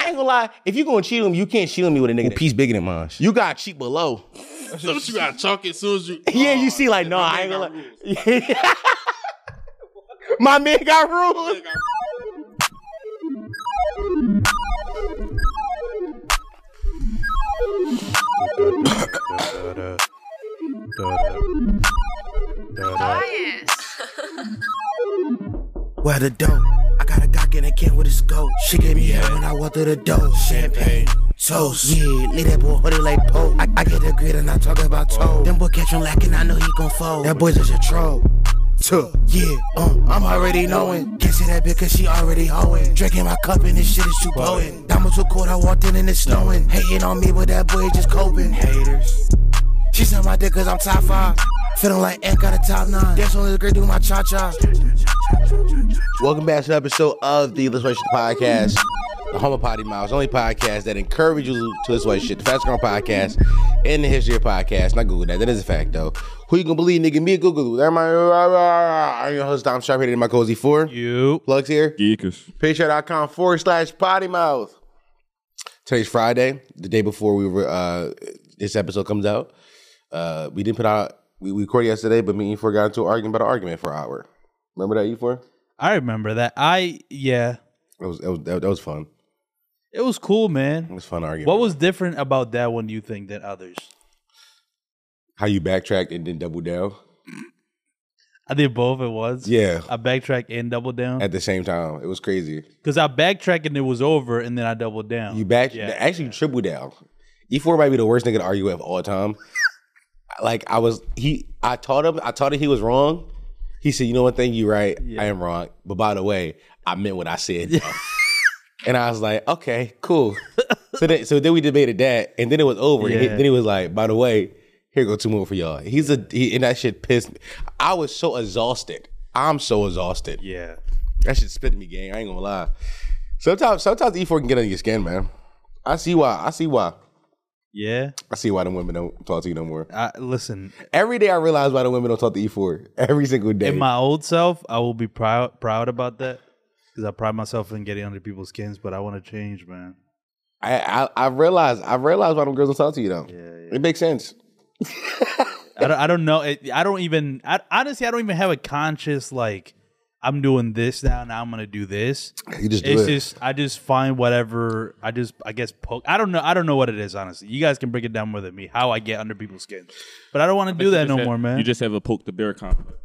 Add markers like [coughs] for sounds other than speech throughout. I ain't gonna lie. If you gonna cheat on me, you can't cheat on me with a nigga. Ooh, that- piece bigger than mine. You got cheat below. So you gotta talk as soon [laughs] as you. yeah, Oh, you see, like, no, I ain't gonna lie. [laughs] My man got rules. Where the dope? I got a Glock and a can with a scope. She gave me hell when I walked through the door. Champagne. Toast. Yeah, leave that boy hoodie like Pope. I, I get the grid and I talk about toe. Them boy catch him lacking, I know he gon' fold. That boy just a troll. Tuh. Yeah, uh, I'm already knowing. Can't see that bitch cause she already hoeing. Drinking my cup and this shit is too potent. Diamonds too cold, I walked in and it's snowing. Hating on me, but that boy just coping. Haters. She said my dick cause I'm top five. Feeling like Ant got a top nine. Dance on this girl, do my cha cha. Welcome back to another episode of the Let's Watch Shit podcast, the home of Potty Miles, only podcast that encourages you to listen to Shit, the fastest growing podcast in the history of podcasts. Not Google that. That is a fact, though. Who you gonna believe, nigga? Me or Google? Am I? I'm your host, Dom Sharp, here in my cozy four. You. Plugs here. Geekers. Patreon.com forward slash Potty Mouth. Today's Friday, the day before we were uh, this episode comes out. Uh, we didn't put out. We we recorded yesterday, but me and E4 got into an argument about an argument for an hour. Remember that E4? I remember that. I yeah, That was that was, that was fun. it was cool, It man. was fun argument. What was different about that one? You think than others? How you backtracked and then double down? I did both at once. Yeah, I backtracked and doubled down at the same time, it was crazy. because I backtracked and it was over, and then I doubled down. You back Yeah. actually triple down. E4 might be the worst nigga to argue with of all [laughs] time. Like I was he I taught him I taught him he was wrong. He said, you know one thing, you right. I am wrong. But by the way, I meant what I said. [laughs] and I was like, okay, cool. so then so then we debated that and then it was over. And he- Yeah. then he was like, by the way, here go two more for y'all. He's a he, and that shit pissed me. I was so exhausted. I'm so exhausted. yeah. That shit spit me, gang. I ain't gonna lie. Sometimes, sometimes E4 can get under your skin, man. I see why. I see why. Yeah, I see why the women don't talk to you no more. I, listen. Every day I realize why the women don't talk to E4. [laughs] Every single day. In my old self, I will be proud proud about that because I pride myself in getting under people's skins, but I want to change, man. I, I I realize I realize why them girls don't talk to you though. It makes sense. I don't, I don't know. It, I don't even. I, honestly, I don't even have a conscious like. I'm doing this now. Now I'm gonna do this. You just do It's it. just I just find whatever I just I guess poke. I don't know. I don't know what it is. Honestly, you guys can break it down more than me. How I get under people's skin, but I don't want to do that no more, man. You just have a poke the bear complex.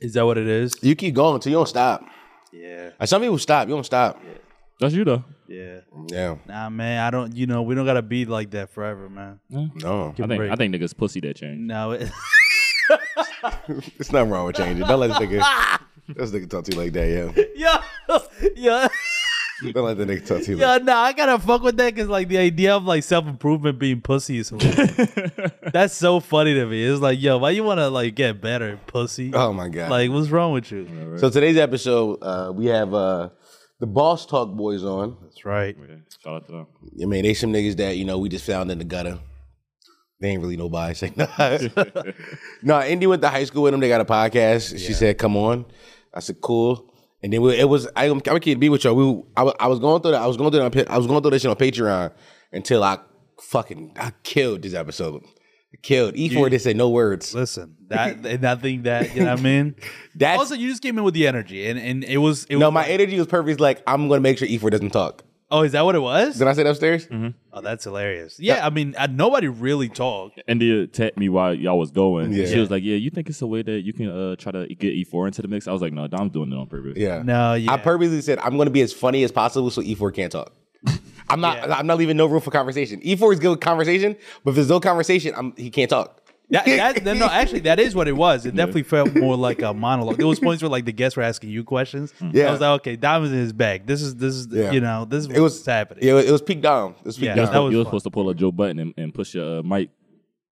is that what it is? you keep going until you don't stop. Yeah, Like some people stop. You don't stop. That's you though. yeah. Yeah. Nah, man. I don't. You know, we don't gotta be like that forever, man. No. I think break. I think niggas pussy that change. No, [laughs] it, It's nothing wrong with changing. Don't let this [laughs] nigga this nigga talk to you like that, yeah. yeah, yeah, Don't let the nigga talk to you like yeah. Nah, I gotta fuck with that because like the idea of like self improvement being pussy is [laughs] hilarious. that's so funny to me. It's like, yo, why you wanna like get better, pussy? Oh my god. Like, what's wrong with you? So today's episode, uh, we have uh, the Boss Talk boys on. That's right. Yeah, Shout out to them. I mean, they some niggas that you know we just found in the gutter. They ain't really nobody. [laughs] Say no. no, Indy went to high school with them. They got a podcast. She said, "Come on." I said, "Cool." And then we, it was I, I'm, I'm gonna keep it be with y'all. We I, wa- I was going through that. I was going through that. on Pa- I was going through this shit on Patreon until I fucking I killed this episode. Killed E4 didn't say no words. Listen, [laughs] that and I think that you know what I mean. That's also, you just came in with the energy, and and it was it no. was My like- energy was perfect. It's Like I'm gonna make sure E4 doesn't talk. oh, is that what it was? Did I say that upstairs? Oh, that's hilarious. Yeah, I mean, I, nobody really talked. India tapped me while y'all was going. Yeah. She was like, "Yeah, you think it's a way that you can uh, try to get E4 into the mix?" I was like, "No, Dom's doing it on purpose." Yeah. No, yeah. I purposely said I'm going to be as funny as possible so E4 can't talk. I'm not. I'm not leaving no room for conversation. E4 is good with conversation, but if there's no conversation, I'm, he can't talk. That, [laughs] that, no, no, actually, that is what it was. It definitely felt more like a monologue. There was points where like the guests were asking you questions. Hmm. Yeah. I was like, okay, Diamond's in his bag. This is this is Yeah. you know this is It was what's happening. Yeah, it was, it was peak down. It was peak Yeah, down. that was you were fun. supposed to pull a Joe Button and, and push your uh, mic.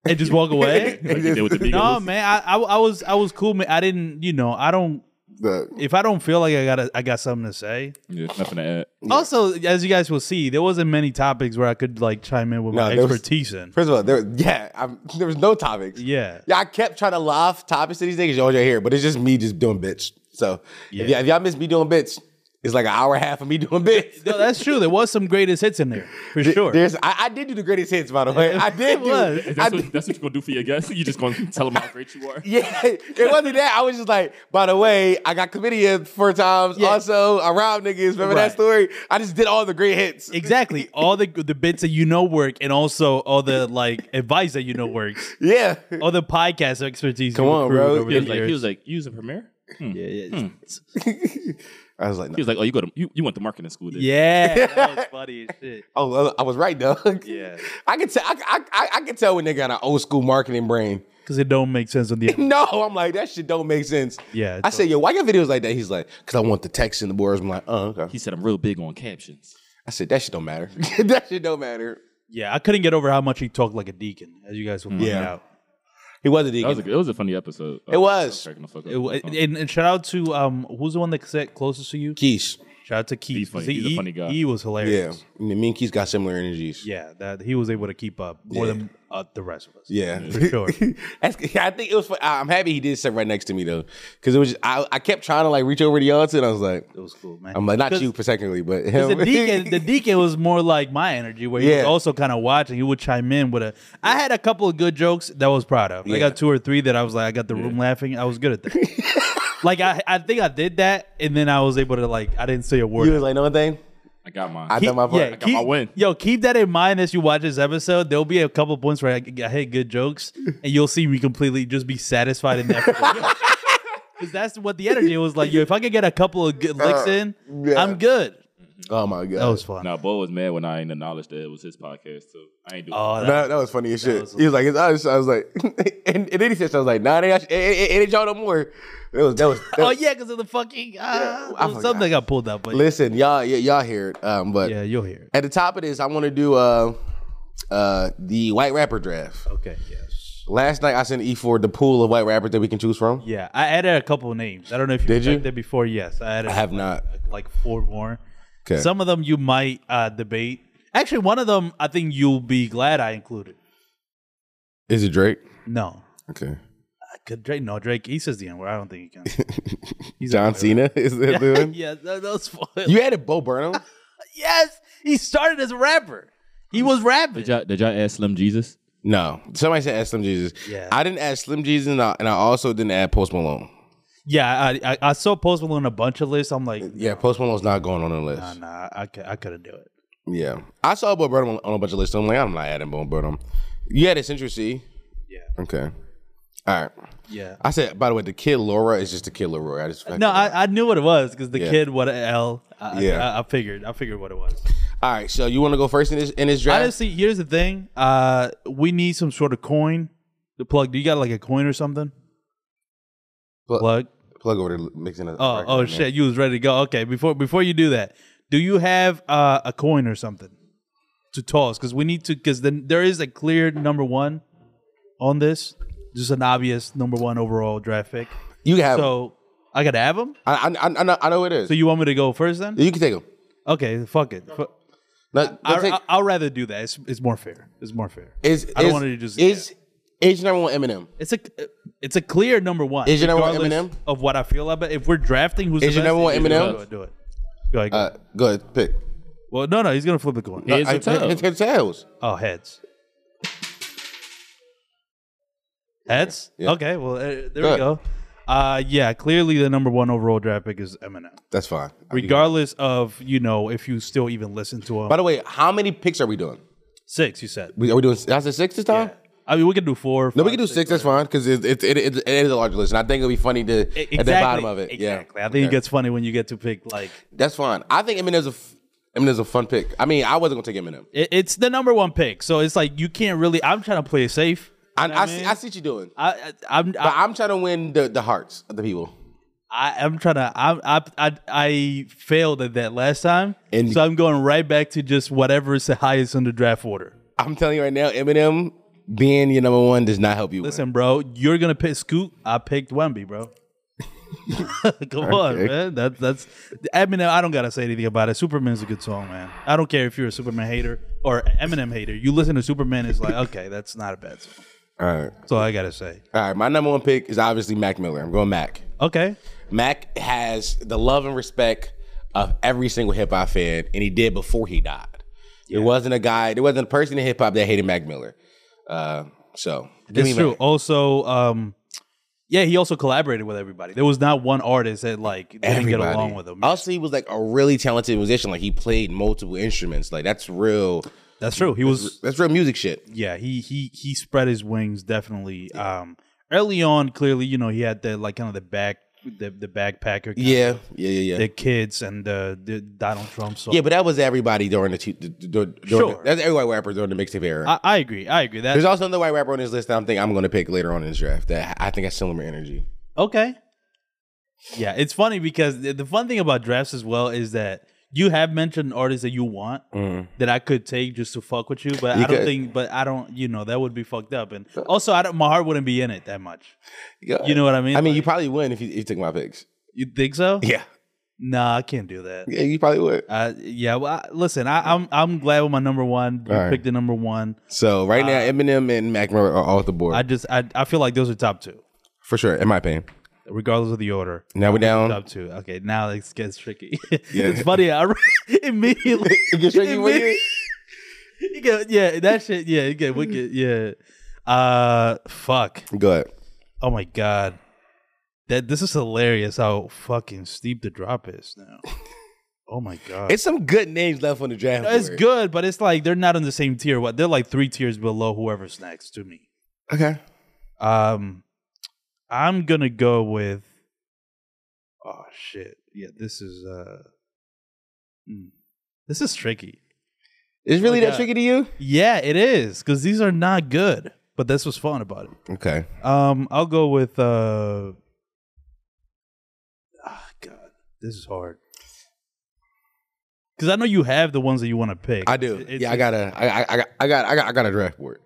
And just [laughs] walk away. Like you did with [laughs] the no, Migos. man, I, I I was I was cool. Man, I didn't you know I don't The- if I don't feel like I got I got something to say. Yeah, nothing to add. Also, as you guys will see, there wasn't many topics where I could like chime in with No, my there was- [laughs] expertise in. first of all, there. Yeah, I'm, there was no topics. Yeah. Yeah, I kept trying to laugh topics to these niggas. Y'all right here, but it's just me just doing bitch. So if, Yeah. y'all, if y'all miss me doing bitch, It's like an hour and a half of me [laughs] doing bits. No, that's true. There was some greatest hits in there for Th- [laughs] sure. There's, I, I did do the greatest hits, [laughs] by the way. I did It do. was. I That's did- what, that's what you're gonna do for your guests. You just gonna [laughs] tell them how great you are. yeah, it wasn't that. I was just like, by the way, I got chlamydia four times. Yeah. Also, I robbed niggas. Remember Right. that story? I just did all the great hits. exactly. All the the bits that you know work, and also all the like advice that you know works, Yeah. all the podcast expertise. Come you on, accrued bro. over the He was like, he years. was like, you using Premiere? Hmm. yeah, yeah. I was like, He was like, oh, you go to you, you went to marketing school. Then. Yeah, that [laughs] was funny as shit. oh, I was right, dog. I could tell. I, I, I- I could tell when they got an old school marketing brain. Because it don't make sense on the No, I'm like that shit don't make sense. Yeah, I say, yo, why your videos like that? He's like, cause I want the text in the words. I'm like, oh, okay. He said, I'm real big on captions. I said that shit don't matter. [laughs] that shit don't matter. Yeah, I couldn't get over how much he talked like a deacon, as you guys were pointing Yeah. out. He wasn't. That was a, it was a funny episode. It was. Cracking the fuck up. It, wa- and, and shout out to um, who's the one that sat closest to you? Keys. Shout out to Keith. He's funny. 'cause he, He's a funny guy. He was Yeah, hilarious. I mean, me and Keys got similar energies. Yeah, that he was able to keep up more Yeah. than uh, the rest of us. Yeah, Mm, for sure. [laughs] That's, I think it was. fu- I- I'm happy he did sit right next to me though, because it was. Just, I, I kept trying to like reach over to y'all, and I was like, It was cool, man. I'm like, not 'Cause- you particularly, but 'cause [laughs] him. The deacon, the deacon was more like my energy, where he Yeah. was also kind of watching. He would chime in with a. I had a couple of good jokes that I was proud of. I Yeah. got two or three that I was like, I got the room laughing. I was good at that. [laughs] like I, I think I did that, and then I was able to like, I didn't say a word. he was like, no one thing. I got mine. I done my part. yeah, I got my win. Yo, keep that in mind as you watch this episode. There'll be a couple points where I, I hit good jokes, and you'll see me completely just be [laughs] satisfied in that. Because that's what the energy was like. Yo, if I could get a couple of good licks in, Uh, yeah. I'm good. Oh my god, That was fun. Now, Bo was mad when I ain't acknowledged that it was his podcast, so I ain't doing Oh, it. that- That, that was funny as shit. he was like, it's us. I was like, [laughs] and, and then he said, I was like, nah, they ain't, it, it, it ain't y'all no more. That was, that was, that [laughs] oh was- yeah, because of the fucking uh, I there was forgot. something that got pulled up. But listen, y'all, y- y'all hear it. Um, but yeah, you'll hear. it. at the top of this, I want to do, uh, uh, the white rapper draft. Okay. Yes. Last night I sent E4 the pool of white rappers that we can choose from. Yeah, I added a couple of names. I don't know if you Did you? checked it before. Yes, I added I have not. like four more. Okay. Some of them you might uh, debate. Actually, one of them I think you'll be glad I included. Is it Drake? No. Okay. Could Drake? No, Drake. He says the N word. I don't think [laughs] he can. He's John Cena is [laughs] that the one? yeah, that, that was fun. You added Bo Burnham? [laughs] yes, he started as a rapper. He was rapping. Did y'all, did y'all ask Slim Jesus? [laughs] No. Somebody said add Slim Jesus. Yeah. I didn't add Slim Jesus and I, and I also didn't add Post Malone. Yeah, I, I, I saw Post Malone on a bunch of lists. [laughs] I'm like, Yeah, Post Malone's not going on the list. nah, nah, I, cou- I couldn't do it. Yeah. I saw Bo Burnham on- on a bunch of lists. I'm like, I'm not adding Bo Burnham. You added Central C. Yeah. Okay. All right. Yeah. I said, by the way, the kid Laura is just the kid Leroy. I just Uh, no, I, I knew what it was because the Yeah. kid, what a L. I, Yeah. yeah. I, I figured. I figured what it was. All right. So you want to go first in this in this draft? Honestly, here's the thing. Uh, we need some sort of coin to plug. Do you got like a coin or something? Pl- Plug. plug over to mixing. Oh, oh shit! You was ready to go. Okay, before before you do that, do you have uh, a coin or something to toss? Because we need to. Because then there is a clear number one on this, just an obvious number one overall draft pick. You can have. So I gotta have him. I, I, I, know, I know it is. So you want me to go first then? you can take him. Okay, fuck it. Fu- No, I, I, take, will rather do that. It's, it's more fair. It's more fair. is, I don't is- want to just. Is is number one Eminem? it's a it's a clear number one. Is your number one regardless Eminem? Of what I feel about. If we're drafting, who's Is the your number best, one then Eminem? Do it. Do it. Go ahead. Go. Uh, go ahead, pick. well, no, no, he's gonna flip the coin. Heads or I- tails? it's- it's tails. Oh, heads. Heads? Yeah. Okay, well, uh, there we Good. go. Uh, yeah, clearly the number one overall draft pick is Eminem. That's fine. I'll do that. Regardless of, you know, if you still even listen to him. By the way, how many picks are we doing? six, you said. We, are we doing? That's a six this time. Yeah. I mean, we could do four. No, we can do six. That's fine because it, it, it, it, it is a large list, and I think it'll be funny to E, Exactly. at the bottom of it. Exactly. Yeah, I think it Okay. gets funny when you get to pick, like, that's fine. I think Eminem's a f- Eminem's a fun pick. I mean, I wasn't gonna take Eminem. it, it's the number one pick. So it's like, you can't really, I'm trying to play it safe. I, I, see, I see what you're doing, I, I, I'm, but I, I'm trying to win the, the hearts of the people. I, I'm trying to. I, I I I failed at that last time, And- so I'm going right back to just whatever is the highest in the draft order. I'm telling you right now, Eminem being your number one does not help you. win. Listen, bro, you're gonna pick Scoot. I picked Wemby, bro. [laughs] Come on, Okay. man. That, that's Eminem. I don't gotta say anything about it. Superman's a good song, man. I don't care if you're a Superman hater or Eminem hater. You listen to Superman, it's like, okay, that's not a bad song. all right, That's all I gotta say. all right. My number one pick is obviously Mac Miller. I'm going Mac. Okay, Mac has the love and respect of every single hip hop fan, and he did before he died. There wasn't a guy, there wasn't a person in hip hop that hated Mac Miller. Uh, so give It's me true. Mac. Also, um, yeah, he also collaborated with everybody. There was not one artist that like didn't get Everybody. Oh. along with him. Also, he was like a really talented musician. Like he played multiple instruments. Like that's real. That's true. He was. That's real music shit. Yeah, he he he spread his wings definitely. Um, early on, clearly, you know, he had the like kind of the back the the backpacker. kind Yeah, yeah, yeah, yeah. the kids and the, the Donald Trump song. Yeah, but that was everybody during the, two, the, the, during Sure. the that's every white rapper during the mixtape era. I, I agree. I agree. That There's also another white rapper on this list that I'm think I'm going to pick later on in this draft that I think has similar energy. okay. Yeah, it's funny because the, the fun thing about drafts as well is that you have mentioned artists that you want that I could take just to fuck with you, but Mm. I You don't could- think. But I don't. You know, that would be fucked up, and also I don't. My heart wouldn't be in it that much. Yeah. You know what I mean? I mean, you Like, probably win if you, if you took my picks. you think so? Yeah, Nah, I can't do that. yeah, you probably would. Uh, yeah. Well, I, listen, I, I'm I'm glad with my number one. You All right. picked the number one. So right now, Eminem and Mac Miller are off the board Uh, I just I, I feel like those are top two, for sure, in my opinion. regardless of the order. Now we're down. up to. Okay, now it gets tricky. [laughs] Yeah. it's funny. I [laughs] re- immediately It gets tricky for you? [laughs] you get- yeah, that shit. Yeah, you get wicked. Yeah. Uh, fuck. Good. Oh my god. That this is hilarious. How fucking steep the drop is now. Oh my god. It's some good names left on the draft. It's board. good, but it's like they're not on the same tier. What they're like three tiers below whoever's next to me. Okay. Um, I'm gonna go with. Oh shit! Yeah, this is uh, mm, this is tricky. It's really my that God. tricky to you? Yeah, it is because these are not good. But that's what's fun about it. Okay. Um, I'll go with uh. Ah, God, this is hard. Because I know you have the ones that you want to pick. I do. It's- yeah, I gotta. I, I, I got. I got. I got. I got a draft board.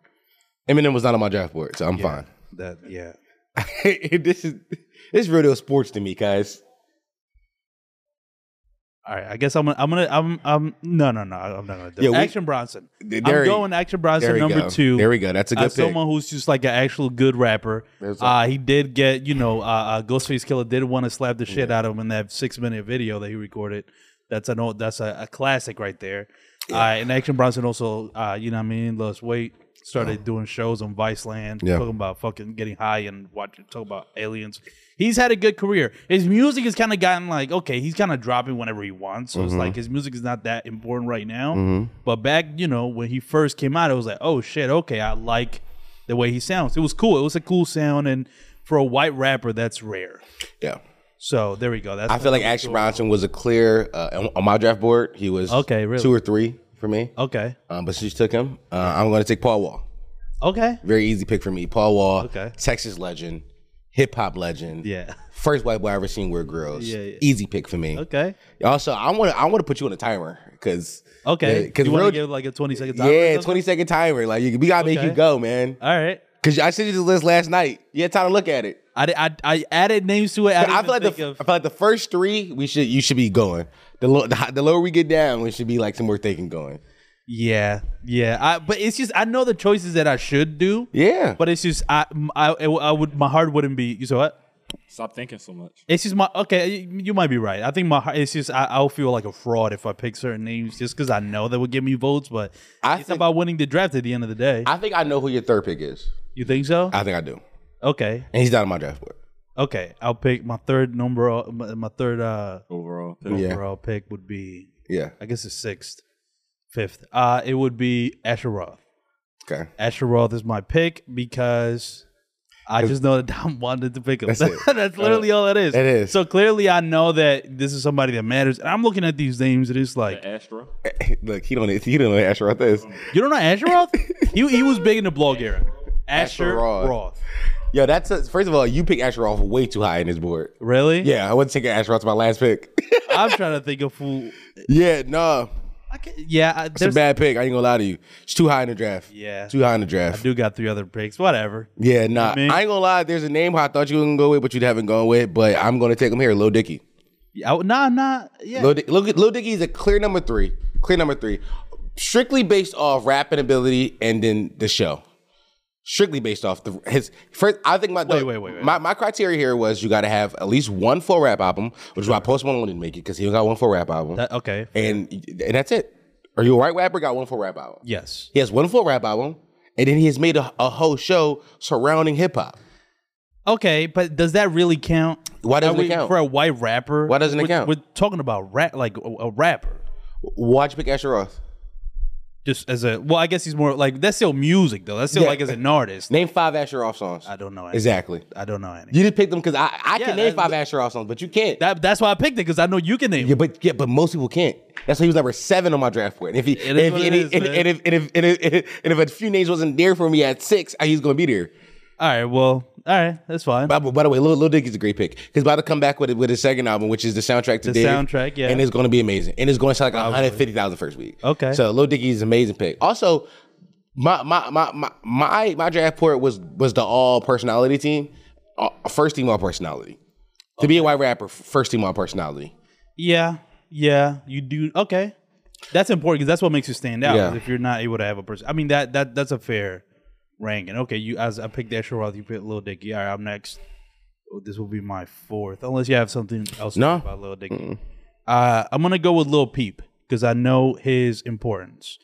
Eminem was not on my draft board, so I'm yeah, fine. That yeah. [laughs] this is this is real deal sports to me, guys. All right, I guess I'm gonna, I'm gonna, I'm, I'm, no, no, no, I'm not gonna do Yeah, it. we- Action Bronson. Th- I'm there- going Action There Bronson we number go. two. There we go. That's a good uh, pick. someone who's just like an actual good rapper. There's a- Uh, he did get, you know, uh, uh, Ghostface Killer did want to slap the shit out of him in that six minute video that he recorded. That's an old, that's a, a classic right there. Uh, and Action Bronson also, uh, you know what I mean, lost weight, started doing shows on Viceland, Oh. Yeah. talking about fucking getting high and watching, talk about aliens. He's had a good career. His music has kind of gotten like, okay, he's kind of dropping whenever he wants. So Mm-hmm. it's like his music is not that important right now. But back, you know, when he first came out, it was like, oh shit, okay, I like the way he sounds. It was cool. It was a cool sound. And for a white rapper, that's rare. yeah. So there we go. That's I feel like Action Bronson was a clear uh, on- on my draft board. He was Okay, really? two or three for me. Okay. Um, but since you took him, uh, I'm going to take Paul Wall. Okay. Very easy pick for me. Paul Wall, Okay. Texas legend, hip hop legend. Yeah. [laughs] First white boy I ever seen wear grills. Yeah, yeah. Easy pick for me. Okay. Also, I want to I want to put you on a timer because Okay. because you want real to give like a 20 second timer or yeah something? twenty second timer like you, we gotta make you Okay. go man All right. because I sent you the list last night. You had time to look at it. I, di- I, I added names to it. I, didn't I even feel like the think of, I feel like the first three we should you should be going. The lo- the, hi- the lower we get down, we should be like some more thinking going. Yeah, yeah. I, but it's just I know the choices that I should do. Yeah, But it's just I, I, I would my heart wouldn't be. You saw what? Stop thinking so much. It's just my okay. You you might be right. I think my heart. It's just I, I'll feel like a fraud if I pick certain names just because I know that would give me votes. But I it's think- about winning the draft at the end of the day. I think I know who your third pick is. you think so? I think I do, okay, and he's not on my draft board. okay. I'll pick my third number. My, my third uh Overall, Yeah. overall pick would be Yeah, I guess it's sixth, fifth. Uh, it would be Asher Roth. okay, [laughs] Asher Roth is my pick because I just know that [laughs] Dom wanted to pick him. [laughs] That's, That's it. literally all it is. It is. So clearly, I know that this is somebody that matters. And I'm looking at these names, and it's like, Astra. look, he don't he don't know Asher Roth is. you don't know Asher Roth? [laughs] he, he was big in the blog era. Asher, Asher Roth. Roth. Yo, that's a, first of all, you pick Asher Roth way too high in his board. Really? Yeah, I wouldn't take Asher Roth to my last pick. [laughs] I'm trying to think of who. yeah, no, I can, yeah, I, it's a there's, bad pick. I ain't gonna lie to you. It's too high in the draft. Yeah. too high in the I draft. do got three other picks. Whatever. Yeah, nah. mean? I ain't gonna lie. There's a name I thought you were gonna go with, but you haven't gone with. But I'm gonna take him here, Lil Dicky. I, would- oh, nah, nah. Yeah. [laughs] Lil, Di- Lil, Lil Dicky is a clear number three. Clear number three, strictly based off rapping ability and then the show. strictly based off the his first. I think my Wait, wait, wait, wait. my my criteria here was you got to have at least one full rap album, which is why Post Malone didn't make it because he only got one full rap album, That, okay. and and that's it. Are you a right rapper? Got one full rap album. Yes. He has one full rap album, and then he has made a, a whole show surrounding hip hop. Okay, but does that really count? Why doesn't Are it we- count? for a white rapper? Why doesn't it we're- count? We're talking about rap, like a, a rapper, Watch Big Asher Roth. just as a. Well, I guess he's more like that's still music though. That's still Yeah. like as an artist. Name five Asher Roth songs. I don't know. Any, Exactly. I don't know any. You just picked them because I, I Yeah, can name that- five Asher Roth songs, but you can't. That, that's why I picked it because I know you can name. Yeah, but yeah, but most people can't. That's why he was number seven on my draft board. And if he, It and is if, what and, it he- is, and, and if and if and if and if a few names wasn't there for me at six, I- he's gonna be there. All right. Well. All right. That's fine. By, by the way, Lil, Lil Dicky's a great pick. He's about to come back with it- with his second album, which is the soundtrack to The Dave, soundtrack, yeah. and it's gonna be amazing. And it's gonna sell like one hundred fifty thousand first week. Okay. so Lil Dicky is an amazing pick. Also, my my my my my, my draft board was was the all personality team, uh, first team all personality. To be a white rapper, f- first team all personality. Yeah, yeah, you do. Okay, that's important because that's what makes you stand out. Yeah. is If you're not able to have a person, I mean that that that's a fair ranking. Okay, you as I picked Asher Roth, you picked Lil Dicky. All right, I'm next. Oh, this will be my fourth, unless you have something else to No. say about Lil Dicky. Uh, I'm gonna go with Lil Peep because I know his importance.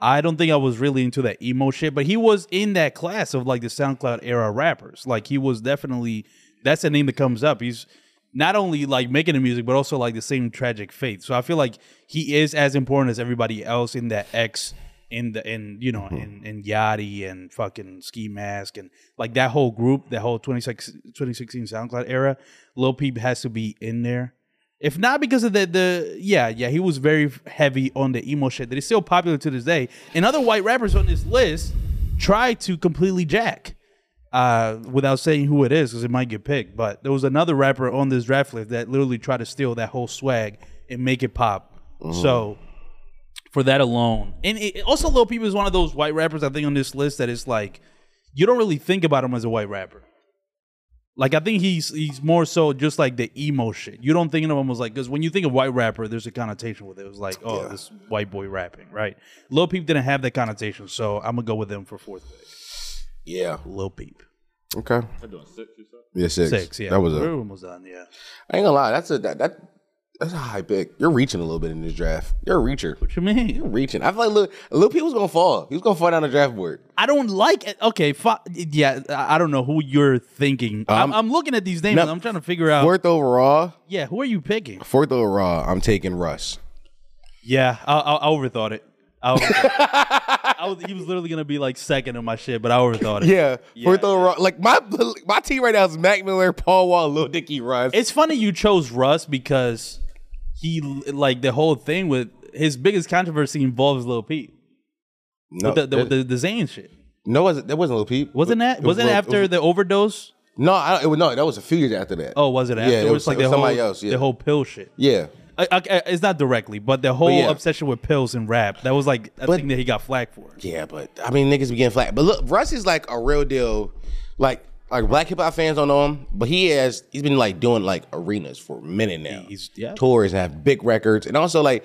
I don't think I was really into that emo shit, but he was in that class of like the SoundCloud era rappers. Like he was definitely that's the name that comes up. He's not only like making the music, but also like the same tragic fate. So I feel like he is as important as everybody else in that X in the in you know in in Yachty and fucking Ski Mask and like that whole group, that whole 26 2016 SoundCloud era. Lil Peep has to be in there. If not because of the the yeah yeah he was very f- heavy on the emo shit that is still popular to this day and other white rappers on this list try to completely jack uh, without saying who it is because it might get picked but there was another rapper on this draft list that literally tried to steal that whole swag and make it pop so for that alone and it, also Lil Peep is one of those white rappers I think on this list that is like you don't really think about him as a white rapper like I think he's he's more so just like the emo shit. You don't think of him as like because when you think of white rapper, there's a connotation with it. It was like, oh, this white boy rapping, right? Lil Peep didn't have that connotation, so I'm gonna go with him for fourth pick. Yeah. Lil Peep, Okay. Yeah, six. six. Yeah, That was We're a. almost done. Yeah, I ain't gonna lie. That's a that, that that's a high pick. You're reaching a little bit in this draft. You're a reacher. what you mean? Reaching. I feel like little little Peep was gonna fall. He was gonna fall down the draft board. I don't like it. Okay, fi- yeah, I I don't know who you're thinking. I'm, I'm looking at these names. Um, no. and I'm trying to figure out. Fourth overall. yeah, who are you picking? Fourth overall. I'm taking Russ. Yeah, I, I, I overthought it. I, [laughs] overthought it. I was, he was literally gonna be like second in my shit, but I overthought it. Yeah. Fourth overall. Like my my team right now is Mac Miller, Paul Wall, Lil Dicky, Russ. It's funny you chose Russ because he like the whole thing with his biggest controversy involves Lil Peep. no, The the, that- the, the Zane shit no, wasn't that wasn't Lil Peep? wasn't that It wasn't it Lil- after it was- the overdose? No, I don't, it was, no, that was a few years after that. Oh, was it Yeah, after? it It was was- it like was the somebody whole else, yeah. the whole pill shit. Yeah. I, I, I- it's not directly, but the whole yeah. obsession with pills and rap that was like a But- thing that he got flagged for. Yeah, but I mean, niggas be getting flat. But look, Russ is like a real deal. Like, like black hip hop fans don't know him, but he has he's been like doing like arenas for a minute now. He's- yeah. tours and have big records, and also like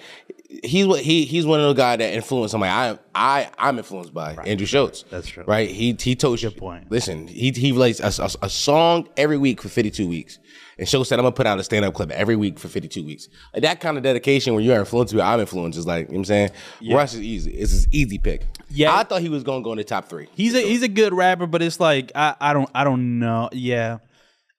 he's what he he's one of those guys that influenced somebody. I I I'm influenced by Andrew Schultz. That's true. Right? He he told you. point. Listen, he he released a, a, a song every week for 52 weeks, and Schultz said I'm gonna put out a stand up clip every week for 52 weeks. Like that kind of dedication when you're influenced, by I'm influenced. Is like you know what I'm saying. Russ is easy. It's his easy pick. Yeah. I thought he was gonna go in the top three. He's a he's a good rapper, but it's like I, I don't I don't know. Yeah.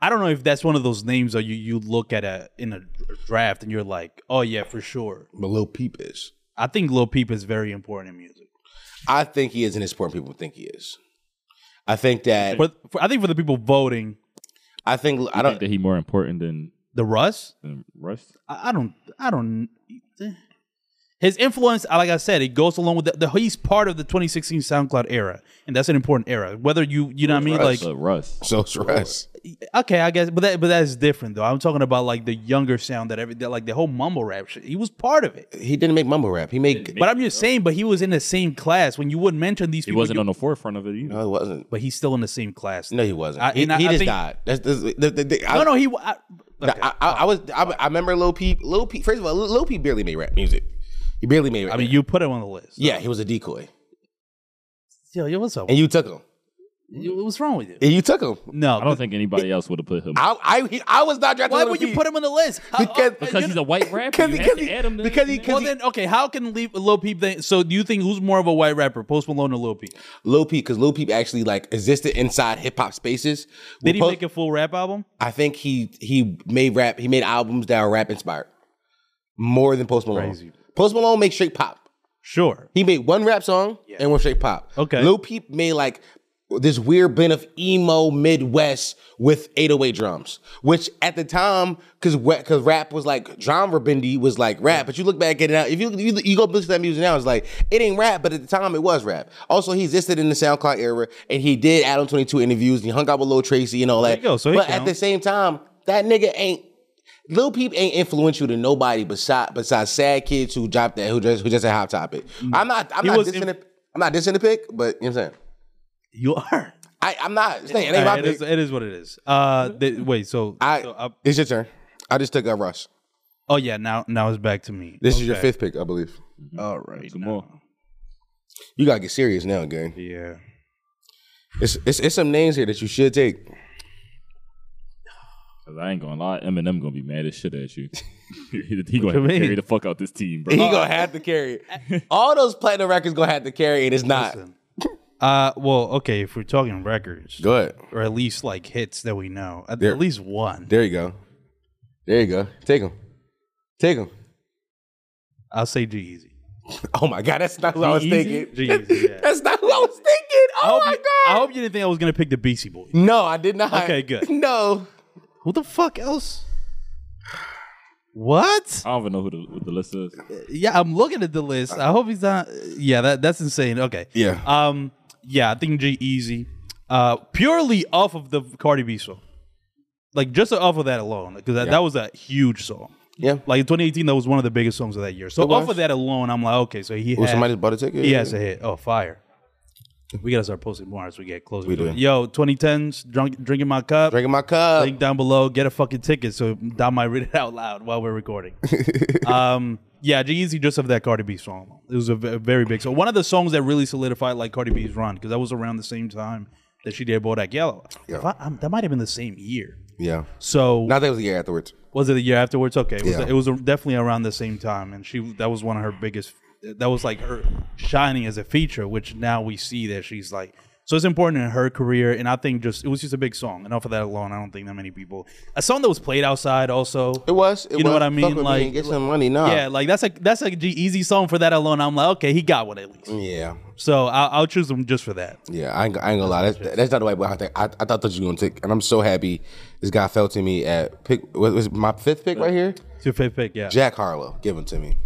I don't know if that's one of those names that you, you look at a in a draft and you're like, oh yeah, for sure. But Lil Peep is. I think Lil Peep is very important in music. I think he is, and it's important people think he is. I think that For, for- I think for the people voting, I think I I think don't. that he more important than the Russ, than Russ. I, I don't, I don't. His influence, uh, like I said, it goes along with the, the. He's part of the 2016 SoundCloud era, and that's an important era. Whether you, you know what I mean, like But Russ. [laughs] So it's Russ. okay, I guess, but that, but that's different though. I'm talking about like the younger sound that every, that, like the whole mumble rap shit. He was part of it, He didn't make mumble rap. He made. but I'm just saying. But he was in the same class when you would mention these He people. wasn't you- on the forefront of it either. no, he wasn't. [laughs] but he's still in the same class. No, he wasn't. I- he and I- he I just think- died. That's, that's, the, the, the, I, no, no, he. I, okay. I, I, I was. I, I remember Lil Peep. Lil Peep. First of all, Lil Lil Peep barely made rap music. He barely made. Rap I mean, you put him on the list. Yeah, he was a decoy, Yo, yo, what's up? and you took him. You- What's wrong with you? And you took him. No. I don't think anybody else would have put him. I I, he- I was not drafted. why would [laughs] you put him on the list? How- Because- oh, because you he's know- a white rapper. Because You he, have because to add him. he, to- because he, Well because he, then, okay. How can Le- Lil Peep? Then, so do you think who's more of a white rapper, Post Malone or Lil Peep? Lil Peep, because Lil Peep actually like existed inside hip hop spaces. Did he Post- make a full rap album? I think he he made rap. He made albums that are rap inspired more than Post Malone. Crazy. Post Malone makes straight pop. Sure. He made one rap song and one straight pop. Okay. Lil Peep made like this weird blend of emo Midwest with 808 drums, which at the time, because because rap was like genre bendy was like rap, but you look back at it now, if you you, you go listen to that music now, it's like it ain't rap, but at the time it was rap. Also, he existed in the SoundCloud era, and he did Adam 22 interviews, and he hung out with Lil Tracy and all that. you go, so he but at count. the same time, that nigga ain't Lil Peep ain't influential to nobody besides besides sad kids who dropped that who just who just a hot topic. I'm not I'm Mm. He not was dissing in- the, I'm not dissing the pick, but you know what I'm saying. You are. I I'm not saying it ain't Alright, my it, pick. is, it is what it is. Uh, th- wait. So, I, so, uh, it's your turn. I just took a rush. oh yeah. Now, now it's back to me. Oh, This is your fifth pick, I believe. All right. Some more. You gotta get serious now, gang. Yeah. It's, it's it's some names here that you should take. 'Cause I ain't gonna lie, Eminem gonna be mad as shit [laughs] at you. [laughs] he he gonna you have to mean? carry the fuck out this team, bro. He Uh, gonna have to carry it. All those platinum records gonna have to carry it. It's not. Uh, well, okay. If we're talking records, Go ahead. or at least like hits that we know, at, There- at least one. There you go. There you go. Take him. Take him. I'll say G Easy. Oh my god, that's not who I was thinking. G [laughs] Easy. Yeah. That's not who I was thinking. I Oh hope my you, god. I hope you didn't think I was gonna pick the Beastie Boys. No, I did not. Okay, [laughs] good. No. Who the fuck else? What? I don't even know who the, what the list is. Yeah, I'm looking at the list. I hope he's not. Yeah, that that's insane. Okay. Yeah. Um. Yeah, I think G Easy, uh, purely off of the Cardi B song, like just off of that alone, because that, that was a huge song. Yeah. Like in 2018, that was one of the biggest songs of that year. So was. off of that alone, I'm like, okay, so he Well, has, somebody just bought a ticket. he has a hit. Oh, fire! We gotta start posting more as we get closer. to do. it. Yo, 2010s, drunk, drinking my cup. Drinking my cup. Link down below. Get a fucking ticket so Dom might read it out loud while we're recording. um, yeah, G-Eazy just of that Cardi B song. It was a ve- very big song. One of the songs that really solidified like Cardi B's run because that was around the same time that she did Bodak Yellow. If I, um, that might have been the same year. yeah. So Not that it was a year afterwards. was it the year afterwards? Okay, it was, Yeah. it was definitely around the same time, and she that was one of her biggest. That was like her shining as a feature, which now we see that she's like. So it's important in her career, and I think just it was just a big song. And off of that alone, I don't think that many people. A song that was played outside, also. It was. It You know was. what I mean? Fuck with me Like- and get some money now. Yeah, like that's a that's a G Easy song for that alone. I'm like, okay, he got one at least. Yeah. So I'll, I'll choose him just for that. Yeah. I ain't, I ain't gonna lie. That's, that's not the way I think. I, I thought that you were gonna take. And I'm so happy this guy fell to me at pick. Was, was my fifth pick right here? It's your fifth pick, yeah. Jack Harlow. Give him to me.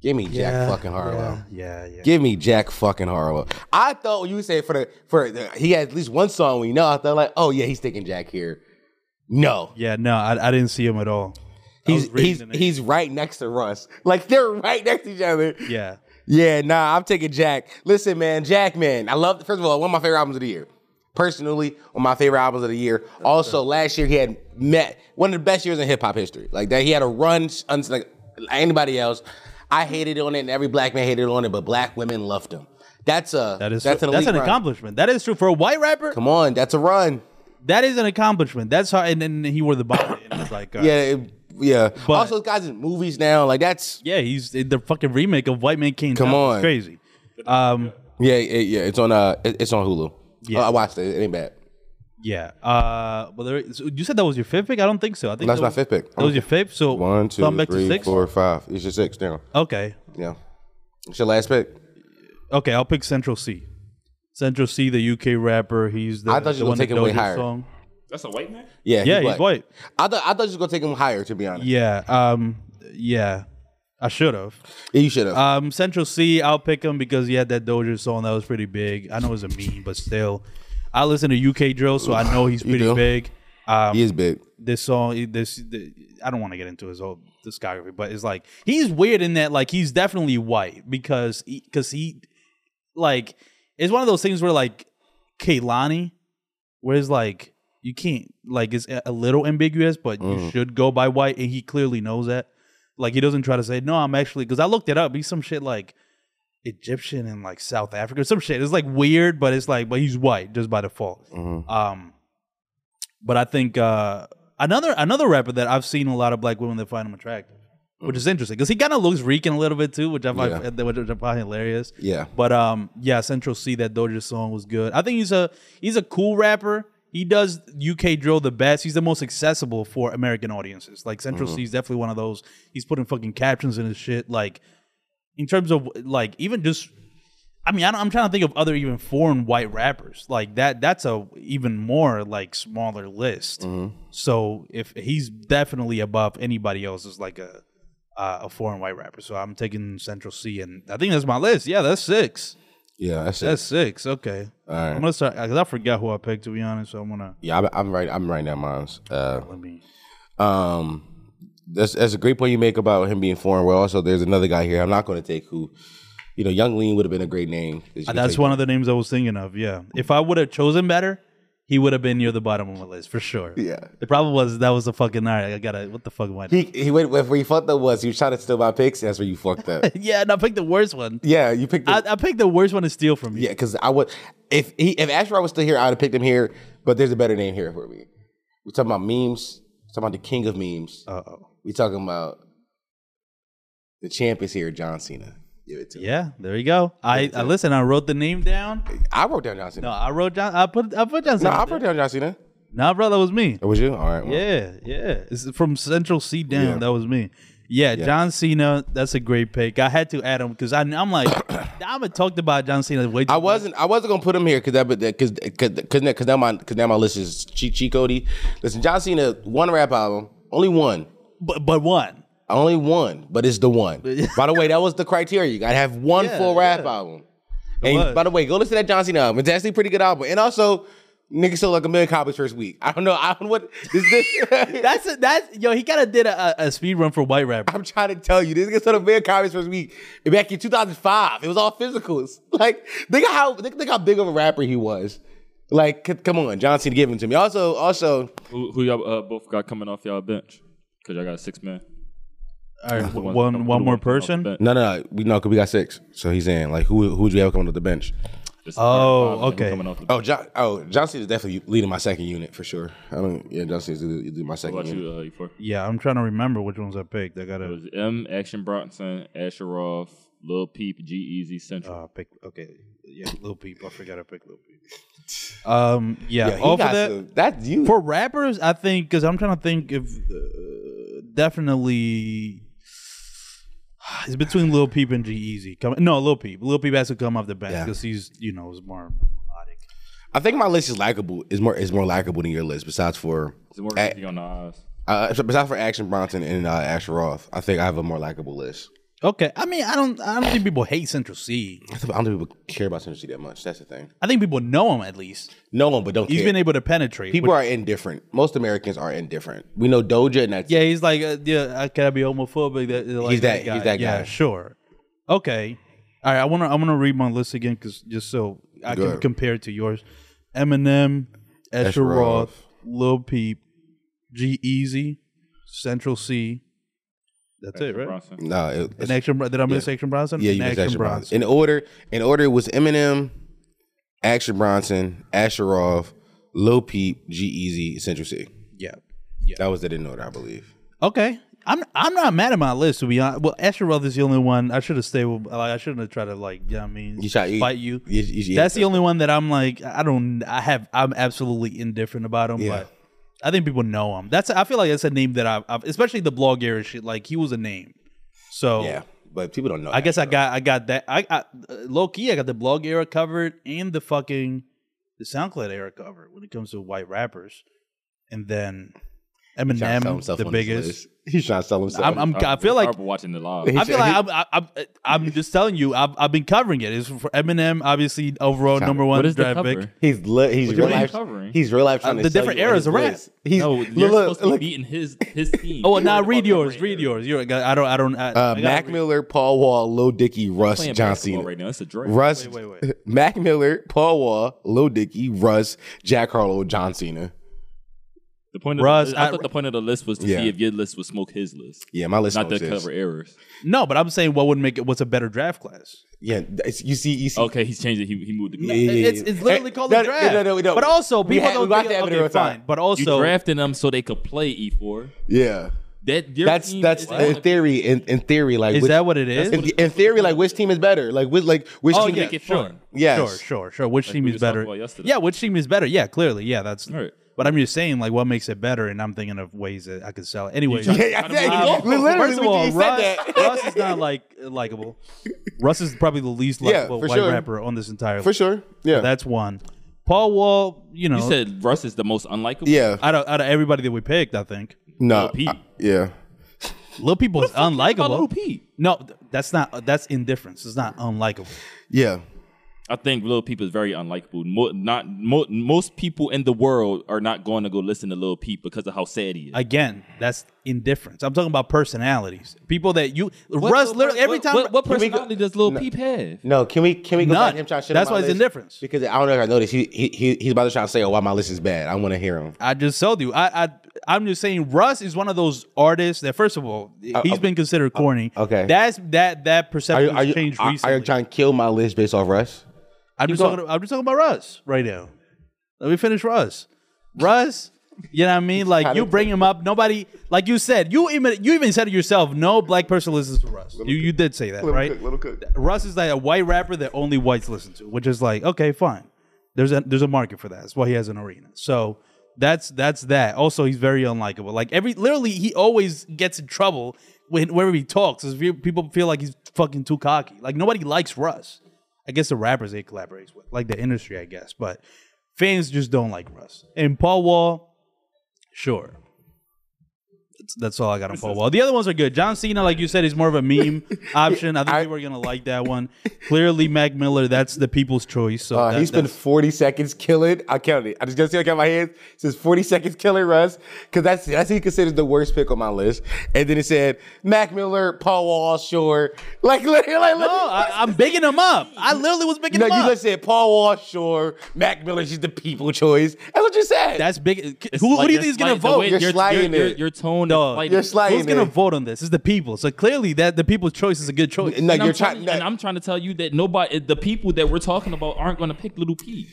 Give me Jack fucking Harlow. Yeah, yeah. Give me Jack fucking Harlow. I thought when you said for the for the, he had at least one song we know. I thought like, oh yeah, he's taking Jack here. No, Yeah, no, I, I didn't see him at all. I was he's reading he's the name. he's right next to Russ. Like they're right next to each other. yeah. Yeah, nah, I'm taking Jack. Listen, man, Jack, man, I love. First of all, one of my favorite albums of the year. Personally, one of my favorite albums of the year. Also, last year he had met one of the best years in hip hop history. Like that, he had a run un- like anybody else. I hated on it, and every black man hated on it, but black women loved him. That's a That is that's that's, an, that's elite an run. accomplishment. That is true for a white rapper. Come on, that's a run. That is an accomplishment. That's how. And then he wore the bonnet, and it's like, uh, Yeah, yeah, it- yeah. But- also, this guys in movies now, like that's he's the fucking remake of White Man Can't Come Jump. on. it's crazy. Um, yeah, it- yeah. It's on uh, it- it's on Hulu. Yeah. Yeah, I watched it. It ain't bad. yeah. Uh, but there, so you said that was your fifth pick. I don't think so. I think That's that my was- fifth pick. That was your fifth. So One, so I'm two, back to three, six? four, five. It's your six now. Okay, Yeah. It's your last pick. okay. I'll pick Central C. Central C, the UK rapper. He's the I thought you the were one that gonna take him way Doja higher. Song. That's a white man. [laughs] Yeah, Yeah, he's white. I thought I thought you was gonna take him higher, to be honest. Yeah. Um. Yeah. I should have. Yeah, you should have. Um, Central C, I'll pick him because he had that Doja song that was pretty big. I know it's a meme, but still, I listen to UK drill, so I know he's You pretty do. big. Um, he is big. this song, this, the- I don't want to get into his whole discography, but it's like he's weird in that, like he's definitely white because because he, like, it's one of those things where like Kaylani, where it's like you can't like it's a a little ambiguous, but you should go by white, and he clearly knows that. Like he doesn't try to say no, I'm actually because I looked it up. He's some shit like Egyptian and like South Africa, some shit. It's like weird, but it's like, but he's white just by default. Um, but I think uh, another another rapper that I've seen a lot of black women that find him attractive, which is interesting because he kind of looks Rican a little bit too, which I find which I find hilarious. Yeah. But um, yeah, Central C that Doja song was good. I think he's a he's a cool rapper. He does UK drill the best. He's the most accessible for American audiences. Like Central C is definitely one of those. He's putting fucking captions in his shit. Like in terms of like even just I mean, I don't, I'm trying to think of other even foreign white rappers like that. That's a even more like smaller list. Mm-hmm. So if he's definitely above anybody else is like a uh, a foreign white rapper. So I'm taking Central C, and I think that's my list. Yeah, that's six. Yeah, that's, That's it. six. Okay. All right. I'm gonna start because I forgot who I picked to be honest. So I'm gonna Yeah, I'm, I'm right. I'm right now, moms. Uh, let me. Um, that's that's a great point you make about him being foreign. Well, also there's another guy here. I'm not going to take who, you know, Young Lean would have been a great name. 'cause you can Uh, take- That's Mm-hmm. one of the names I was thinking of. Yeah. If I would have chosen better, he would have been near the bottom of my list for sure. Yeah. The problem was that was a fucking all right. I gotta what the fuck am I? He he went where he fucked up was he was trying to steal my picks. That's where you fucked [laughs] up. yeah, and I picked the worst one. yeah, you picked. The, I, I picked the worst one to steal from you. yeah, because I would if he if Ashford was still here, I would have picked him here. But there's a better name here for me. We're talking about memes. We're talking about the king of memes. Uh oh. We're talking about the champ is here, John Cena. Give it to him. Yeah, there you go. I, I listen. I wrote the name down. I wrote down John Cena. No, No, I wrote down. I put I put down. I something. wrote down John Cena. Nah, bro, that was me. It was you? All right. well. Yeah, yeah. It's from Central C down. Yeah. That was me. Yeah, John Cena. That's a great pick. I had to add him because I'm like, I'm talked about John Cena way too. I much. wasn't. I wasn't gonna put him here because that, but because because because now my because now my list is Cheat Cheat Cody. Listen, John Cena, one rap album, only one, but but one. only one, but it's the [laughs] one. by the way, that was the criteria. You gotta have one Yeah, full rap yeah. album. And was. by the way, go listen to that John Cena album. It's actually a pretty good album. And also, niggas sold like a million copies first week. I don't know. I don't know what this. this That's a, that's yo. He kind of did a, a- a speed run for white rapper. [laughs] I'm trying to tell you, this nigga sold a million copies first week back in 2005. It was all physicals. [laughs] Like, think of how think, think how big of a rapper he was. Like, c- come on, John Cena, give him to me. Also, also, Who, who y'all uh, both got coming off y'all bench? Because y'all got six men. All right, one the one, one more coming off the person. bench. no, no, no, we know because we got six. So he's in. Like, who who would you have coming off the bench? Just Oh, five of them okay. Coming off the bench. Oh, John. Oh, John Cena's definitely leading my second unit for sure. I don't. Yeah, John Cena's leading leading my What second about unit. you, uh, E4? Yeah, I'm trying to remember which ones I picked. I It gotta was M, Action Bronson, Asheroff, Lil Peep, G Easy Central. uh, pick. Okay, yeah, Lil Peep. I forgot I picked Lil Peep. Um, yeah, Yeah, he all for got that. some- that's you. for rappers, I think because I'm trying to think if uh, definitely it's between Lil Peep and G Easy. Come no Lil Peep. Lil Peep has to come off the bench Yeah. because he's you know is more melodic. I think my list is likable. Is more is more likable than your list. Besides for It's more Hey. easy on the eyes. uh, besides for Action Bronson and uh, Asher Roth, I think I have a more likable list. Okay, I mean I don't I don't think people hate Central C. I don't think people care about Tennessee that much. That's the thing. I think people know him at least. No one, but don't He's care. been able to penetrate. people which- are indifferent. Most Americans are indifferent. We know Doja, and that's yeah, he's like uh, yeah, I gotta be homophobic. That, like, He's that- guy. he's that Yeah, guy. sure. Okay, all right. I wanna I wanna read my list again because just so I Go can ahead. compare it to yours. Eminem, Escher Escher Roth, Roth. Lil Peep, G Easy, Central C. That's it, Action right? Bronson. no. It, And it's- Action Bro- did I miss Action Bronson? yeah, And you missed Action Action Bronson. In order, in order, it was Eminem, Action Bronson, Asheroff, Lil Peep, G Easy, Central C. Yeah. That was it in order, I believe. Okay. I'm I'm not mad at my list to be honest. Well, Escher Roth is the only one I should have stayed with. Like, I shouldn't have tried to like. Yeah, you know what I mean, You shot you. fight you. You- you- That's the only one that I'm like I don't I have I'm absolutely indifferent about him, Yeah. but I think people know him. That's I feel like that's a name that I've, I've especially the blog era shit. Like he was a name, so Yeah, but people don't know. I guess I got I got that I, I low key I got the blog era covered and the fucking the SoundCloud era covered when it comes to white rappers, and then Eminem the biggest. [laughs] He's trying to sell himself. I'm, I'm I feel like Harper watching the live. I feel like I'm, I- I'm, I'm just telling you, I've, I've been covering it. It's for Eminem, obviously, overall number one What is the draft pick. cover? he's li- he's you real mean life. covering? He's real life Uh, trying to the sell different you on eras his are rap. list. He's No, look, you're look, supposed to be look. beating his [laughs] his team. Oh, well, now read You're yours. Read yours. You're. I don't. I don't. I, Uh, I gotta Mac read. Miller, Paul Wall, Lil Dicky, Russ, playing John basketball Cena. right now. It's a draft. Russ, Wait, wait, [laughs] wait. Mac Miller, Paul Wall, Lil Dicky, Russ, Jack Harlow, John Cena. The point of Russ, the, I, I- thought the point of the list was to Yeah. see if your list would smoke his list, Yeah, my list not knows to this. cover errors. No, but I'm saying what would make it. What's a better draft class? Yeah, it's, you see, you see. Okay, he's changed it. He, he moved the Yeah, yeah, yeah. It's, it's literally Hey, called Eh, no, a draft. no, no, we don't. But also, We people had- don't we got think, that okay, video fine. in time. But You also, drafting them so they could play E4. Yeah, That your that's team that's is in gonna- theory. In, in theory, like is which- that what it is? In, in theory, like which team is better? Like which like which oh, team? yeah, make it sure. fun. Yes. Sure, sure, sure. Which team we is was talking better? about yesterday. Yeah, which team is better? Yeah, clearly. Yeah, that's. All right. But I'm just saying, like, what makes it better? And I'm thinking of ways that I could sell it. [laughs] Anyway, Yeah, I said- Um, literally, first of we all, just Russ, said that. Russ is not like likable. Russ is probably the least Yeah, likable for white sure. rapper on this entire. For sure. Yeah. that's one. Paul Wall, you know, You said Russ is the most unlikable. yeah. out of out of everybody that we picked, I think no. Lil Peep. I- yeah. Lil Peep was About Lil unlikable. Peep. No, th- that's not. That's indifference. It's not unlikable. Yeah. I think Lil Peep is very unlikable. Mo- not mo- most people in the world are not going to go listen to Lil Peep because of how sad he is. Again, that's indifference. I'm talking about personalities. People that you What- Russ what- literally every what- time What, what Let me go- personality does Lil Peep have? No, can we can we go back None. to him trying to shit That's on my why it's list? indifference. Because I don't know if I noticed he he, he he's about to try to say, "Oh, why my list is bad." I want to hear him. I just told you. I, I I'm just saying Russ is one of those artists that first of all he's been considered corny. Uh, okay. that's that that Are you perception are has you, changed are, recently. are you trying to kill my list based off Russ? I'm just going. talking. I'm just talking about Russ right now. Let me finish Russ. Russ, you know what I mean? Like you bring him up. Nobody, like you said, you even you even said it yourself. No black person listens to Russ. You you did say that, right? Russ is like a white rapper that only whites listen to, which is like okay, fine. There's a there's a market for that. That's why he has an arena. So that's that's that. Also, he's very unlikable. Like every literally, he always gets in trouble when whenever he talks. Is people feel like he's fucking too cocky. Like nobody likes Russ. I guess the rappers they collaborates with, like the industry, I guess. But fans just don't like Russ. And Paul Wall, sure. That's, that's all I got on Paul Wall. The other ones are good. John Cena, like you said, is more of a meme option. I think we were gonna like that one. Clearly, Mac Miller, that's the people's choice. So Uh, that- he spent that's- 40 seconds killing. I counted it. I just got to see I got my hands. It says 40 seconds killing Russ because that's that's he considered the worst pick on my list. And then it said Mac Miller, Paul Wall, Shore. Like [laughs] literally, like no, Oh, I, I'm bigging him up. I literally was bigging no, him you up. just said Paul Wall, Shore, Mac Miller. She's the people choice. That's what you said. that's big. Who, who do you think is gonna vote? You're sliding your, it. Your, your tone No, is sliding. you're sliding. Who's gonna it. vote on this? It's the people. So clearly, that the people's choice is a good choice. no, And, you're I'm trying, trying. and I'm trying to tell you that nobody, the people that we're talking about, aren't going to pick Little Peep.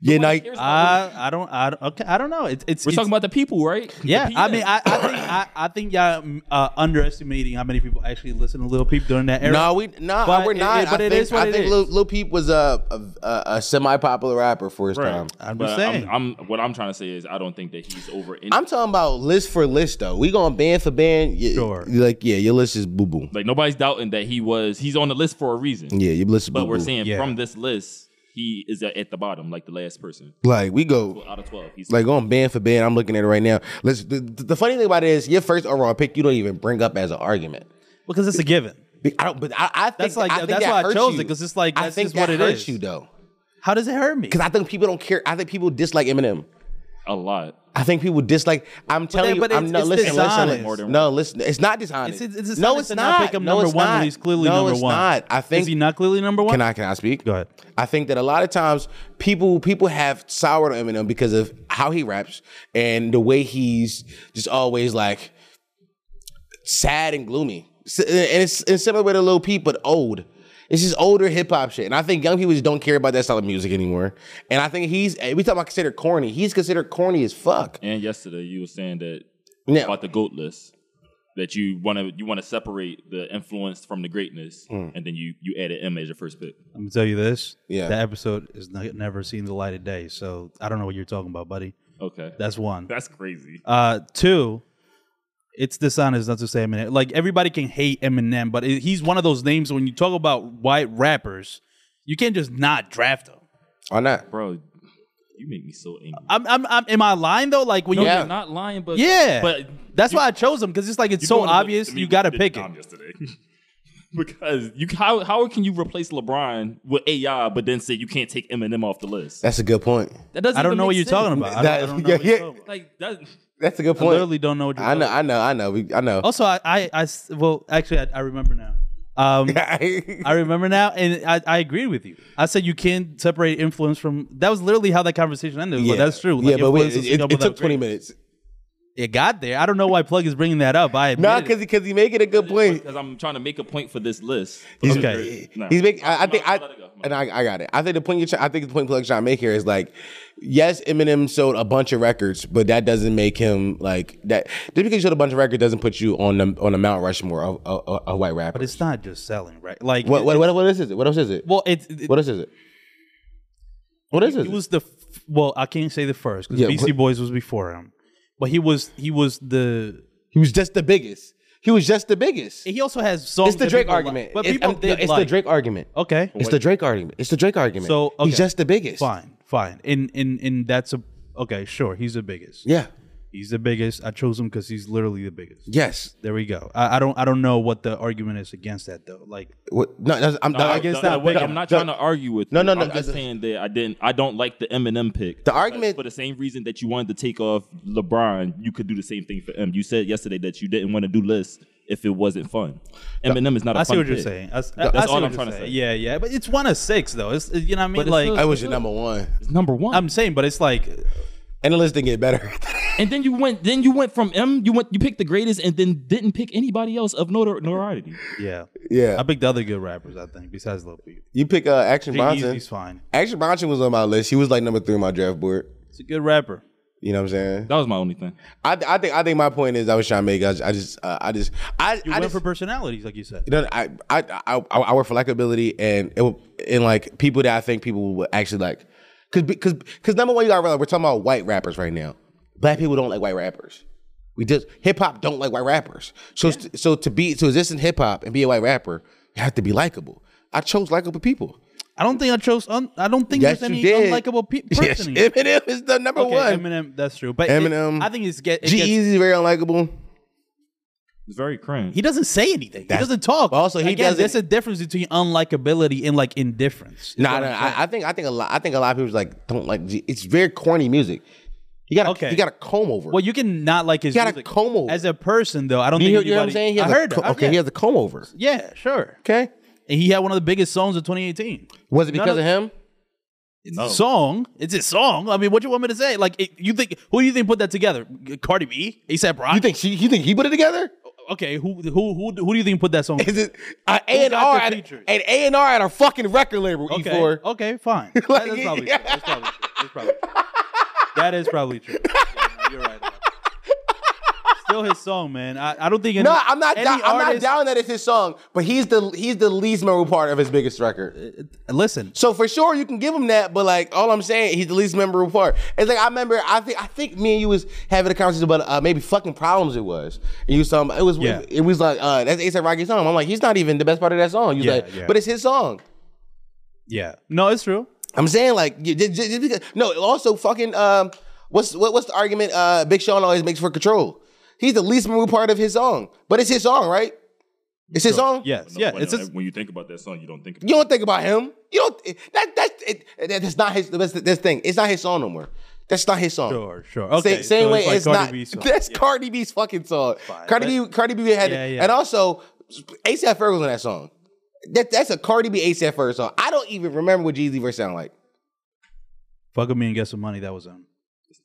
yeah, no, Here's my- I, I don't I don't, okay I don't know it's it's we're it's- talking about the people, right? yeah The I mean peanuts. I, I think I, I think y'all mm, uh, underestimating how many people actually listen to Lil Peep during that era. No, we no, But we're it- not. it- but I it think, is what I it think is. Lil, Lil Peep was a a, a, a semi popular rapper for his time. I'm But just saying. I'm, what I'm trying to say is I don't think that he's over. Any, I'm talking about list for list though. We going band for band. Yeah, Sure. Like yeah, your list is boo boo. like nobody's doubting that he was. He's on the list for a reason. Yeah, your list is boo But boo. we're saying Yeah. from this list, he is at at the bottom, like the last person like we go out of twelve. He's like going band for band. I'm looking at it right now. Let's. The, the funny thing about it is your first overall pick you don't even bring up as an argument. because it's a given. Be- I don't. But I, I think That's like- I think that's that why I hurts chose it, you. 'cause it's like, I that's think just what that it hurts is. you though How does it hurt me? because I think people don't care. I think people dislike Eminem. a lot. I think people dislike. I'm telling they- but you, I'm it's- no, it's listen, listen, dishonest. listen. No, listen. It's not dishonest. It's- it's no, dishonest it's to not. not pick him no, number it's one when not. he's clearly no, number it's one. Not. I think. is he not clearly number one? Can I can I speak? Go ahead. I think that a lot of times people people have soured on Eminem because of how he raps and the way he's just always like sad and gloomy. S- And it's in similar way to Lil Peep, but old. It's just older hip hop shit, and I think young people just don't care about that style of music anymore. And I think he's eh, we talk about considered corny. He's considered corny as fuck. And yesterday you were saying that Yeah. about the goat list that you want to you want to separate the influence from the greatness, Hmm. and then you you added M as your first pick. I'm gonna tell you this. Yeah. that episode is n- never seen the light of day. So I don't know what you're talking about, buddy. Okay, That's one. that's crazy. Uh, two, it's dishonest not to say Eminem. Like everybody can hate Eminem, but it, he's one of those names when you talk about white rappers, you can't just not draft him. Why not? bro. You make me so angry. I'm, I'm, I'm am I lying though? Like when No, you, Yeah. you're not lying, but yeah, but that's you- why I chose him because it's like it's you're so doing what- obvious. I mean, you got to did pick it. Dom yesterday. [laughs] because you how how can you replace LeBron with AI, but then say you can't take Eminem off the Eh. list? That's a good point. That doesn't. I don't even know make what you're sense. talking about. I don't, I That- don't know yeah, what you're yeah. [laughs] talking about. Like that. That's a good I point. literally Oh. don't know what you're I know, talking I know, I know. We, I know. [laughs] about. Also, I, I, I s- well, actually, I, I remember now. [laughs] Um, I remember now, and I, I agree with you. I said you can't separate influence from. That was literally how that conversation ended. It was like, that's true. Like, yeah, but we, influence is it, it something took that- 20 minutes. It got there. I don't know why Plug is bringing that up. I Nah, admit it. because because he making a good point. Because I'm trying to make a point for this list. He's, Okay. No. he's making. I, I think I Let it go. and I, I got it. I think the point you're, try- I think the point Plug's trying to make here is like, yes, Eminem sold a bunch of records, but that doesn't make him like that. Just because you sold a bunch of records doesn't put you on the on the Mount Rushmore of, of, of- of white but rappers. it's not just selling, right? Like What what, what what else is it? What else is it? Well, it, it, What else is it? What is it it? was the f- well. I can't say the first because Yeah, BC but- Boys was before him, but he was he was the He was just the biggest. He was just the biggest. he also has songs. It's the that Drake people like- argument. but It's- people I'm- no, did it's the like- Drake argument. Okay, It's the Drake argument. It's the Drake argument. So, okay. he's just the biggest. fine, fine, and and and that's a okay. Sure, he's the biggest. Yeah. He's the biggest. I chose him because he's literally the biggest. Yes. There we go. I, I don't I don't know what the argument is against that though. Like What, no, that's- I'm, no, I I guess Uh, no, not. wait, No, I'm not no, trying to argue with. No, you. no, no, I'm just the- saying that I didn't. I don't like the Eminem pick. The argument- for the same reason that you wanted to take off LeBron, you could do the same thing for M. You said yesterday that you didn't want to do lists if it wasn't fun. Eminem is not. a I see fun what you're pick. saying. I, that's That's what all I'm you're trying to saying. say. Yeah, yeah, but it's one of six though. It's you know what I mean. it's Like I was your number one. It's number one. I'm saying, but it's like And the list didn't get better. [laughs] and then you went. Then you went from M. You went. You picked the greatest, and then didn't pick anybody else of notor- notoriety. yeah, I yeah. picked the other good rappers. I think besides Lil Peep, You pick uh, Action Bronson. he's fine. Action Bronson was on my list. He was like number three on my draft board. He's a good rapper. You know what I'm saying? That was my only thing. I, I think I think my point is I was trying to make. I just I just uh, I just I, You I went just, for personalities, like you said. No, no, I, I, I, I I work for likability and it, will- and like people that I think people would actually like, cause be- cause cause number one, you gotta realize we're talking about white rappers right now. Black people don't like white rappers. We just hip hop don't like white rappers. So it's- so to be to exist in hip hop and be a white rapper, you have to be likable. I chose likable people. I don't think I chose. Un- I don't think Yes, there's you any did. unlikable pe- [laughs] Yes, person. here. Eminem is the number Okay, one. Eminem, that's true. But it- Eminem. I think it's get. It G gets Eazy very unlikable. It's very cringe. he doesn't say anything. That's- he doesn't talk. But also, he Again, There's doesn't- a difference between unlikability and like indifference. Nah, nah I, I think I think a lot. I think a lot of people like don't like. G- it's very corny music. You got Okay. okay. You got a comb over. Well, you can not like his He had a music. comb over. as a person, though. I don't You think hear, anybody, you know what I'm saying? He I has a heard. co- I- okay, yeah. he has a comb over. yeah, sure. Okay. And he had one of the biggest songs of 2018. Was it None because of, of- him? It's Oh. a song. It's a song. I mean, what you want me to say? Like, it, you think who do you think put that together? Cardi B, ASAP Rocky. You think she? You think he put it together? okay, who who who who do you think put that song? [laughs] Is it an A and got R the at features? an A and R at a fucking record label? E okay, Oh. E4. [laughs] okay, fine. That- that's, probably true. that's probably true. That's probably true. That is [laughs] probably true. Yeah, no, you're right. Still his song, man. I, I don't think any, No, I'm not. any down- I'm not artist- down that it's his song, but he's the he's the least memorable part of his biggest record. Listen, So for sure you can give him that, but like all I'm saying, he's the least memorable part. It's like I remember. I think I think me and you was having a conversation about uh, maybe fucking problems. It was and you some. It was Yeah. it was like uh, that's ASAP Rocky's song. I'm like he's not even the best part of that song. You Yeah, like, yeah. but it's his song. yeah, no, it's true. I'm saying like you- just, just because no. Also, fucking um, what's what, what's the argument? Uh, Big Sean always makes for control. He's the least memorable part of his song, but it's his song, right? It's his song. Yes, yeah, it's just, when you think about that song, you don't think about You don't think about him. You don't. That that's it, that's not his. That's this thing. It's not his song no more. That's not his song. sure, sure. Sa- Okay, Same, so way, it's like it's Cardi not. B's song. [laughs] That's Cardi B's fucking song. Cardi B, Cardi B had, Yeah, it. yeah. and also ASAP Ferg was on that song. That, that's a Cardi B ASAP Ferg song. I don't even remember what Jeezy verse sound like. Fuck with me and get some money. That was him.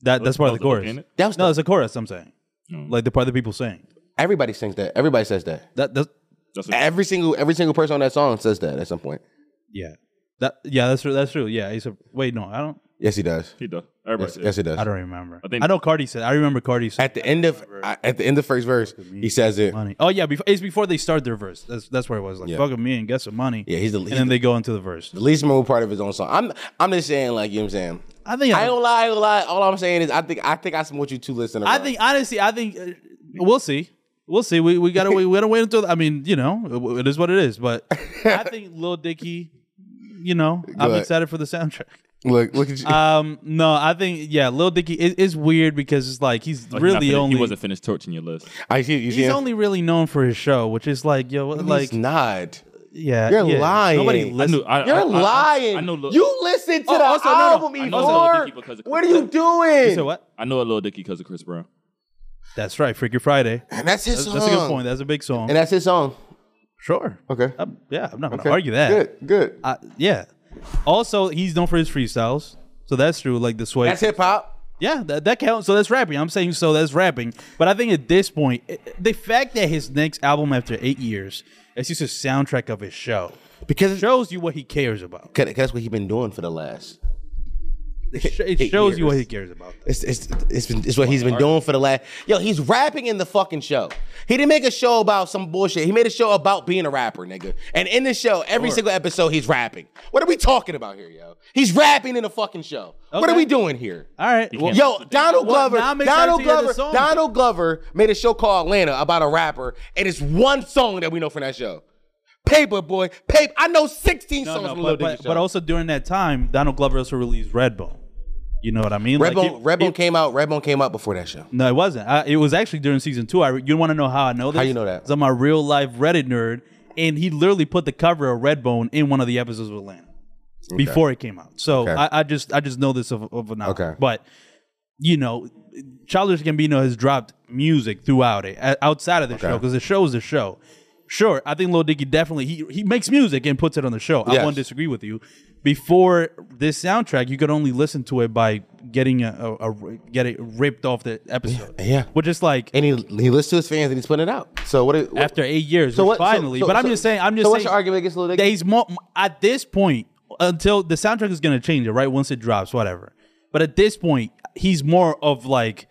That Oh. that's part of the chorus. That was No, the- it's a chorus. I'm saying, like the part that people sing. Everybody sings that. Everybody says that. That that That's what- Every single every single person on that song says that at some point. yeah, that yeah, that's true. That's true. Yeah, he's a wait. No, I don't. Yes, he does. he does. Everybody Yes, said. yes he does. I don't remember. I, think- know Cardi said. I remember Cardi said. At the end of I- at the end of first verse, he says it. money. Oh yeah, before, it's before they start their verse. That's that's where it was like Yeah. fuck with me and get some money. Yeah, he's the- and he's then the- they go into the verse. The least memorable part of his own song. I'm I'm just saying, like you know what I'm saying. I think I I, don't lie, I don't lie. All I'm saying is I think I think I smote you two listeners. I think honestly, I think uh, we'll see. We'll see. We we gotta we, we gotta wait until. I mean, you know, it- it is what it [laughs] is. But I think Lil Dicky, you know, I'm Good. excited for the soundtrack. look look at you. Um, no, I think yeah, Lil Dicky is it's weird because it's like he's Oh, he's not really finished- only He wasn't finished torching your list. I see you see he's him? only really known for his show, which is like yo, what- like He's not. yeah, You're yeah. lying. Nobody I I listens. knew. I, You're I- I- lying. I, know. Lil, you listen to Oh, the also, no, no. album I know Lil before. Dicky because of What are Chris you doing? So what? I know a little Dicky because of Chris Brown. That's right, Freaky Friday. And that's his That's, song. that's a good point. That's a big song. And that's his song. sure. Okay. Um, yeah, I'm not Okay. gonna argue that. Good. Good. I- yeah. Also, he's known for his freestyles, so that's true. Like the sway. That's hip hop. Yeah, that, that counts. So that's rapping. I'm saying so that's rapping. But I think at this point, i- the fact that his next album after eight years is just a soundtrack of his show Because it's- shows you what he cares about. [laughs] 'cause that's what he's been doing for the last. It sh- it Eight shows you what years. he cares about. It's it's it's, been, it's what he's been doing for the last. Yo, he's rapping in the fucking show. He didn't make a show about some bullshit. He made a show about being a rapper, nigga. And in the show, every single episode, he's rapping. What are we talking about here, yo? He's rapping in the fucking show. What are Okay. we doing here? All right. well, Yo, Donald Well, Glover, now I'm excited Donald to hear the Glover, song. Donald Glover made a show called Atlanta about a rapper, and it's one song that we know from that show. Paper boy, paper. I know sixteen no, songs no, from but, Lil but, Dicky's show. but also during that time, Donald Glover also released Redbone. You know what I mean? Redbone, Like, it- Redbone came out. Redbone came out before that show. No, it wasn't. I, it was actually during season two. I you want to know how I know this? How you know that? 'Cause I'm a real life Reddit nerd, and he literally put the cover of Redbone in one of the episodes of Atlanta before it came out. So I, I just I just know this of of now. Okay. but you know, Childish Gambino has dropped music throughout it o- outside of the show because the show is the show. Sure, I think Lil Dicky definitely he he makes music and puts it on the show. I Yes. won't disagree with you. Before this soundtrack, you could only listen to it by getting a, a, a get it ripped off the episode. yeah. which is like and he he listens to his fans and he's putting it out. So what? what after eight years. So So what- so- finally, so- but I'm so- just saying. I'm just so saying. what's your argument against Lil Dicky? that he's more at this point until the soundtrack is gonna change it right once it drops, whatever. But at this point, he's more of like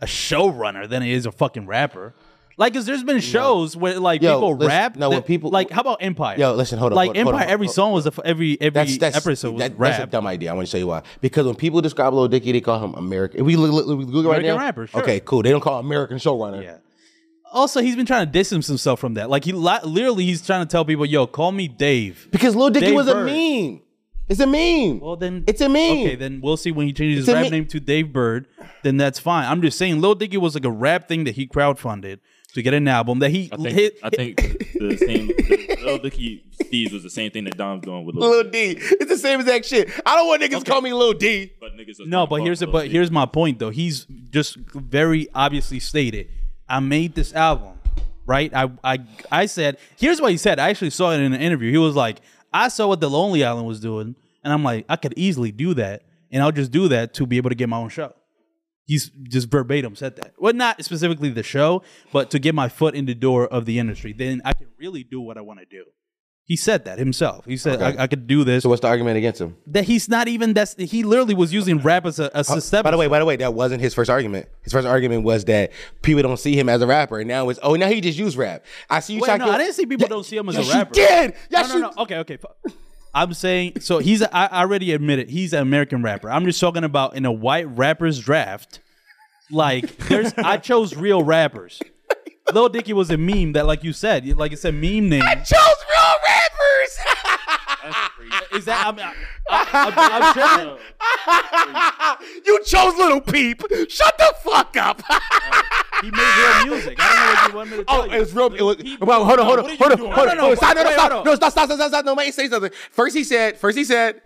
a showrunner than he is a fucking rapper. Like, cause there's been shows where like Yo, people listen- rap. no, when people- like, how about Empire? Yo, listen, hold on, Like hold on, Empire, hold on, every hold song was a f every every that's that's episode was that- rap. that's a dumb idea. I want to show you why. Because when people describe Lil Dicky, they call him American. We look, look, look, we Google right American now. rapper, sure. Okay, cool. They don't call him American showrunner. Yeah. Also, he's been trying to distance himself from that. Like he li- literally, he's trying to tell people, "Yo, call me Dave." Because Lil Dicky Dave was Bird. a meme. It's a meme. Well, then it's a meme. Okay, then we'll see when he changes It's a his rap meme. name to Dave Bird. Then that's fine. I'm just saying, Lil Dicky was like a rap thing that he crowdfunded to get an album that he I think, hit. I think [laughs] the same the, Lil Dicky Steez was the same thing that Dom's doing with Lil, Lil D. It's the same exact shit. I don't want niggas to call me Lil D. But niggas just no, wanna but fuck here's a, Lil but Dicky. here's my point though. He's just very obviously stated, I made this album, right? I I I said here's what he said. I actually saw it in an interview. He was like, I saw what the Lonely Island was doing, and I'm like, I could easily do that, and I'll just do that to be able to get my own show. he's just verbatim said that. Well, not specifically the show, but to get my foot in the door of the industry, then I can really do what I want to do. He said that himself. He said I, I could do this. So what's the argument against him? that he's not even that's he literally was using rap as a, as a step. Uh, By the way, by the way, that wasn't his first argument. His first argument was that people don't see him as a rapper, and now it's oh now he just used rap. I see you Wait, talking. no, I didn't see people don't see him as Yes, a rapper. You did. No, Yes, no, you no. Okay, okay. fu- I'm saying so he's a, I I already admitted he's an American rapper. I'm just talking about in a white rappers draft. Like [laughs] there's I chose real rappers. Lil Dicky was a meme that, like you said, like it's a meme name. chose real rappers. Is that I'm, I, I, I'm tripping? [laughs] you chose Little Peep. Shut the fuck up. He made real music. I don't know what you want me to [laughs] tell oh, you. it was real. It was. Well, hold on, hold on, What are you hold on, doing? hold No, on. no, no, No, stop, no, no, wait, stop, hold no, stop, stop, stop, stop, stop. Nobody say something. First he said. First he said,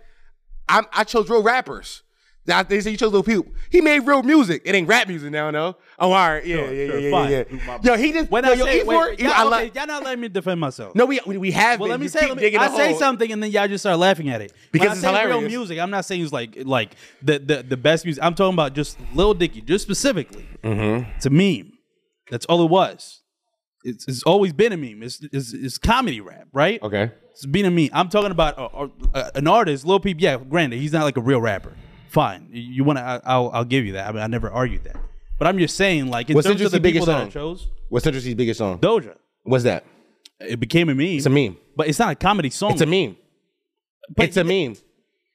I'm, I chose real rappers. Now they say you chose Lil Peep. He made real music. It ain't rap music now, no. Oh, all right, yeah, Sure, yeah, sure, yeah, fine. yeah, yeah. Yo, he just when yo, I yo, say, E4, wait, you- y'all, I okay, like- y'all not letting me defend myself. No, we we, we have. Well, been. let me You say. keep Let me, digging I the say hole. something and then y'all just start laughing at it. Because when I it's say real hilarious. music, I'm not saying it's like like the the, the best music. I'm talking about just Lil Dicky, just specifically. Mm-hmm. It's a meme. That's all it was. It's, it's always been a meme. It's, it's, it's comedy rap, right? Okay. It's being a meme. I'm talking about a, a, an artist, Lil Peep. Yeah, granted, he's not like a real rapper. Fine, you, you want to? I'll, I'll give you that. I mean, I never argued that. But I'm just saying, like, in What's terms of the Idris' people biggest that I song? chose, What's Central biggest song? Doja, What's that? it became a meme. It's a meme. but it's not a comedy song. It's a meme. But it's a meme.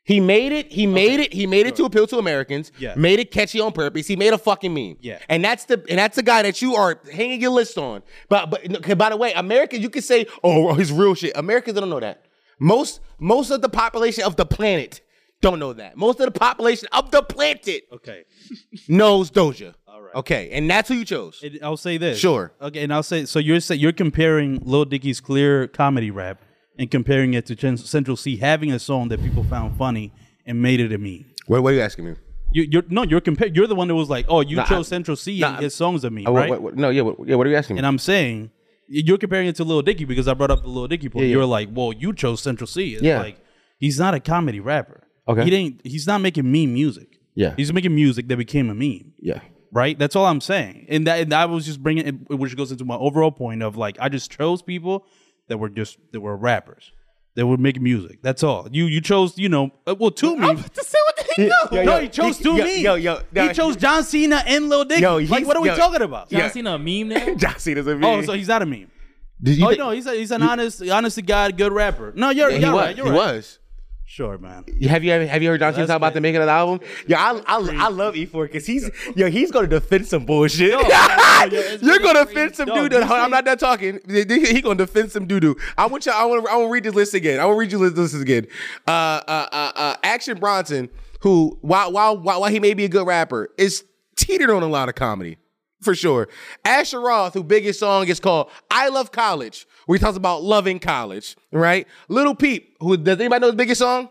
He made it. He made it. He made it to appeal to Americans. Yeah. Made it catchy on purpose. He made a fucking meme. Yeah. And that's the and that's the guy that you are hanging your list on. But but no, 'cause by the way, Americans, you can say, oh, he's real shit. Americans don't know that. Most most of the population of the planet don't know that. Most of the population of the planet Okay. knows Doja. All right. Okay. And that's who you chose. And I'll say this. Sure. Okay, and I'll say so. You're say, you're comparing Lil Dicky's clear comedy rap and comparing it to Chen- Central C having a song that people found funny and made it a meme. What, what are you asking me? You, you're no, you're comparing. You're the one that was like, "Oh, you Nah, chose I- Central C nah, and his songs a meme, Oh, what- right?" what- what- no. Yeah. What, yeah. What are you asking me? And I'm saying you're comparing it to Lil Dicky because I brought up the Lil Dicky point. yeah. You're like, "Well, you chose Central C." It's Yeah. Like he's not a comedy rapper. Okay. He didn't. He's not making meme music. Yeah. He's making music that became a meme. [laughs] Yeah. right? That's all I'm saying. And that, and I was just bringing it, which goes into my overall point of like, I just chose people that were just that were rappers that would make music. That's all. You you chose, you know, uh, well, two me. To say what the heck? no, he chose two yo, me. yo, yo, he chose John Cena and Lil Dicky. Yo, like, he's- what are we yo. talking about? Yeah. Y'all seen a meme now? John Cena's a meme. Oh, so he's not a meme. Did you oh think- no, he's a, he's an honest, honest to God, good rapper. No, you're, Yeah, you're he was. right. You're he right. was. Sure, man. Have you ever, have you heard John Cena talk about the making of the album? Yo, I I, I love E4 because he's yo he's gonna defend some bullshit. [laughs] You're gonna defend some dude. That, hold on, I'm not done talking. He he gonna defend some doo doo. I want you. I want. I want to read this list again. I want to read you this list again. Uh, uh, uh, uh, Action Bronson, who while while while while he may be a good rapper, is teetered on a lot of comedy for sure. Asher Roth, whose biggest song is called "I Love College," where he talks about loving college, right? Little Peep, who does anybody know his biggest song?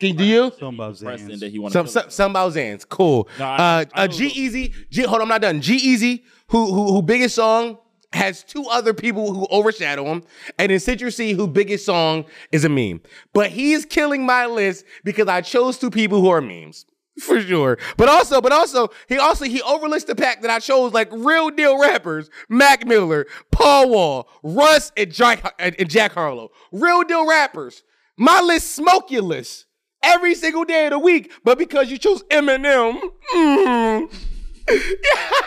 Can, do you? Something about Preston Zayn. that he wanted Some, to- some, some about Zans. Cool. No, I- uh, I uh, don't G know. Easy. G, hold on, I'm not done. G Easy, who, who, who biggest song has two other people who overshadow him, and then Citrus C, who biggest song is a meme. But he's killing my list because I chose two people who are memes. For sure. But also, but also, he also he overlooks the pack that I chose, like real deal rappers, Mac Miller, Paul Wall, Russ, and Jack, and and Jack Harlow. Real deal rappers. My list smoke your list every single day of the week, but because you choose Eminem, mm, [laughs]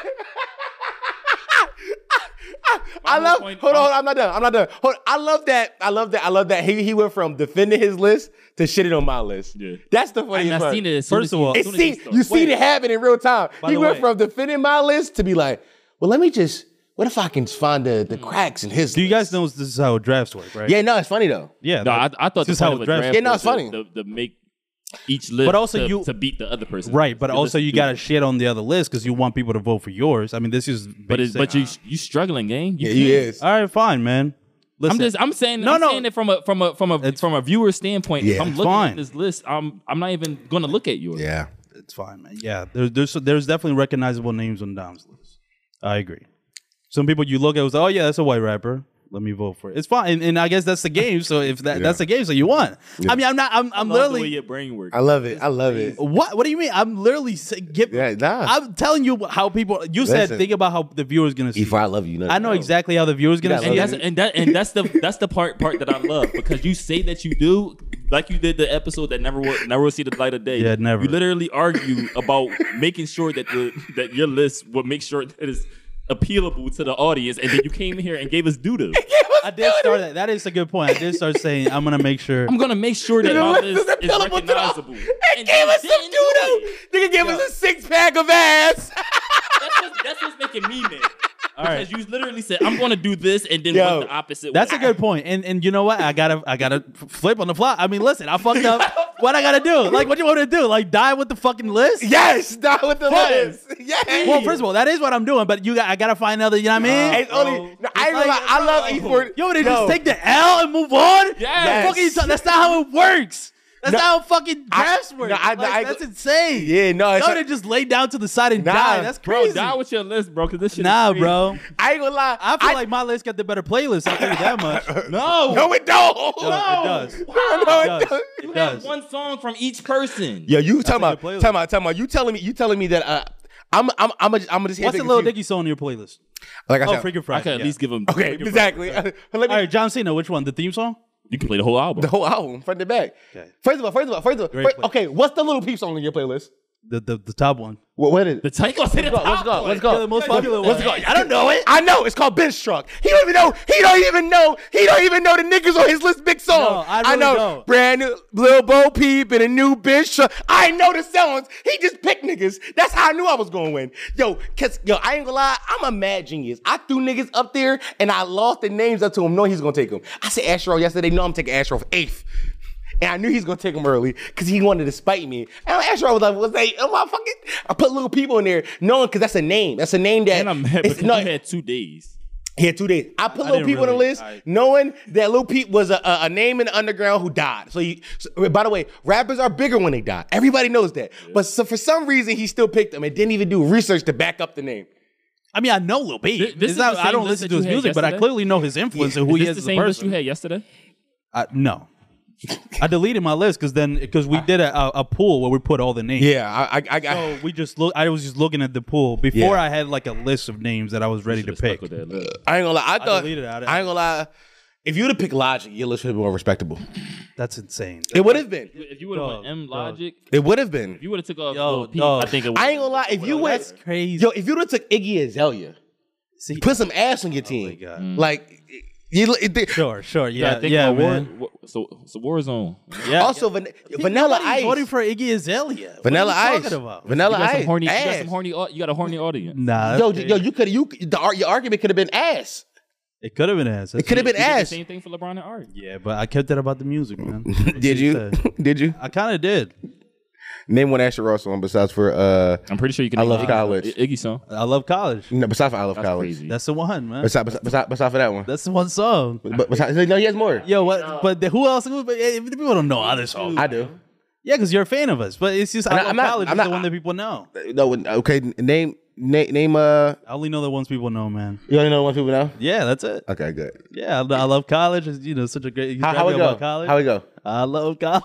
I love. point- hold on, hold on, I'm not done. I'm not done. Hold, I love that. I love that. I love that. He he went from defending his list to shitting on my list. Yeah. That's the I funniest mean, I part. seen it. as soon First as of he- all- It as soon as he see, started. you seen it happen in real time. By He the went way- from defending my list to be like, well, let me just. What if I can find the, the Mm. cracks in his? Do you list? guys know this is how drafts work, right? Yeah, no, it's funny though. yeah. No, I, that- I thought this is the how point of a drafts draft Yeah, no, was it's to- funny. To, to make each list, But also to, you- to beat the other person, Right, but To also listen you to- gotta shit on the other list because you want people to vote for yours. I mean, this is But it's, basic. but you you struggling, gang. You Yeah, he can't. is. all right, fine, man. Listen, I'm just I'm saying No, I'm no. saying it from a from a from a It's- from a viewer standpoint. Yeah. if I'm It's looking fine. at this list, I'm I'm not even going to look at yours. Yeah. it's fine, man. Yeah, there, there's there's definitely recognizable names on Dom's list. I agree. Some people you look at was oh yeah, that's a white rapper. Let me vote for it. It's fine, and, and I guess that's the game. So if that, that's the game, so you won. I mean, I'm not. I'm, I'm I love the way literally. your brain works. I love it. I love it. What What do you mean? I'm literally say, give, Yeah, nah. I'm telling you how people. You Listen. said think about how the viewer's gonna see. If I love you, you know. I know exactly how the viewer's gonna Yeah, see. and love it. that's and that and that's the that's the part part that I love because you say that you do like you did the episode that never will never will see the light of day. Yeah, never. You literally argue about making sure that the that your list will make sure that it's appealable to the audience, and then you came here and gave us doo I did start that. That is a good point. I did start saying I'm gonna make sure. I'm gonna make sure that my list list is is appealable to the- recognizable. They gave us some doo-doo. Nigga gave us a six pack of ass. That's what's, that's what's making me mad. Because you literally said I'm gonna do this, and then Yo, went the opposite. That's way. a good point. And and you know what? I gotta I gotta f- flip on the fly. I mean, listen, I fucked up. what I gotta do? Like, what you want me to do? Like, die with the fucking list? yes, not with the Fun. list. Yes. Well, first of all, that is what I'm doing. But you, got, I gotta find another. You know what I mean? it's only. No, I, It's like, realize, I love E bro, four. You want me to just take the L and move on? Yes. The fuck are you talking- that's not how it works. That's No. not how fucking I- drafts work. no, I- Like, I- that's insane. Yeah, no, You it's- want to just lay down to the side and Nah, die? That's bro, crazy. Die with your list, bro. Because this shit. nah, is crazy. bro. I ain't gonna lie. I feel like my list got the better playlist. I'll tell you that much. No, No, no, it don't. it does. [laughs] It No, it does. don't. It You does. have one song from each person. Yo, you talking a about? good Talking playlist. about? Talking about? You telling me? You telling me that? Uh, I'm. I'm. I'm. A, I'm a just. here What's to the little confuse- Dicky song in your playlist? Like I Oh, said. Freaking I Friday. could at yeah. least give them. Okay, exactly. [laughs] Let me. All right, John Cena. Which one? The theme song? You can play the whole album. The whole album, front to back. Okay. First of all, first of all, first of all. Great First, playlist. okay, what's the little peep song on your playlist? The the, the top one. What? What is it? The title. I said the Let's top go. one. Let's go. Yeah, the most popular Let's one. go. I don't know it. I know. It's called Bench Truck. He don't even know. He don't even know. He don't even know the niggas on his list. Big song. No, I really know. don't. Brand new Lil Bo Peep and a new Bench Truck. I know the songs. He just picked niggas. That's how I knew I was gonna win. Yo, cause yo, I ain't gonna lie. I'm a mad genius. I threw niggas up there and I lost the names up to him. No, he's gonna take them. I said Astro yesterday. No, I'm taking Astro for eighth. And I knew he was gonna take him early because he wanted to spite me. And Astro was like, "Was they? Oh my fucking!" I put little people in there, knowing because that's a name. That's a name that. And I'm mad it's because not- you had two days. he had two days. I put little didn't people on the really- list, I- knowing that little Peep was a, a, a name in the underground who died. So, you, so- by the way, rappers are bigger when they die. Everybody knows that. But so for some reason, he still picked them and didn't even do research to back up the name. I mean, I know Lil Baby. Th- this is the I same don't list listen that to his you had music, but I yesterday? clearly know his influence and who Is he this is as the a same list person. you had yesterday? I- no, I deleted my list because then because we did a, a, a pool where we put all the names. Yeah, I, I, I, I So we just look. I was just looking at the pool before Yeah. I had like a list of names that I was ready to pick. With that. Look, I ain't gonna lie. I thought I, deleted it. I didn't- ain't gonna lie. If you would have picked Logic, your list would have been more respectable. That's insane. It would have been. If you would have Dog, went M dog. Logic, It would have been. if you would have took off Yo, Lil Peep, dog. I think it would. I ain't gonna lie. If you went, crazy. yo, if you would have took Iggy Azalea, See, oh put some ass on your my team. God. Like, you. It, sure, sure, I yeah, think yeah, about War- man. Wa- so so Warzone. Yeah. also, van- Vanilla Nobody's Ice. voting for Iggy Azalea. What Vanilla are you Ice. Talking about? You Vanilla got some Ice. horny. You got ass. some horny. au- You got a horny uh, audience. Nah, Yo, that's yo, you could you the ar- your argument could have been ass. It could have been ass. It could have been You did the ass. Same thing for LeBron and Ari. Yeah, but I kept that about the music, [laughs] man. Did you? Said. [laughs] Did you? I kind of did. Name one Asher Ross song besides for uh I'm pretty sure you can. I name love Iggy- college. Iggy song. I love college. no besides for I Love That's College. crazy. That's the one, man. Besides, besides, besides, besides for that one. That's the one song. But besides, no, he has more. Yo, what? But the, who else? Who, but, eh, people don't know other songs. I do. yeah, because you're a fan of us. But it's just And I I- love I'm not- college. I'm is not- the one that people know. No, okay. Name, name, name. Uh, I only know the ones people know, man. you only know one people now. Yeah, that's it. Okay, good. Yeah, I, I love college. It's, you know, such a great. you How, grabbed how me we about go? College. How we go? I love college.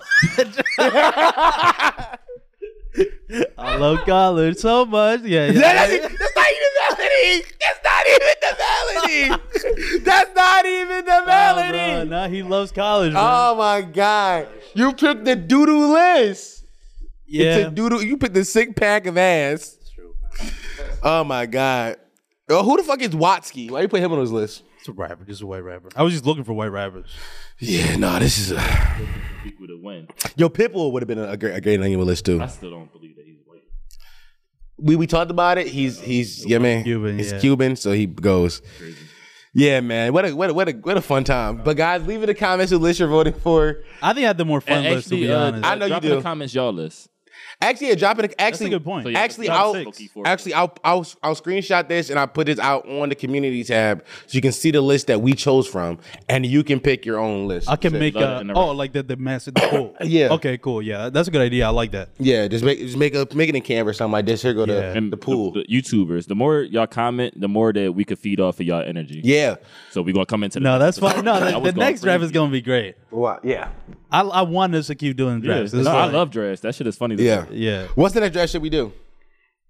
[laughs] I love college so much. Yeah, yeah. That- that's, that's not even the melody. That's not even the melody. [laughs] that's not even the Oh, bro, melody. nah, he loves college. man. Uh, Oh my god! You picked the doodoo list. yeah, It's a doodoo. You picked the sick pack of ass. Oh my god. Oh, who the fuck is Watsky? Why you put him on this list? it's a rapper, just a white rapper. I was just looking for white rappers. Yeah, no, this is a. [sighs] Pete would have won. Yo, Pitbull would have been a great, a great name on the list too. I still don't believe that he's white. we we talked about it. He's he's yeah man. Cuban, He's yeah. Cuban, so he goes. Yeah, man. What a what a what a what a fun time. But guys, leave in the comments who list you're voting for. I think I had the more fun list to actually, be uh, honest. I know you drop in do. The comments y'all list. Actually, yeah, drop it. Actually, good point. So, yeah, Actually, top I'll six. actually I'll, I'll I'll screenshot this and I will put this out on the community tab so you can see the list that we chose from, and you can pick your own list. I can So- make Love a it in a oh like the the master the pool. Yeah. Okay, cool. [laughs] Yeah, that's a good idea. I like that. Yeah, just make just make a make it in Canva or something like this. Here go to Yeah. the, pool. The, YouTubers. The more y'all comment, the more that we could feed off of y'all energy. yeah. So we gonna come into the [laughs] No, that's fine. I No, was the, the going next draft is crazy. gonna be great. What? Yeah. I I want us to keep doing Yeah. drafts. No, This is I like- love drafts. That shit is funny. to Yeah. me. Yeah. What's the next draft should we do?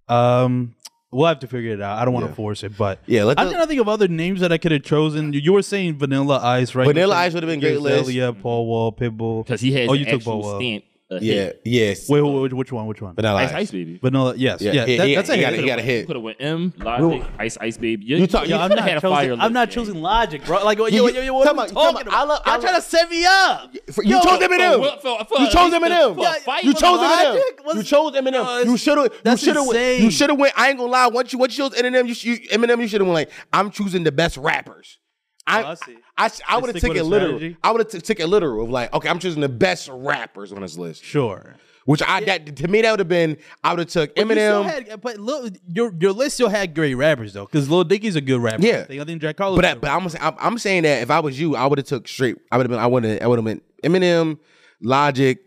Um, we'll have to figure it out. I don't want to Yeah. force it, but Yeah, let I'm the- trying to think of other names that I could have chosen. You- You were saying Vanilla Ice, right? Vanilla You said Ice would've been great list. Azalea, Paul Wall, Pitbull. Because he has Oh, oh, you you took actual Boa. stamp. A Yeah. hit. Yes. Wait, wait, wait, which one? Which one? Vanilla Ice Ice. Ice Baby. Vanilla. Yes. Yeah. Yeah, he- that- he- that's a he hit. gotta- he gotta hit. Could have went M, Logic, Ice Ice Baby. You, talk- you Yo, I'm shoulda not had a fire choosing. list, I'm not man. choosing logic, bro. Like, yo, yo, you- yo, yo, what come are on, you come on. talking I about? love- I Y'all trying to love- set me up. For- You Yo, chose Eminem. for- for- for- You chose for- Eminem. for a fight. You For chose Eminem. Logic? What's- You chose Yo, Eminem. it's- You should have. You that's should have. insane. You should have went. I ain't gonna lie. Once you once you chose Eminem, you, sh- you Eminem, you should have went like I'm choosing the best rappers. I Oh, I I, see. I, Let's would have stick taken with it a literal. strategy. I would have t- took it literal of like okay, I'm choosing the best rappers on this list. Sure. Which I that to me that would have been I would have took But you still Eminem. had- but Lil, your your list still had great rappers though, because Lil Dicky's a good rapper. Yeah. I think, I think Jack Carlos. But I, but I'm, I'm I'm saying that if I was you, I would have took straight. I would have been. I would have. I would have been Eminem, Logic.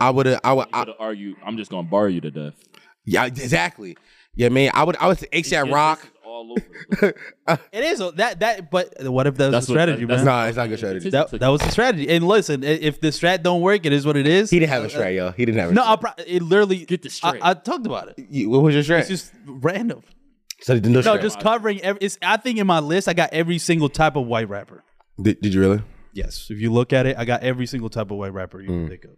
I would have. I would. I, Could have argued. I'm just gonna bar you to death. yeah, exactly. Yeah, man. I would. I would say ASAP Rock. All over. the place. it is a- that that. But what if that was That's a what- strategy, that's- man? No, it's not a good strategy. That, It's- that was the strategy. And listen, i- if the strat don't work, it is what it is. He didn't have a strat, y'all. He didn't have a No, strat. I pro- it literally Get the I, strat. I talked about it. You- what was your strat? It's just random. so, no, No, strat. just covering every. It's, I think in my list, I got every single type of white rapper. Did, did you really? Yes, if you look at it, I got every single type of white rapper you Mm. can think of.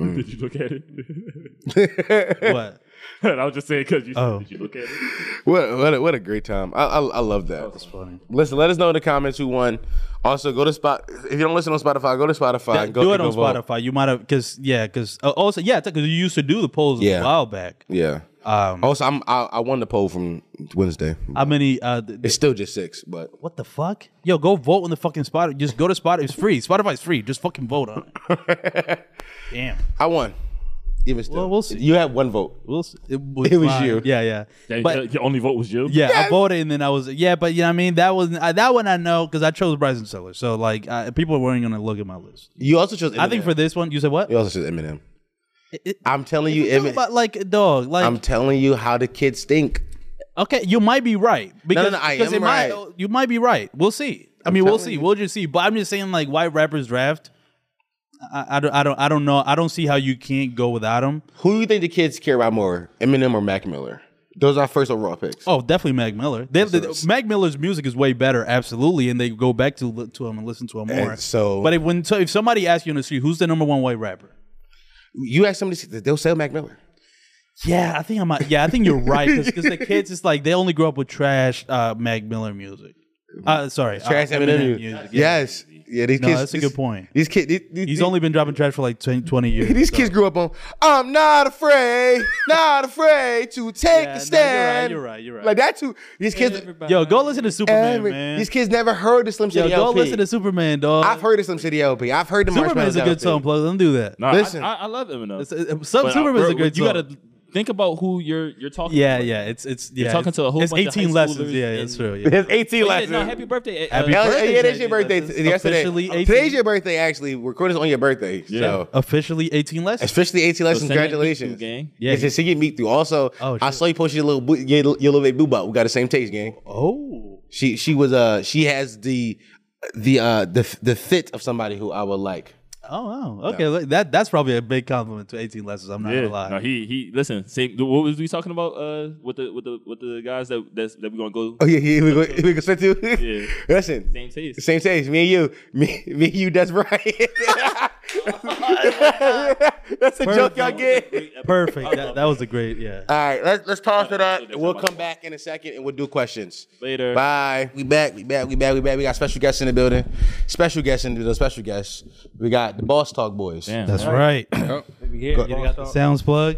Mm. Did you look at it? [laughs] [laughs] What? and I was just saying because you. Oh. Did you look at it? What what a, what a great time. I I, I love that. funny. Listen, let us know in the comments who won. Also, go to spot. If you don't listen on Spotify, go to Spotify. and go, do it and on go vote. Spotify. You might have because yeah, because uh, also yeah, because you used to do the polls Yeah. a while back. Yeah. Um, Also, I'm I, I won the poll from Wednesday. how many? Uh, th- It's still just six, but what the fuck? Yo, go vote on the fucking Spotify. Just go to Spotify. It's free. Spotify's free. Just fucking vote on it. Damn. I won. Even still, Well, we'll see. You had one vote. We'll see. It [laughs] was, It was mine. you. Yeah, yeah. That- but your only vote was you. yeah, I voted and then I was yeah, but you know what I mean. That was I, that one I know because I chose Bryson Sellers. So like I, people weren't gonna look at my list. You also chose. Eminem. I think for this one, you said what? you also chose Eminem. It- it- I'm telling you, talk Eminem. about like dog. Like I'm telling you how the kids think. okay, you might be right because, no, I because am it might- right. you might be right. We'll see. I mean, we'll telling see. you. We'll just see. But I'm just saying like white rappers draft. I, I don't, I don't, I don't know. I don't see how you can't go without him. Who do you think the kids care about more, Eminem or Mac Miller? Those are our first overall picks. Oh, definitely Mac Miller. They, they, Mac Miller's music is way better, absolutely, and they go back to li- to him and listen to him more. And so- but if, when so if somebody asks you on the street, who's the number one white rapper? You ask somebody, they'll say Mac Miller. Yeah, I think I'm. Yeah, I think you're right because the kids, it's like they only grew up with trash uh, Mac Miller music. Uh, sorry, uh, Trash Eminem, Eminem music. Yes. Yeah, these No, kids. that's a these- good point. These kids. These, these, He's only been dropping trash for like 20, 20 years. These so- kids grew up on. I'm not afraid, not afraid to take Yeah, no, you're a right, stand. you're right, you're right. Like that's who these kids. Yo, go listen to Superman, every- man. These kids never heard of Slim Yo, City go LP. listen to Superman, dog. I've heard of Slim City LP. I've heard the Superman's a Marshmello good song, LP. plus. Don't do that. Nah, Listen. I, I, I love Eminem. It's- it- some But, uh, Superman's bro, a good You song. got to think about who you're you're talking. Yeah, to. yeah. It's it's yeah. You're talking it's, to a whole It's bunch of high eighteen lessons. schoolers Yeah, and- that's true. Yeah. His 18 But yeah, lessons. no, happy birthday. uh, Happy uh, Yeah, birthday, yeah, that's your Jaden. birthday. That's yesterday. officially Today's 18. your birthday, actually. We're recording this on your birthday. Yeah. So Officially eighteen lessons. officially 18 so lessons. send it to Congratulations. you, gang. Yeah. It's just singing meet through. Also, Oh, I shit. saw you post your little boo- your, your little baby boo bop. We got the same taste, gang. Oh, She she was uh she has the the uh the the fit of somebody who I would like. oh, wow. Okay, look, that that's probably a big compliment to eighteen lessons. I'm not Yeah. gonna lie. No, he he. Listen, same. What was we talking about? Uh, with the with the with the guys that that's, that we gonna go. Oh yeah, yeah we go, we go straight to. Yeah. [laughs] Listen, Same taste. same taste. Me and you, me [laughs] me and you. That's right. [laughs] that's a joke y'all get. Perfect. that, that was a great. Yeah. All right, let's let's toss it up. that's We'll my come fault. back in a second and we'll do questions. Later. Bye. We back. We back. We back. We back. We got special guests in the building. Special guests in the building. Special guests. We got the Boss Talk boys. Damn. That's right. Oh, Yep. You got, Sounds plug.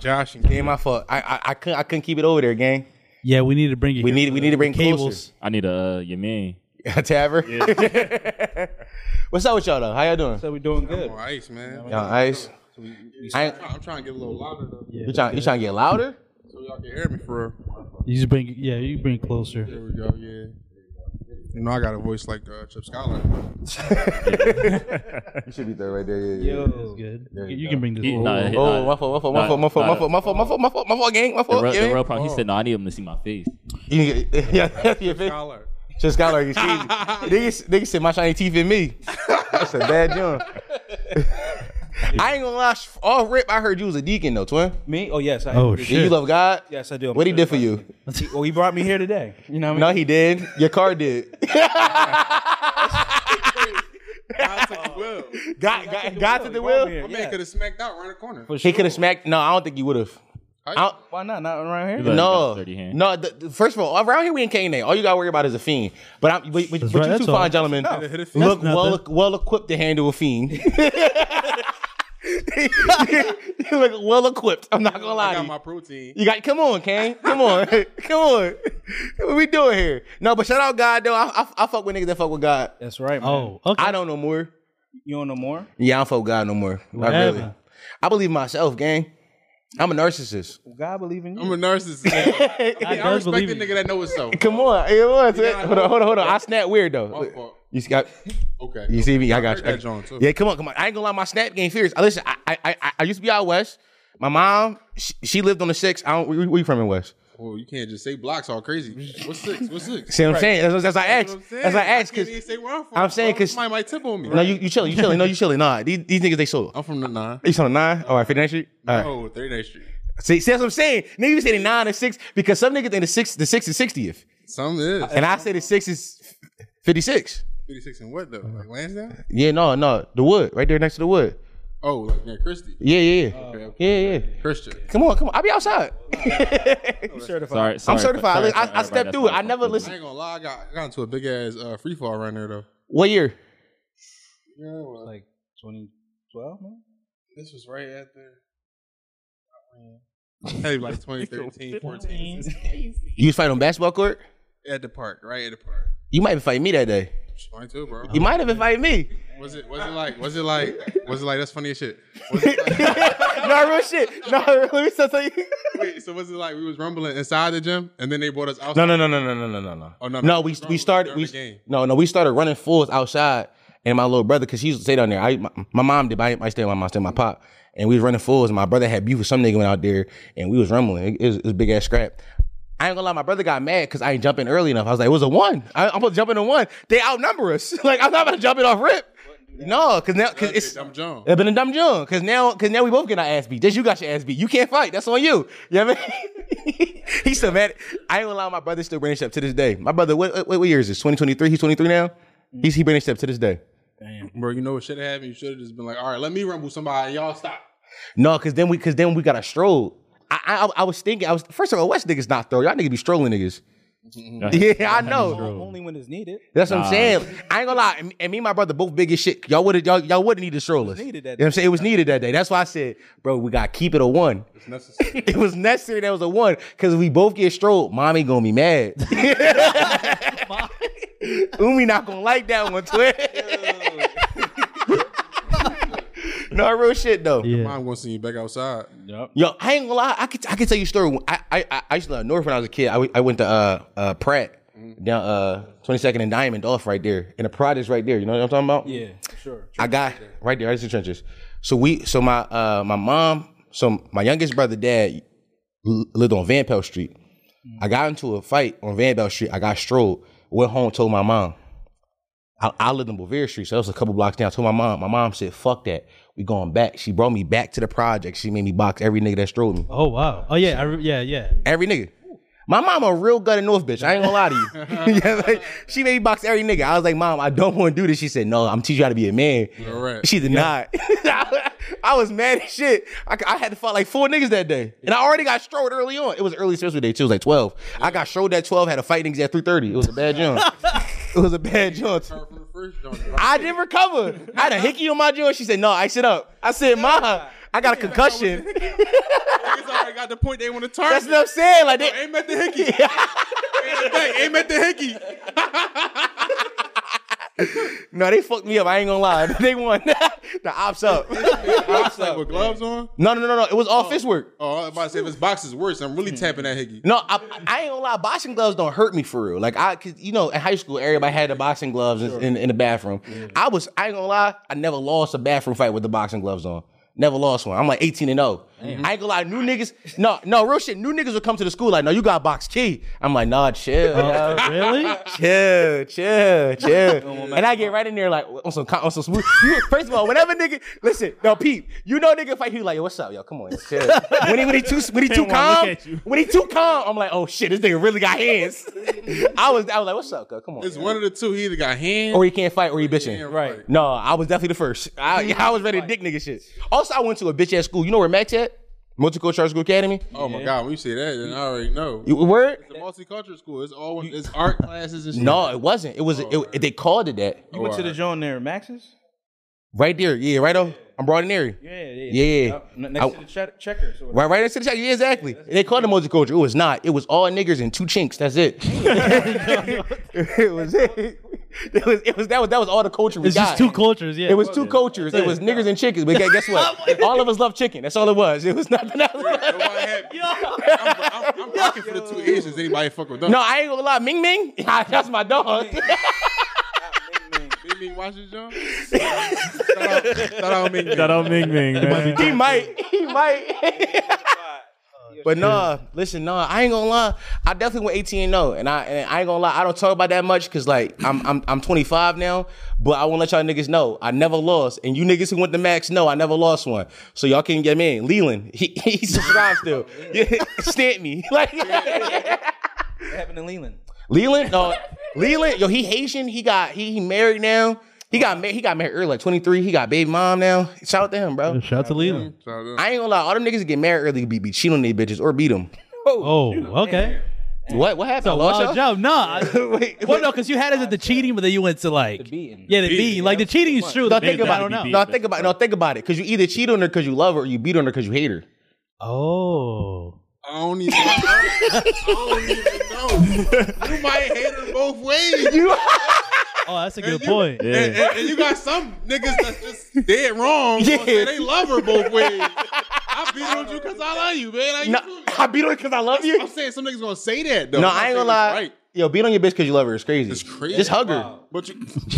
Josh and Kim. Ain't my fault. I I, I couldn't I couldn't keep it over there, gang. Yeah, we need to bring it. We here need for we the- need to bring the [laughs] cables. cables. I need a uh, your man. Closer. Taver. [laughs] What's up with y'all though? How y'all doing? So we doing good. I'm on ice, man. Y'all ice. I ain't- I'm trying to get a little louder though, You trying you trying to get louder? so y'all can hear me for real. You just bring. Yeah, you bring closer. There we go. Yeah. You know I got a voice like uh, Chip Scholar. You should be there right there. Yeah, yeah. That's good. You, can bring this. He- over. nah, he- Oh, nah. my fault, my fault, my fault, my fault, my fault, my fault, my fault, my fault, my fault, gang, my The fault. real, yeah, the man. real problem. He said, "No, I need him to see my face." You can- [laughs] Yeah, that's your face. Scholar. Just got like it's easy. niggas, niggas said my shiny teeth in me. That's a bad joint. I ain't gonna lie, sh- off rip, I heard you was a deacon though, twin. Me? Oh yes. I Oh, yeah, shit. Did you love God? Yes, I do. I'm What he sure. did for you? He- Well, he brought me here today. You know what I No, he did. Your car did. I took the [laughs] will. God, God, God to the mean? will. My man could have smacked out around the corner. He could have smacked. No, I don't think you would have. How Why not? Not around here. He let him No, get a dirty hand. no. The, the- first of all, around here we in Canaan. All you gotta worry about is a fiend. But I'm, but, but, but right, you that's two all. fine gentlemen That's look well, nothing. well equipped to handle a fiend. [laughs] you look well equipped. I'm not gonna lie. I to got you. my protein. You got come on, Kane. Come [laughs] on, come on. What we doing here? No, but shout out God though. I, I, I fuck with niggas that fuck with God. That's right. Man. Oh, okay. I don't no more. you don't know more? Yeah, I don't fuck with God no more. Not Whatever. really. I believe in myself, gang. I'm a narcissist. God believe Mm-hmm. in you. I'm [laughs] a narcissist. I, mean, I respect does believe the you. nigga that knows himself. Come on, it was. Yeah, I hold on, know. hold on, hold on. I snap weird though. My fault. You got, Okay. you see me? I got you. heard that joint, too. Yeah, come on, come on. I ain't gonna lie, my snap game fierce. I listen. I, I, I, I used to be out west. My mom, she, she lived on the six. I don't. Oh, Where, where you from in west? Well, you can't just say blocks all crazy. What's six? What's six? See what I'm saying? That's, that's what I asked. That's what I'm saying. That's what I asked. I can't 'cause- even say where I'm from. I'm saying 'cause- somebody might tip on me. no, you, you chilling, you chilling. No, you chilling. [laughs] Nah, these, these niggas they sold. I'm from the nine. You on nine? All right, 59th Street. All right. Oh, 39th Street. See, see, that's what I'm saying. Niggas say the nine and six because some niggas think the six, the six is sixtieth, Some is. and I say the six is fifty six. 56 and what though? Like Lansdowne? Yeah, no, Oh, no, the wood right there next to the wood. Oh, like near Christie. Yeah, yeah, yeah, Okay, okay. yeah, yeah. Christian. Come on, come on. I be [laughs] outside. Sorry, sorry I'm certified. I, sorry for I, I stepped everybody through it. that's I never not fucking with I listened. ain't gonna lie, I got, I got into a big ass uh, free fall right there though. What year? Yeah, well, Like 2012, man. this was right after. [laughs] Hey, like 2013, 14. You was fighting on basketball court. At the park, right at the park. You might have fighting me that day. 22, bro. You might have invited me. [laughs] Was it? Was it like? Was it like? Was it like? That's funny as shit. Was it [laughs] like, no real shit. No, [laughs] let me still tell you. wait, so was it like we was rumbling inside the gym and then they brought us out? No, no, no, no, no, no, no, no, no. Oh, no, no. no, we we started During we the game. no no we started running fools outside, and my little brother because she used to stay down there. I my, my mom did. but I didn't- I stayed with my mom, stayed with my pop, and we was running fools. And my brother had beef with some nigga went out there, and we was rumbling. It, it was, it was big ass scrap. I ain't gonna lie, my brother got mad because I ain't [laughs] jumping early enough. I was like, it was a one. I, I'm supposed to jump in a one. They outnumber us. like I'm not gonna jump it off rip. No, cause now cause it's I'm John. It been a dumb June. Cause now, cause now we both get our ass beat. Just you got your ass beat. You can't fight. That's on you. You know what I mean? [laughs] He's so mad. I ain't gonna lie, my brother still branding up to this day. My brother, what, what, what year is this? 2023? He's 23 now? He's he branding up to this day. Bro, you know what should have happened? You should have just been like, all right, let me rumble somebody. Y'all stop. No, cause then we cause then we got a stroll. I, I I was thinking, I was first of all, West niggas not throw. Y'all niggas be strolling niggas. [laughs] yeah, I know. Only when it's needed. That's what I'm saying. I ain't gonna lie. And, and me and my brother both big as shit. Y'all would y'all, y'all wouldn't need the strollers. needed that you know what I'm saying? It was needed that day. That's why I said, bro, we gotta keep it a one. [laughs] It's necessary. it was necessary that was a one because we both get strolled. Mommy gonna be mad. [laughs] Umi not gonna like that one, twin. [laughs] no real shit though. Mom gonna send you back outside. Yo, I ain't gonna lie. I could I could tell you a story. I I I- I used to live in North when I was a kid. I, w- I went to uh uh Pratt down uh 22nd and Diamond off right there, and the Pratt is right there. You know what I'm talking about? Yeah, sure. I got right there, right in the trenches. So we, so my uh my mom, so my youngest brother, dad l- lived on Van Pelt Street. I got into a fight on Van Pelt Street. I got strolled. Went home, told my mom. I, I lived on Bevere Street, so that was a couple blocks down. Told my mom. My mom said, "Fuck that. We going back." She brought me back to the project. She made me box every nigga that strolled me. Oh wow. Oh yeah. I re- [laughs] yeah. Yeah. Every nigga. My mom a real gutted North bitch. I ain't gonna lie to you. [laughs] Yeah, like, she made me box every nigga. I was like, Mom, I don't want to do this. She said, No, I'm teaching you how to be a man. All right. She did not. [laughs] I, was mad as shit. I, I had to fight like four niggas that day, and I already got strolled early on. It was early special day too. It was like twelve. I got strolled at twelve. Had a fight niggas at three thirty. It was a bad joint. it was a bad joint. Start from the first joint. I didn't recover. I had a hickey on my joint. She said, "No, ice it up." I said, "Ma, I got a concussion." Niggas already got the point they want to That's target. what I'm saying. Like, they, Aim at the hickey. [laughs] Hey, aim at the hickey. no, they fucked me up. I ain't gonna lie. [laughs] They won. the ops up. Box like with gloves on. No, no, no, no. It was all fist work. Oh, I was about to say if his box is worse, I'm Hmm. really tapping that hickey. No, I, I ain't gonna lie. Boxing gloves don't hurt me for real. Like I, cause you know, in high school, everybody had the boxing gloves in, in, in the bathroom. I was, I ain't gonna lie. I never lost a bathroom fight with the boxing gloves on. Never lost one. I'm like 18 and 0. I ain't gonna lie. New niggas, no, no, real shit. New niggas would come to the school like, no, you got box key. I'm like, nah, chill, yo. [laughs] really? chill, chill, chill. and I get right in there like on some co- on some smooth. You- First of all, whenever nigga, listen, no peep, you know nigga fight you like, yo, what's up, yo? Come on, yo, chill. when he when he too when he too Didn't wanna look calm, at you. when he too calm, I'm like, oh shit, this nigga really got hands. I was I was like, what's up, girl? Come on. It's yo. one of the two. He either got hand or he can't fight or he bitching. right. No, I was definitely the first. I, I was ready to dick nigga shit. Also, I went to a bitch ass school. You know where Max at? Multicultural School Academy. Oh my god, when you say that, then I already know. You word? It's a multicultural school. It's all it's art classes and shit. No, it wasn't. It was it, they called it that. [laughs] You went to the joint there, Max's. Right there, yeah, right on. I'm broad and airy. Yeah, Yeah. Yup, Oh, n- next I- to the check- checkers. Or Right, right next to the check. Yeah, exactly. they called it multicultural. It was not. It was all niggers and two chinks. That's it. [laughs] it was it. It was, it was that was that was all the culture we It's got. just two cultures. Yeah. It was two cultures. It was niggers and chickens. But gu- guess [laughs] what? all of us love chicken. That's all it was. It was nothing else. That's why I had- I'm, I'm, I'm rocking for the two Asians. Anybody fuck with them? No, I ain't gonna lie. Ming Ming, [laughs] that's my dog. Ming Ming watches John. Shout out, shout out Ming Ming. Shout out Ming Ming, man. he might. [laughs] He might. But nah, listen, nah, I ain't gonna lie. I definitely went 18 and 0. And I and I ain't gonna lie, I don't talk about that much because like I'm I'm I'm 25 now, but I won't let y'all niggas know. I never lost. And you niggas who went to max know I never lost one. So y'all can get me in. Leland, [laughs] he he subscribes still. [laughs] Yeah, Stamp me. [laughs] Like What happened to Leland? Leland, no, Leland, yo, he Haitian. He got he, he married now. He got married, he got married early, like 23. He got baby mom now. Shout out to him, bro. Shout out to Leland. Shout out them. I ain't gonna lie, all them niggas that get married early be, be cheating on they bitches or beat them. Oh, okay. What what happened? I lost Wow, y'all? job. [laughs] No. I- Wait, Well, no, because you had it at the cheating, but then you went to like the beating. Yeah, the beating. Like the cheating's true. No, the think beating, I about don't it. No, know. think about it. No, think about it. Because you either cheat on her because you love her, or you beat on her because you hate her. Oh. I don't even. I don't [laughs] even know. You might hate her both ways. Oh, that's a good point. Yeah. And, and- and you got some niggas that's just dead wrong. Yeah. Say they love her both [laughs] ways. I beat on you because I love you, man. Like, you No, feel me? I beat on her because I love you. I'm saying some niggas gonna say that though. No, I'm not I ain't gonna saying lie. it's Right. Yo, beat on your bitch because you love her is crazy. It's crazy. Just hug her. [laughs] But you,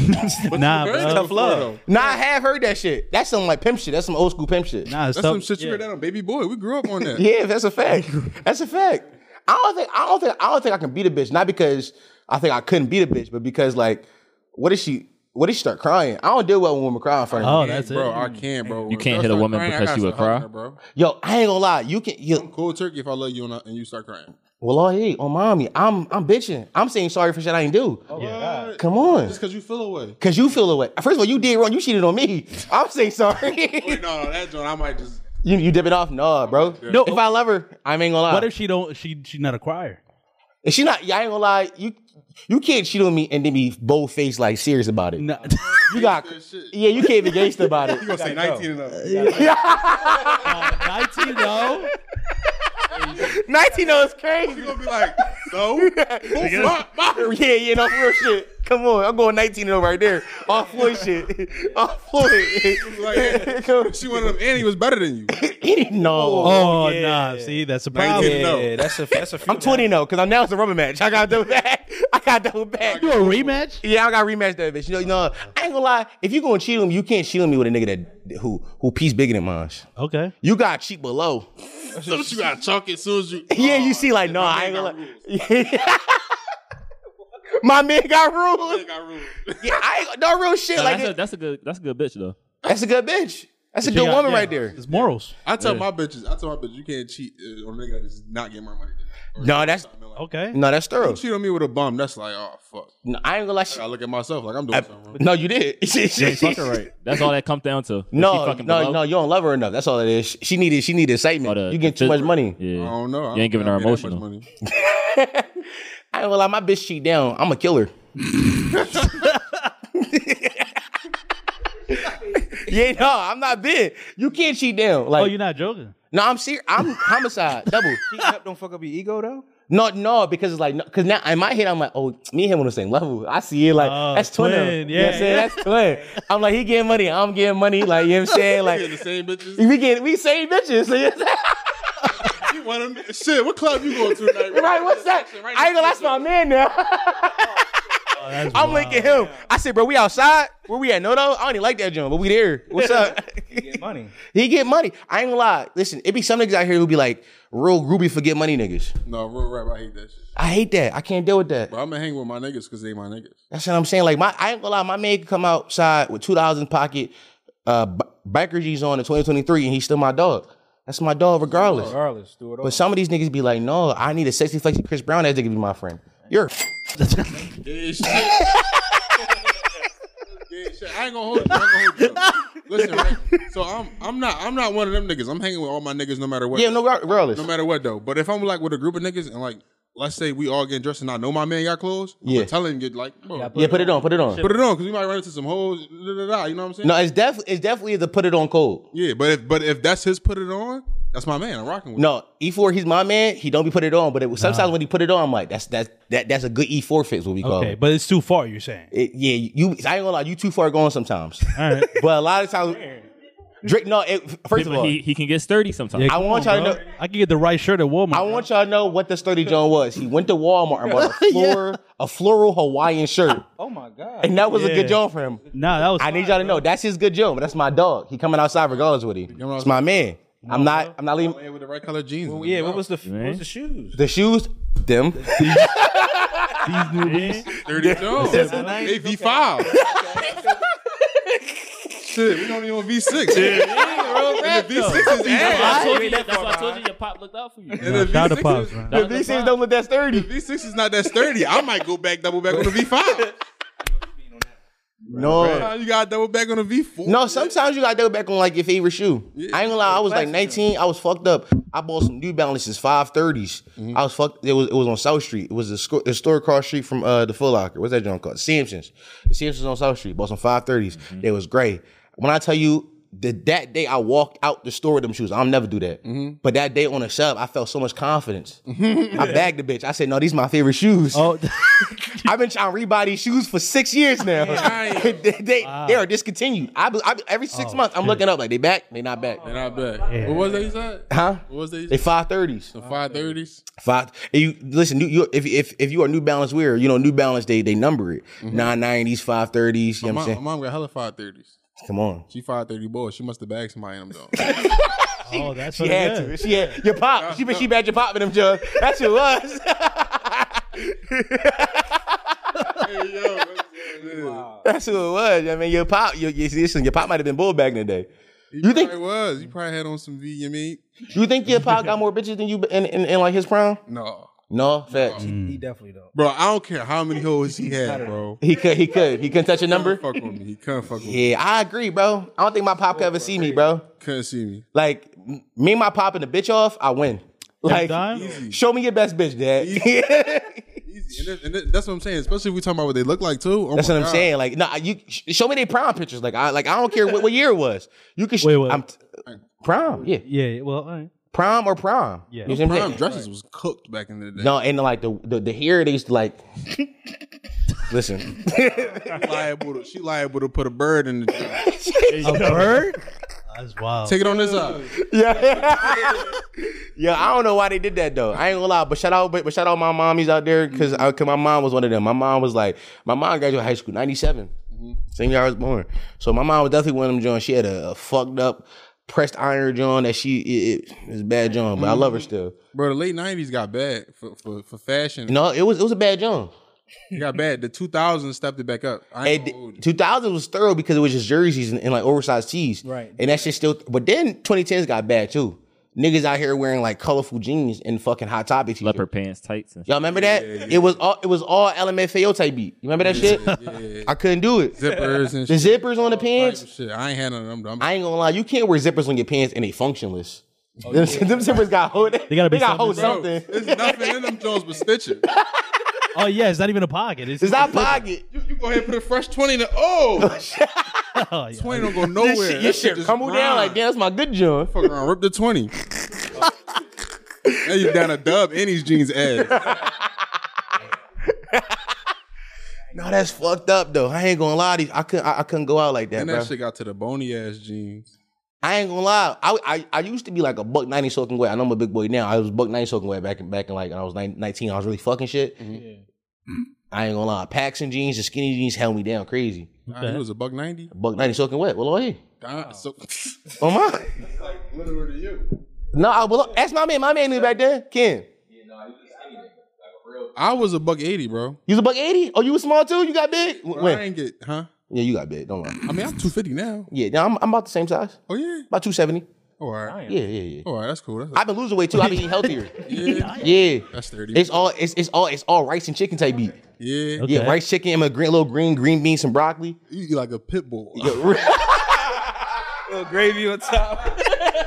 Nah, very bro. tough love. Though. Nah, I have heard that shit. That's some like pimp shit. That's some old school pimp shit. Nah, it's That's tough. some shit you heard that on Baby Boy. We grew up on [laughs] that. Yeah, that's a fact. That's a fact. I don't think I don't think I don't think I can beat a bitch. Not because I think I couldn't beat a bitch, but because like, what is she? What did she start crying? I don't deal well when women cry in front of me. Oh, that's it. bro, I can't, bro. You If can't I hit a start woman crying, I because gotta she would start hugging cry? her, bro. Yo, I ain't gonna lie. You can. I'm You, cold turkey if I love you and, I, and you start crying. well, oh hey, oh mommy, I'm I'm bitching. I'm saying sorry for shit I ain't do. What? Come on, Just because you feel away. cause you feel away. First of all, you did wrong. You cheated on me. [laughs] I'm saying sorry. [laughs] Wait, no, no, that joint, I might just. you you dipping off? Nah, bro. No. If I love her, I ain't gonna lie. What if she don't? She she's not a crier. If she not, yeah, I ain't gonna lie. You you can't cheat on me and then be bold faced like serious about it. No. [laughs] You got yeah, you can't be gangster about it. [laughs] You gonna say 19 and up. Nineteen. No. Nineteen oh is crazy. You gonna be like, so? [laughs] Who's my- my- [laughs] Yeah, yeah, no real shit. Come on, I'm going 19 0 right there. All Floyd shit. [laughs] All Floyd. [laughs] Like, Come- She one of them, and he was better than you. no. Oh, nah. See, that's a problem. 19 and up. Yeah, that's a [laughs] that's a. I'm 20 0 because now it's a rubber match. I got double back. I got double back. You a rematch? Yeah, I got rematch that bitch. You know, you know, I ain't gonna lie. If you gonna cheat on me, you can't cheat on me with a nigga that who who piece bigger than mine. Okay. You got cheat below. So you gotta chalk it as soon as you. [laughs] oh, Yeah, you see, like, no, I ain't gonna lie. My man got rules. Got rules. Yeah, I ain't, no real shit. No, like that's, that's, a, that's a good. That's a good bitch though. a good bitch. That's a good Yeah, woman yeah. right there. It's morals. [laughs] I tell my bitches, I tell my bitches, you can't cheat uh, on a nigga that's not getting my money. Or No, that's something like- Okay. no, that's thorough. Cheat on me with a bum, that's like, oh fuck. No, I ain't gonna lie. She, I look at myself like I'm doing something wrong. no, you did. right. That's all that comes down to. If she No, fucking no, below, no, you don't love her enough. That's all it is. She needed, she needed or excitement. the- you getting too the- much money. [laughs] I Yeah. don't know. I You ain't don't giving her pay that much emotional. money. I ain't gonna lie, my bitch cheat down. I'm a killer. [laughs] yeah, no, I'm not big. You can't cheat down. Like, Oh, you're not joking. no, I'm serious. I'm homicide [laughs] double. Don't fuck up your ego though. No, no, because it's like, because now in my head, I'm like, oh, me and him on the same level. I see it like, Oh, that's twin. twin, You know what yeah, I'm saying? yeah. That's twin. I'm like, he getting money, I'm getting money. Like, you know what I'm [laughs] saying? You getting Like, the same bitches. we get, we same bitches. [laughs] So, you know what I'm saying? You want 'em- Shit, what club you going to [laughs] tonight? bro? right, what's that? I ain't gonna, that's my man now. [laughs] I'm linking him. I said, bro, we outside. Where we at? No, no, I don't even like that joint, but we there. What's up? Get [laughs] money. he get money. I ain't gonna lie. Listen, it be some niggas out here who be like, real groovy for get money niggas. No, real rap, I hate that shit. I hate that. I can't deal with that. But I'm gonna hang with my niggas because they my [laughs] niggas. That's what I'm saying. Like my, I ain't gonna lie. My man could come outside with two dollars in pocket, uh, b- biker G's on in 2023, and he's still my dog. That's my dog, regardless. Regardless, Oh do it all. But some of these niggas be like, no, I need a sexy, flexy Chris Brown ass nigga to be my friend. You're a Gay shit. Gay shit. I ain't gonna hold you. I ain't gonna hold [laughs] you. Listen, right? So I'm I'm not I'm not one of them niggas. I'm hanging with all my niggas no matter what. yeah, no, regardless. No matter what though. But if I'm like with a group of niggas and like let's say we all getting dressed and I know my man got clothes, Yeah. I'm telling get like bro, put, yeah, put it on, put it on. it on because we might run into some hoes. Da, da, da, you know what I'm saying? No, it's definitely, it's definitely the put it on code. Yeah, but if but if that's his put it on, that's my man. I'm rocking [laughs] with. him. No, E4, he's my man. He don't be put it on, but it, sometimes when he put it on, I'm like, that's that's that that's a good E4 fix, what we call Okay, it. but it's too far. You're saying. It- Yeah, you. I ain't gonna lie, you too far gone sometimes. [laughs] All right. but a lot of [laughs] times, Drake. No, it, first of all, He, he can get sturdy sometimes. come want on, y'all to bro. know- I can get the right shirt at Walmart. I want y'all to know what the sturdy John was. He went to Walmart and [laughs] bought a floral, a floral Hawaiian shirt, Oh my god. and that was a Yeah. good job for him. Nah, that was. I need fire, y'all to know that's his good job. That's my dog. He coming outside regardless with him. It's my man. I'm not. I'm not leaving Yeah, with the right [laughs] color jeans. Well, yeah, what was the what was the shoes? the shoes. Them. [laughs] Dirty Jones? They V [laughs] five. Shit, we don't even on V six. And the V six is I ass. told you, that's why I told you your pop looked out for you. And the Shout out V6 to Pops, is- man. The V don't look that sturdy. V six is not that sturdy. I might go back double back on the V five. No. You got double back on the V four. No, sometimes you gotta go back on like your favorite shoe. I ain't gonna lie, I was like 19, I was fucked up. I bought some New Balances 530s. I was fucked. It was it was on South Street. It was a, sco- a store across street from uh the Foot Locker. What's that joint called? Samson's. The Samson's on South Street. Bought some 530s. They was great. When I tell you that that day I walked out the store with them shoes, I'll never do that. But that day on the sub, I felt so much confidence. I bagged the bitch. I said, "No, these my favorite shoes." [laughs] Oh, I've been trying to rebuy these shoes for six years now. [laughs] they, they, they are discontinued. I, be- I be- every six months I'm looking up like they back, they not back, And I bet. What was that you said? huh? What was that you They said? five thirties. The five thirties. Five. and you listen. You, you if if if you are New Balance wearer, you know New Balance they they number it nine nineties, five thirties. You know My, what I'm my saying? mom got hella five thirties. Come on. She five thirty boy. She must have bagged somebody in them though. oh, that's She what had it to. is. She had your pop. She she bad your pop in them jugs. That's who it was. Hey, yo, [laughs] That's who it was. I mean, your pop, your, your, listen, your pop might have been bull back in the day. You think It was. You probably had on some vegan meat. you think your pop got more bitches than you in, in, in like his prime? No. No, facts. He definitely don't. Bro, I don't care how many hoes he had, bro. He could, he could, he couldn't touch a Couldn't number. fuck with me. He couldn't fuck with me. Yeah, I agree, bro. I don't think my pop could ever see me, bro. Couldn't see me. Like m- me and my pop and the bitch off, I win. Like, time? Easy. show me your best bitch, dad. Easy. And, that- and that- that's what I'm saying. Especially if we talking about what they look like too. [laughs] Oh That's my what I'm God. saying. Like, no, you sh- show me their prom pictures. Like, I like I don't care what, what year it was. You can sh- Wait, what? I'm t- prom, yeah, Yeah. Well, all right. prom or prom. Yeah. you know what I'm Prime saying? dresses was cooked back in the day. No, and like the the, the hair they used to like. [laughs] Listen, Liable to- she liable to put a bird in the dress. A [laughs] bird? That's wild. Take it on this side. yeah, [laughs] I don't know why they did that though. I ain't gonna lie, but shout out, but, but shout out my mommies out there because cause my mom was one of them. My mom was like, my mom graduated high school '97, same year I was born. So my mom was definitely one of them. John, she had a, a fucked up pressed iron John that she it, it, it was a bad John, but I love her still. Bro, the late nineties got bad for, for, for fashion. No, it was it was a bad John. It got bad. The two thousand stepped it back up. I ain't And gonna hold you. 2000 was thorough because it was just jerseys and, and, like oversized tees. Right. And that shit still, but then 2010s got bad too. Niggas out here wearing like colorful jeans and fucking hot topic t-shirts. leopard pants, tights, and Y'all remember that? It was all it was all LMFAO type beat. You remember that shit? I couldn't do it. zippers and The shit. zippers on the Type pants. of shit. I ain't had none of them. though. I'm, I ain't gonna lie, you can't wear zippers on your pants and they functionless. them, [laughs] them zippers got hold. They gotta be got hold Oh, Bro, something. There's nothing in them Jones [laughs] but stitching. Oh yeah, it's not even a pocket. It's, It's not pocket. You, you go ahead and put a fresh twenty in the oh Oh, yeah. twenty don't go This nowhere. shit, That your shit just crumble down like grind. damn, that's my good John. Fuck around, rip the twenty. now you down a dub in these [laughs] jeans ass. No, that's fucked up though. I ain't gonna lie, these I couldn't I, I couldn't go out like that, And bro. that shit got to the bony ass jeans. I ain't gonna lie. I, I I used to be like a buck ninety soaking wet. I know I'm a big boy now. I was buck ninety soaking wet back in back in like when I was nine- nineteen. I was really fucking shit. Mm-hmm. I ain't gonna lie. Packs and jeans, the skinny jeans held me down crazy. Nah, It was a buck ninety. Buck ninety soaking wet. Well, hey, Nah, so, [laughs] oh my. literally you. No, I well, ask my man. My man knew back then. Ken, I was a buck eighty, bro. you was a buck eighty. Oh, you was small too. You got big. But W- I When? ain't get, huh? Yeah, you got big. Don't worry. I mean, I'm 250 now. Yeah, now I'm, I'm about the same size. Oh yeah. About two seventy. Oh, all right. Oh, Yeah, yeah, yeah. All right. That's cool. That's, I've been losing weight too. I've been eating healthier. yeah. [laughs] Yeah. That's 30. It's all it's it's all it's all rice and chicken type beat. yeah. Yeah, rice chicken and a green, little green green beans, some [laughs] broccoli. You eat like a pit bull. [laughs] Little gravy on top.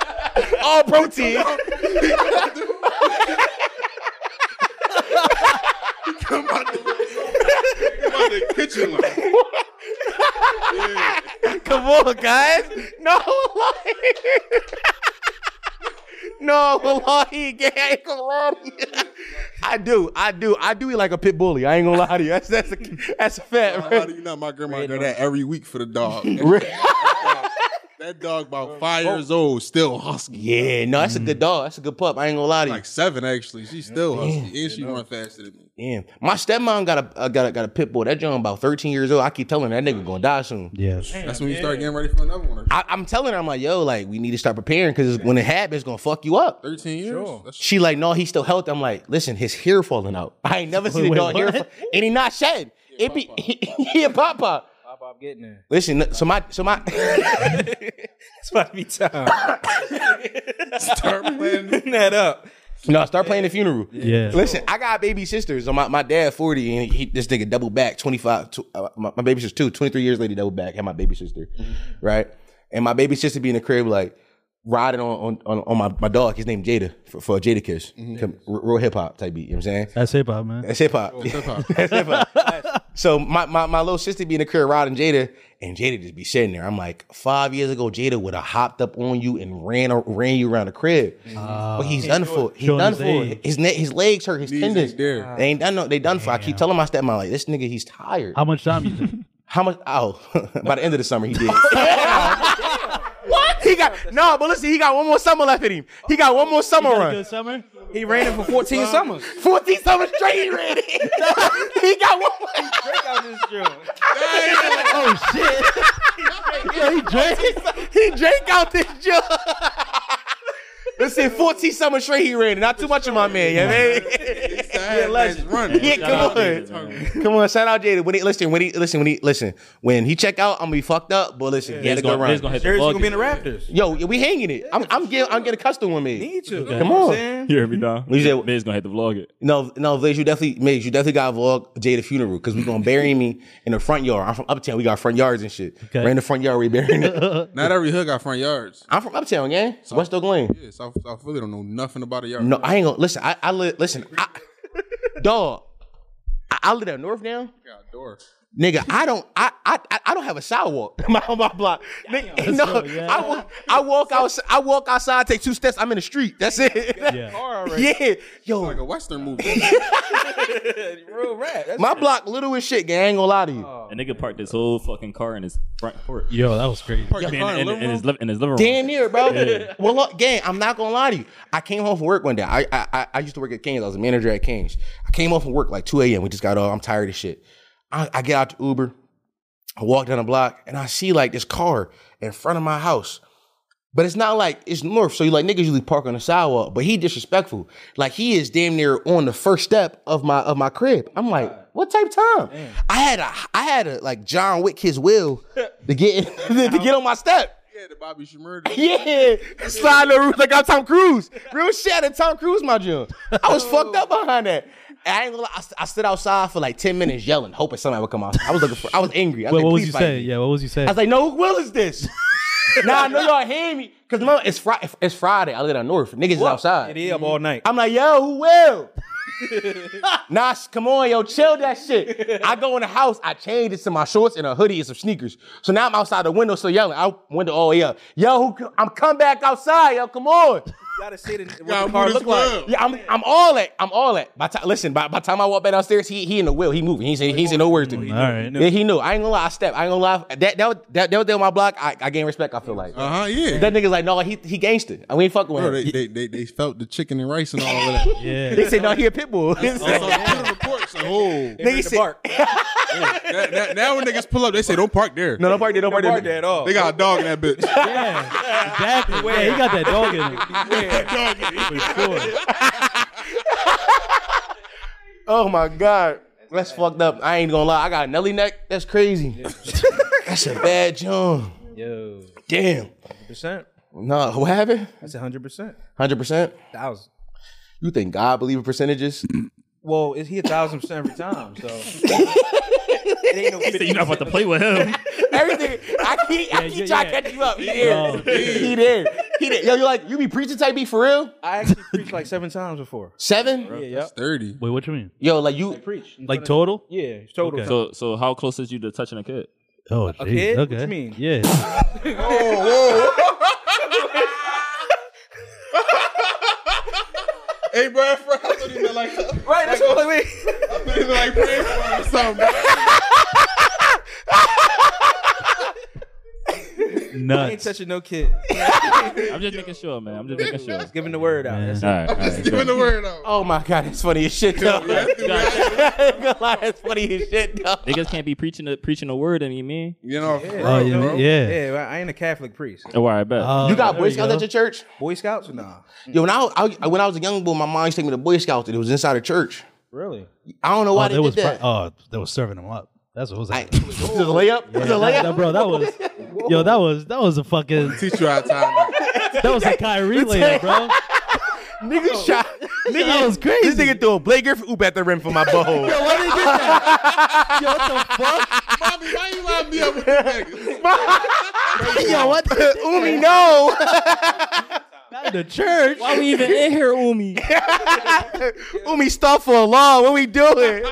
[laughs] all protein. the kitchen [laughs] like. [laughs] Come on, guys. No, [laughs] wallahi. [laughs] no, wallahi, [laughs] gang. I ain't gonna lie to you. [laughs] I do, I do, I do eat like a pit bully. I ain't gonna lie to you. That's that's a that's a fact. How Right? do you know my grandma do that every week for the [laughs] dog? that dog about five years old, still husky. Yeah, no, that's a good dog. That's a good pup. I ain't gonna lie to you. Mm. Like seven actually. She's still husky, and she run faster than me. Damn, my stepmom got a uh, got a got a pit bull. That John about thirteen years old. I keep telling her that nigga gonna die soon. Yes. That's when you start getting ready for another one. I, I'm telling her, I'm like, yo, like we need to start preparing because when it happens, it's gonna fuck you up. Thirteen years. That's She like, no, he's still healthy. I'm like, listen, his hair falling out. [laughs] I ain't never seen Wait, a dog hair, what? fall- [laughs] and he not shedding. It be he, [laughs] he a pop pop. Pop, I'm getting there. Listen, so my so my [laughs] [laughs] It's about to be time. [laughs] start [laughs] playing. that up. no, start playing the funeral. Yeah. Listen, I got baby sisters. So my, my dad 40 and he this nigga double back 25 tw- uh, my, my baby sister too, 23 years later double back had my baby sister. Mm-hmm. Right? And my baby sister be in the crib like riding on on, on, on my, my dog, his name Jada for, for Jada Kiss. Mm-hmm. Come- r- real hip hop type beat, you know what I'm saying? That's hip hop, man. That's hip hop. [laughs] That's hip hop. so my, my my little sister be in the crib riding Jada, and Jada just be sitting there. I'm like, five years ago, Jada would have hopped up on you and ran a- ran you around the crib. but he's done for. He's Showing done his for. age. His ne- his legs hurt. His Knees ain't tendons. there. They ain't done. No, they done for. I keep telling my stepmom like, this nigga, he's tired. How [laughs] much time you took? How much? Oh, [laughs] by the end of the summer, he did. What? [laughs] He got no, but listen, he got one more summer left in him. He got one more summer run. Good summer. He ran it for 14 summers. [laughs] 14 summers straight, he ran it. [laughs] he got one more. Break out this drill. Oh shit. yeah, he drank. he drank out this jug. Listen, 14 summer straight he ran. Not too much of my man, yeah, man. ass that's running. Yeah, Shout come out on. Jaden, man. Come on, shout out Jada. When he listen, when he listen, when he listen, when he check out, I'm gonna be fucked up. But listen, he had He's a good gonna, run. he's gonna hit the Jersey plug. gonna be in the Raptors. Yo, we hanging it. I'm I'm getting I'm getting a custom one made. Need to. Come You know what on. I'm saying? You hear me, Don? What you said? Miz gonna hit the vlog it. No, no, Viz, you definitely, Miz, you definitely got to vlog Jada funeral because we gonna bury me in the front yard. I'm from uptown. We got front yards and shit. Right in the front yard, we burying [laughs] it. Not every hood got front yards. I'm from uptown, gang. West Oak Lane. Yeah, South, South Philly don't know nothing about a yard. No, I ain't gonna listen. I, I live. Listen, I, dog. I, I live at North now, got a door. nigga. I don't. I I I- I don't have a sidewalk [laughs] on my, on my block. Nigga, no, I, wa- I walk outside. I walk outside, take two steps. I'm in the street. That's it. Yeah, Car already. [laughs] yeah. Like a yo, [laughs] Western movie. Real rap. That's my block little as shit, gang. I ain't gonna lie to you. A nigga parked this whole fucking car in his front porch. Yo, that was crazy. Park your In, car in in, the living in his room. li- in his living room. Damn near, bro. Well, look, gang, I'm not gonna lie to you. I came home from work one day. I, I I- I used to work at Kings. I was a manager at Kings. I came home from work like 2 a.m. We just got off. I'm tired of shit. I, I get out to Uber. I walk down the block and I see like this car in front of my house. But it's not like it's north, so you like niggas usually park on the sidewalk. But he disrespectful, like he is damn near on the first step of my of my crib. I'm like, what type of time? I had a I had a like John Wick his will to get [laughs] to get on my step. Yeah, the Bobby Shmurda. Yeah, [laughs] slide the roof like I'm Tom Cruise. Real shit, I'm Tom Cruise, my gym. I was fucked up behind that. And I ain't gonna lie, I, st- I stood outside for like ten minutes yelling, hoping somebody would come out. I was looking for. I was angry. I was Wait, like, what was "Please you fight me." saying? Yeah, what was you saying? I was like, no, who will is [laughs] this? nah, I know y'all hear me, cause no, it's Friday. It's Friday. I live down north. Niggas is outside. It is up all night. I'm like, yo, who [laughs] will? nah, sh- come on, yo, chill that shit. I go in the house, I change it to my shorts and a hoodie and some sneakers. So now I'm outside the window, still yelling. I window all the way up. Yo, who? co- I'm come back outside, yo. Come on. You gotta say the, what Got the car Buddha's look like. club. Yeah, I'm, I'm all that. I'm all that. By time, listen, by, by the time I walk back downstairs, he he in the wheel. He moving. He ain't say he ain't say no words to me. All right. Yeah, he knew. I ain't gonna lie. I step. I ain't gonna lie. That that was- that, that was there on my block. I, I gained respect. I feel like Uh huh. Yeah. that nigga's like, no, he he gangster. I we ain't fucking with Bro, him. Oh, they, they, they, they felt the chicken and rice and [laughs] all of that. Yeah. They said, no, he a pit bull. [laughs] So I put on the porch, like, oh. Nigga The said- bark. Now- now- now when niggas pull up, they say don't park there. no, don't park there. Don't park there. Bark that at all. They got a dog in [laughs] that bitch. Yeah, exactly. Yeah, he got that dog in him. For sure. Oh my god, that's fucked up. I ain't gonna lie. I got a Nelly neck. That's crazy. [laughs] that's a bad jump. [laughs] Yo, Damn. percent. No, what happened? That's hundred [laughs] percent. Hundred percent. Thousand. You think God believe in percentages? Well, is he a thousand percent every time? So [laughs] it ain't no He said, You're not about to play with him. Everything. I keep, I keep yeah, trying yeah. to catch you up. He there. He there. He there. Yo, you like you be preaching type B for real? I actually preached like seven times before. Seven? Yeah, Thirty. Wait, what you mean? Yo, like you. preach. Like total? Yeah, total. Okay. So, so how close is you to touching a kid? Oh, A jeez, kid? What Okay. you mean? Yeah. Hey, bro, I thought he meant like, I thought Right, that's what I mean. he meant like praying for him or something. bro. [laughs] I ain't Nuts. touching no kid. I'm just making sure, man. I'm just making sure. All Giving the word out. That's it. right, all right. Giving the word out. Oh my god, that's funny as shit though. Yeah, that's the reality. I ain't gonna lie, [laughs] that's funny as shit though. Niggas can't be preaching a, preaching a word. I mean, me. You know, for Oh, real, yeah. bro. Yeah. Yeah, well, I ain't a Catholic priest. Oh, all right, bet. Oh, You got there Boy Scouts go. at your church? Boy Scouts? Nah. Yo, when I, I when I was a young boy, my mom used to take me to Boy Scouts, and it was inside a church. Really? I don't know why Oh, they that was did pri- that. oh, that was serving him up. That's what was I, that. it was a layup. It was a That- layup. that- bro, that was [laughs] yo, that was that was a fucking Teach you how to time out. that was a Kyrie later, [laughs] bro. Nigga shot. Nigga, That was crazy. This nigga threw a Blake Griffin oop at the rim for my [laughs] butthole. Why they did that? Yo, what the fuck? Bobby, why you rob me up with these niggas? Yo, what? The, [laughs] Umi, no. Not in the church. Why we even in [laughs] here, Umi? [laughs] Umi stuff for a law. What we doing?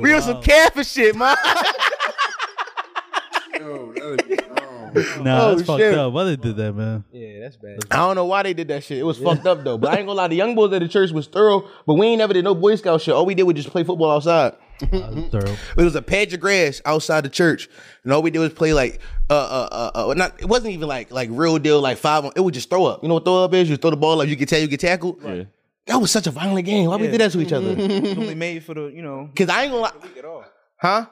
We on some Kaffir shit, man. Yo, that is- oh. Nah, that's Oh, fucked shit. up. Why they did that, man? Yeah, that's bad. I don't know why they did that shit. It was fucked up though. But I ain't gonna lie, the young boys at the church was thorough. But we ain't never did no Boy Scout shit. All we did was just play football outside. That's thorough. It was a patch of grass outside the church, and all we did was play like uh uh uh, uh not. It wasn't even like like real deal like five. on It was just throw up. You know what throw up is? You throw the ball up, you get ta- you get tackled. Yeah. That was such a violent game. Why we did Mm-hmm. that to each other? It's only made for the, you know, Cause I ain't gonna lie, at all. huh?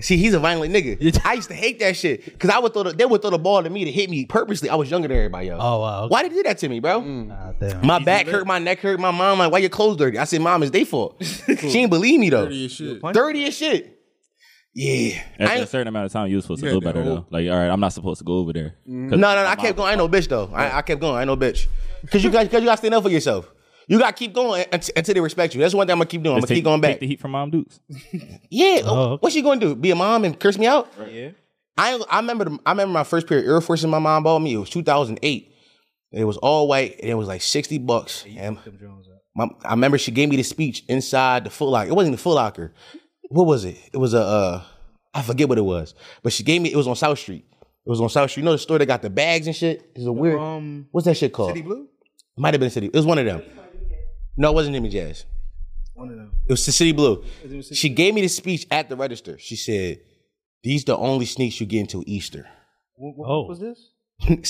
See, he's a violent [laughs] nigga. I used to hate that shit because I would throw the, they would throw the ball to me to hit me purposely. I was younger than everybody else. Oh, wow, okay. Mm. Why did they do that to me, bro? Nah, damn. My back hurt, my neck hurt, my mom like, why your clothes dirty? I said, mom, it's they [laughs] fault. she didn't believe me though. Dirty as shit. Dirty as shit. Yeah. I After a ain't- certain amount of time, you was supposed to Yeah, go that better though. old- Like, all right, I'm not supposed to go over there. no, no, no, I kept going. I ain't no bitch though. I, I kept going. I ain't no bitch. Cause you guys, cause you gotta stand up for yourself. You gotta keep going until, until they respect you. That's one thing I'm gonna keep doing. I'm gonna Take- keep going back. Take the heat from Mom Dukes. Yeah. Oh, okay. What's she going to do? Be a mom and curse me out? Yeah. I I remember the, I remember my first pair of Air Forces my mom bought me. It was 2008. It was all white and it was like 60 bucks. And my, I remember she gave me the speech inside the Foot Locker. It wasn't the Foot Locker. What was it? It was a uh, I forget what it was, but she gave me. It was on South Street. It was on South Street. You know the store that got the bags and shit. It's a weird. Um, what's that shit called? City Blue? It Might have been City. It was one of them. No, it wasn't Jimmy Jazz. One of them. It was the City Blue. She gave me the speech at the register. She said, "These the only sneaks you get until Easter, [laughs] What, what Oh. was this?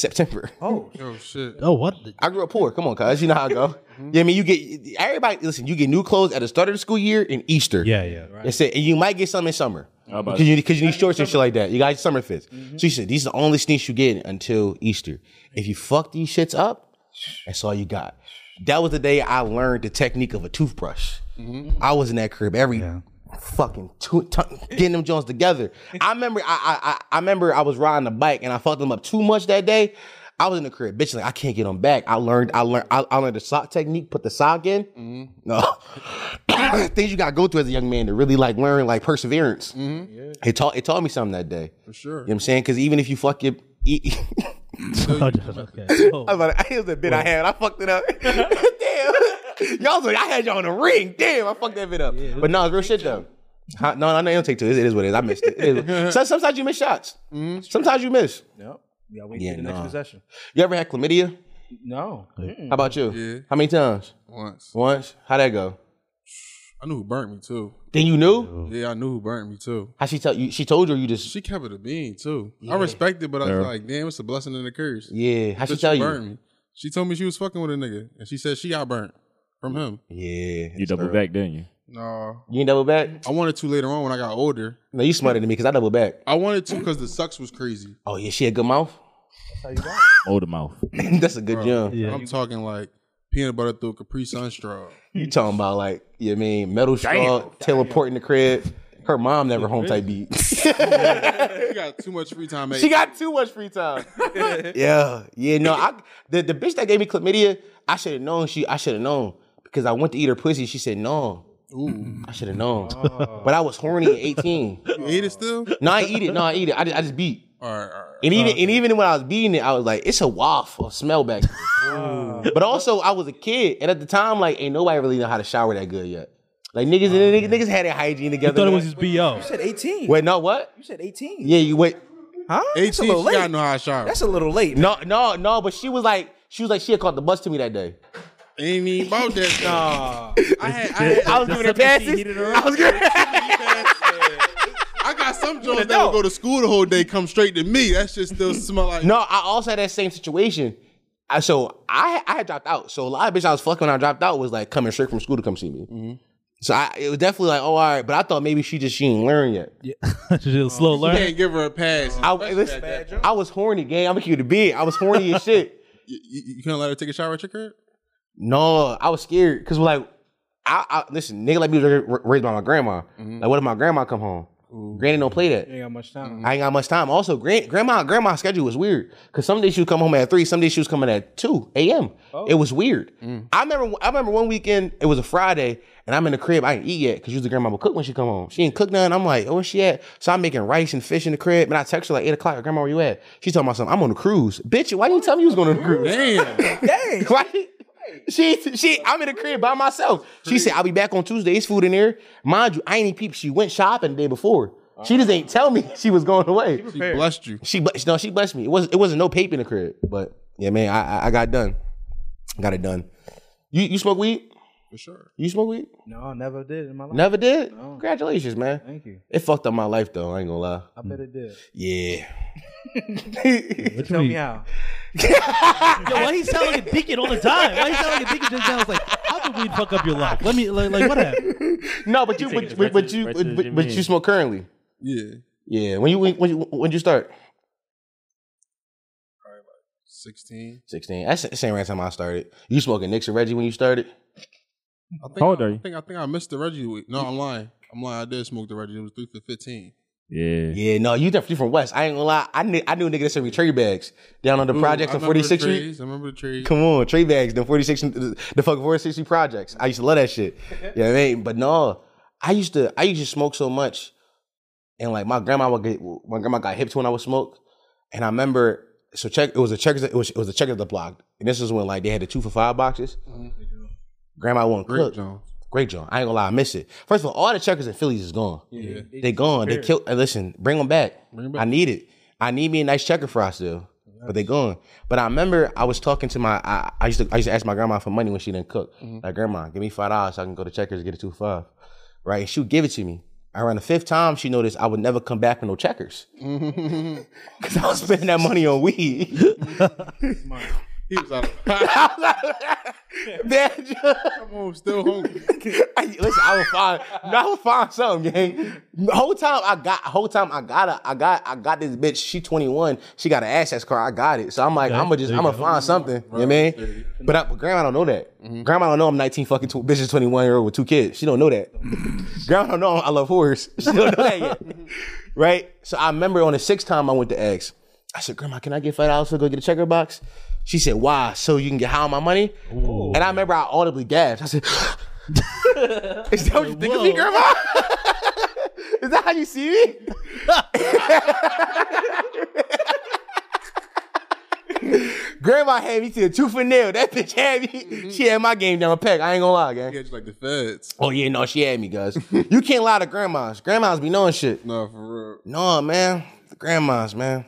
September." Oh, Oh shit. Oh, what? the- I grew up poor. Come on, cuz you know how I go. Yeah, I mean, you get everybody. Listen, you get new clothes at the start of the school year and Easter. Yeah, yeah. That's it. And you might get some in summer. about Because you, because you need shorts and shit like that. You got summer fits. So she said, these are the only sneaks you get until Easter. If you fuck these shits up, that's all you got. That was the day I learned the technique of a toothbrush. I was in that crib every fucking two, tu- getting them joints together. I remember I, I, I I remember I was riding a bike and I fucked them up too much that day. I was in the crib, bitch. Like I can't get them back. I learned, I learned, I, I learned the sock technique. Put the sock in. No, [coughs] things you gotta go through as a young man to really like learn like perseverance. It taught it taught me something that day. For sure. You know what I'm saying? Because even if you fuck your e- [laughs] [laughs] Oh, okay. Oh, I was like, [laughs] it was a bit I had. I fucked it up. [laughs] Damn. Y'all was like, I had y'all in the ring. Damn, I fucked that bit up. but no, it's real shit though. Huh? No, no, no, it don't take two. It is what it is. I missed it. it [laughs] is. So- Sometimes you miss shots. Sometimes you miss. no. You gotta Mm-hmm. wait Yeah, for the next nah. possession. You ever had chlamydia? No. How about you? Yeah. How many times? Once. Once. How'd that go? I knew who burnt me too. Then you knew? Yeah, I knew who burnt me too. How she tell you? She told you or you just? She kept it a bean too. I respect it, but I was like, damn, it's a blessing and a curse. Yeah. How she Bitch, tell burned you? me. She told me she was fucking with a nigga, and she said she got burnt from him. Yeah. You double back, didn't you? No, You ain't double back? I wanted to later on when I got older. No, you smarter than me because I double back. I wanted to because the sucks was crazy. Oh yeah, she had good mouth. [laughs] Older mouth. That's a good jump. I'm talking like peanut butter through a Capri Sun straw. You talking about like you know what I mean metal straw teleporting the crib. Her mom never home type beat. [laughs] You got too much free time. she got too much free time. yeah, yeah. No, I the, the bitch that gave me chlamydia. I should have known. She I should have known because I went to eat her pussy. She said no. Ooh, I should have known. But I was horny at eighteen. you ate it still? no, I eat it. No, I eat it. I just, I just beat. All right, all right. And even and even when I was beating it, I was like, it's a waft of smell back. there." but also, I was a kid, and at the time, like, ain't nobody really know how to shower that good yet. Like niggas, niggas, niggas had their hygiene I together. Oh, thought it man. was his [laughs] BO. You said 18. Wait, no, what? You said 18. Yeah, you wait. Huh? That's a 18, little she gotta late. know how I shower. That's a little late. No, no, no. But she was like, she was like, she had called the bus to me that day. Ain't even about that. Nah. [laughs] I had, I had, I was giving her passes. I was giving. I got some joints that would go to school the whole day, come straight to me. That shit still smell like. no, I also had that same situation. I, so I, I had dropped out. So a lot of bitches I was fucking when I dropped out was like coming straight from school to come see me. Mm-hmm. So I, it was definitely like, oh, all right. But I thought maybe she just she ain't learn yet. She's a slow You learner. can't give her a pass. I, listen, I was horny, gang. I'm gonna keep you the big. I was horny as shit. You, you, you couldn't let her take a shower at your crib? No, I was scared because like, I, I listen, nigga like me was ra- raised by my grandma. Like, what if my grandma come home? Granny don't play that. Ain't got much time. I ain't got much time. Also, grand, grandma grandma's schedule was weird because some days she would come home at three, some days she was coming at two a.m. It was weird. I remember I remember one weekend it was a Friday and I'm in the crib. I ain't eat yet because usually grandma would cook when she come home. She ain't cook none. I'm like, oh, where she at? So I'm making rice and fish in the crib and I text her like eight o'clock. Grandma, where you at? She talking about something. I'm on the cruise, bitch. Why you tell me you was going on the cruise? Damn. [laughs] Dang. Right? She, she, I'm in the crib by myself. She said, I'll be back on Tuesday. It's food in there. Mind you, I ain't eat peep. She went shopping the day before. She just ain't tell me [laughs] she was going away. she blessed you. She, but no, she blessed me. It was, it wasn't no paper in the crib. But yeah, man, I, I, I got done. Got it done. You, you smoke weed? For sure. You smoke weed? No, I never did in my life. Never did. Congratulations, man. Thank you. It fucked up my life though. I ain't gonna lie. I bet it did. Yeah. Tell me how. Yo, why he sound like a dickhead all the time? Why he sound like a dickhead just sounds like, how did we fuck up your life? Let me, like, like what happened? No, but you, but, but, but you, but, but you smoke currently. Yeah, Yeah. When you when when you, when you start? sixteen. Sixteen. That's the same right time I started. You smoking Nicks and Reggie when you started? I think How old I, are you? I think I think I missed the Reggie week. No, I'm lying. I'm lying. I did smoke the Reggie. It was three for fifteen. Yeah. Yeah. No, you definitely from West. I ain't gonna lie. I knew I knew a nigga that said tree bags down on the Ooh, projects I on remember Forty the Sixth Street. trees. I remember the trees. Come on, tree bags, the 46, the fucking 460 projects. I used to love that [laughs] shit. You know what I mean? But no, I used to, I used to smoke so much. And like my grandma would get, my grandma got hip to when I would smoke. And I remember, so check, it was a checkers, it was, it was a check of the block. And this is when like they had the two for five boxes. Grandma won't Great, cook. John. Great John. I ain't gonna lie, I miss it. First of all, all the checkers in Phillies is gone. Yeah. They gone. They killed. uh, Listen, bring them back. Bring 'em back. I need it. I need me a nice checker fry still, but they gone. But I remember I was talking to my. I, I used to. I used to ask my grandma for money when she didn't cook. Mm-hmm. Like grandma, give me five dollars so I can go to checkers and get a two for five. Right? And she would give it to me. Around the fifth time, she noticed I would never come back with no checkers Mm-hmm. [laughs] because I was spending that money on weed. [laughs] [laughs] He was out of pocket. [laughs] [laughs] That just- Come on, still hungry. [laughs] [laughs] I, listen, I would find, no, I would find something, gang. The whole time I got, whole time I got, a, I got, I got this bitch. She twenty one. She got an access card. I got it. So I'm like, I'm gonna just, I'm gonna find something. You know what I mean? But, I, but grandma don't know that. Grandma don't know I'm nineteen fucking tw- bitches twenty one year old with two kids. She don't know that. grandma don't know I love whores. She don't know that yet. [laughs] right? So I remember on the sixth time I went to X. I said, Grandma, can I get five dollars to go get a checker box? She said, Why? So you can get high on my money? And I remember I audibly gasped. I said. Is that what you think of me, Grandma? [laughs] Is that how you see me? Grandma had me to a tooth and nail. That bitch had me. She had my game down a peg. I ain't gonna lie, gang. Yeah, just like the feds. Oh yeah, no, she had me, [laughs] guys. you can't lie to grandmas. Grandmas be knowing shit. No, for real. No, man. The grandmas, man.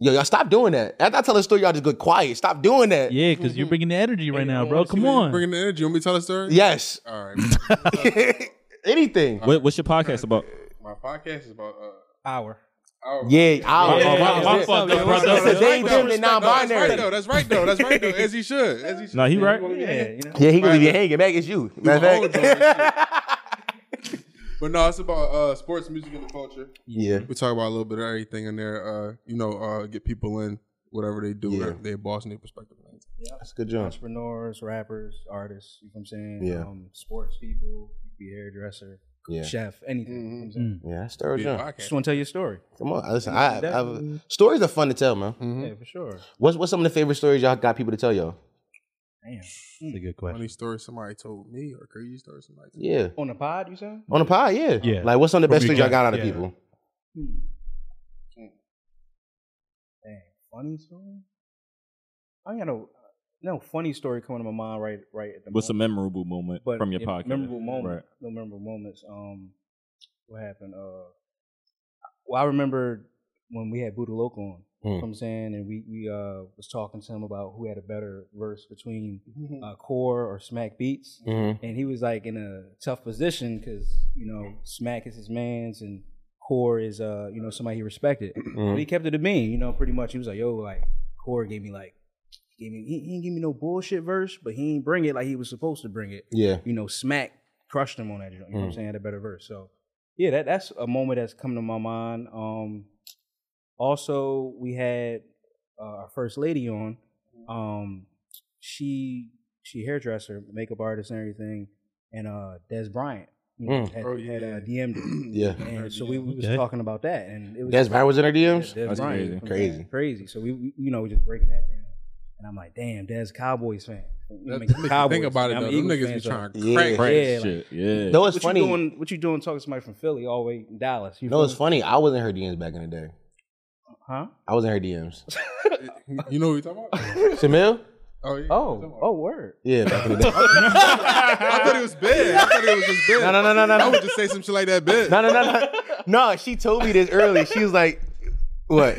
Yo, y'all stop doing that. After I tell a story, y'all just go quiet. Stop doing that. Yeah, because you're bringing the energy right now, bro. Come on. Bringing the energy. You want me to tell the story? Yes. [laughs] All right. Anything. What, what's your podcast about? My podcast is about. Uh, Hour. our- Yeah, I, Yeah, Oh, my- yeah, my yeah. fault, Yeah, brother. yeah, It's a yeah. they, them, and That's non-binary. right though. That's right though. That's right though. As he should. As he [laughs] should. No, he right. Yeah, you know. Yeah, he can leave you hanging. Back, it's you. Matter Whole of joint fact. and shit. But no, it's about uh, sports, music, and the culture. [laughs] Yeah. We talk about a little bit of everything in there. Uh, you know, uh, get people in whatever they do, Yeah. their, their boss and their perspective. That's a good job. Entrepreneurs, rappers, artists, you know what I'm saying? Yeah. Um, sports people, you could be a hairdresser, Yeah. chef, anything. You know what I'm saying? Yeah, that's thorough Be a job. Just podcast. want to tell your story. Come on. Listen, I, I, I, stories are fun to tell, man. Yeah, for sure. What's, what's some of the favorite stories y'all got people to tell y'all? Damn. That's a good question. Funny story somebody told me or crazy story somebody told me. Yeah. On the pod, you said? On the pod, yeah. Yeah. Like, what's some of the best From stories your y'all got out guys, of yeah. people? Hmm. Dang, funny story? I ain't got no, no funny story coming to my mind right, right at the What's a moment. memorable moment But from your yeah, podcast? Memorable moment. Right. No memorable moments. Um, what happened? Uh, well, I remember when we had Buddha Loco on. Hmm. You know what I'm saying, and we we uh was talking to him about who had a better verse between uh, Core or Smack Beats, Mm-hmm. Mhm. and he was like in a tough position because you know Smack is his man's and Core is uh you know somebody he respected, Mm-hmm. but he kept it to me. You know, pretty much he was like, yo, like Core gave me like. Gave me, he, he didn't give me no bullshit verse, but he ain't bring it like he was supposed to bring it Yeah. you know, smack crushed him on that. You know, what Mm. I'm saying? Had a better verse. So yeah, that that's a moment that's come to my mind. Um also we had uh, our first lady on. Mm-hmm. Um she she hairdresser, makeup artist and everything, and uh Des Bryant. You know, Mm. had, Oh, had yeah. uh, [clears throat] DM'd her. Yeah. And so we, we was Okay. talking about that and it was Des Bryant was in her yeah, DMs? Des Bryant, That's crazy. you know what I'm Crazy. saying? Crazy. So we, we you know, we just breaking that down. And I'm like, damn, Des Cowboys fan. That make you Think about it I'm though. an Them Eagles niggas fan, be so- trying to Yeah. crack. Right. Yeah, Shit. yeah. No, it's what funny. You doing, what you doing talking to somebody from Philly all the way in Dallas? You No, it's feel funny. I was in her DMs back in the day. me? I was in her [laughs] DMs. You know what you're talking [laughs] about? Samil? Oh, yeah. Huh? Oh, oh, word. Yeah, back in the day. I thought it was big. I thought it was just big. No, no, no, no, no, I no. would just say some shit like that, big. No, no, no, no. No, she told me this early. She was like, [laughs] "What?"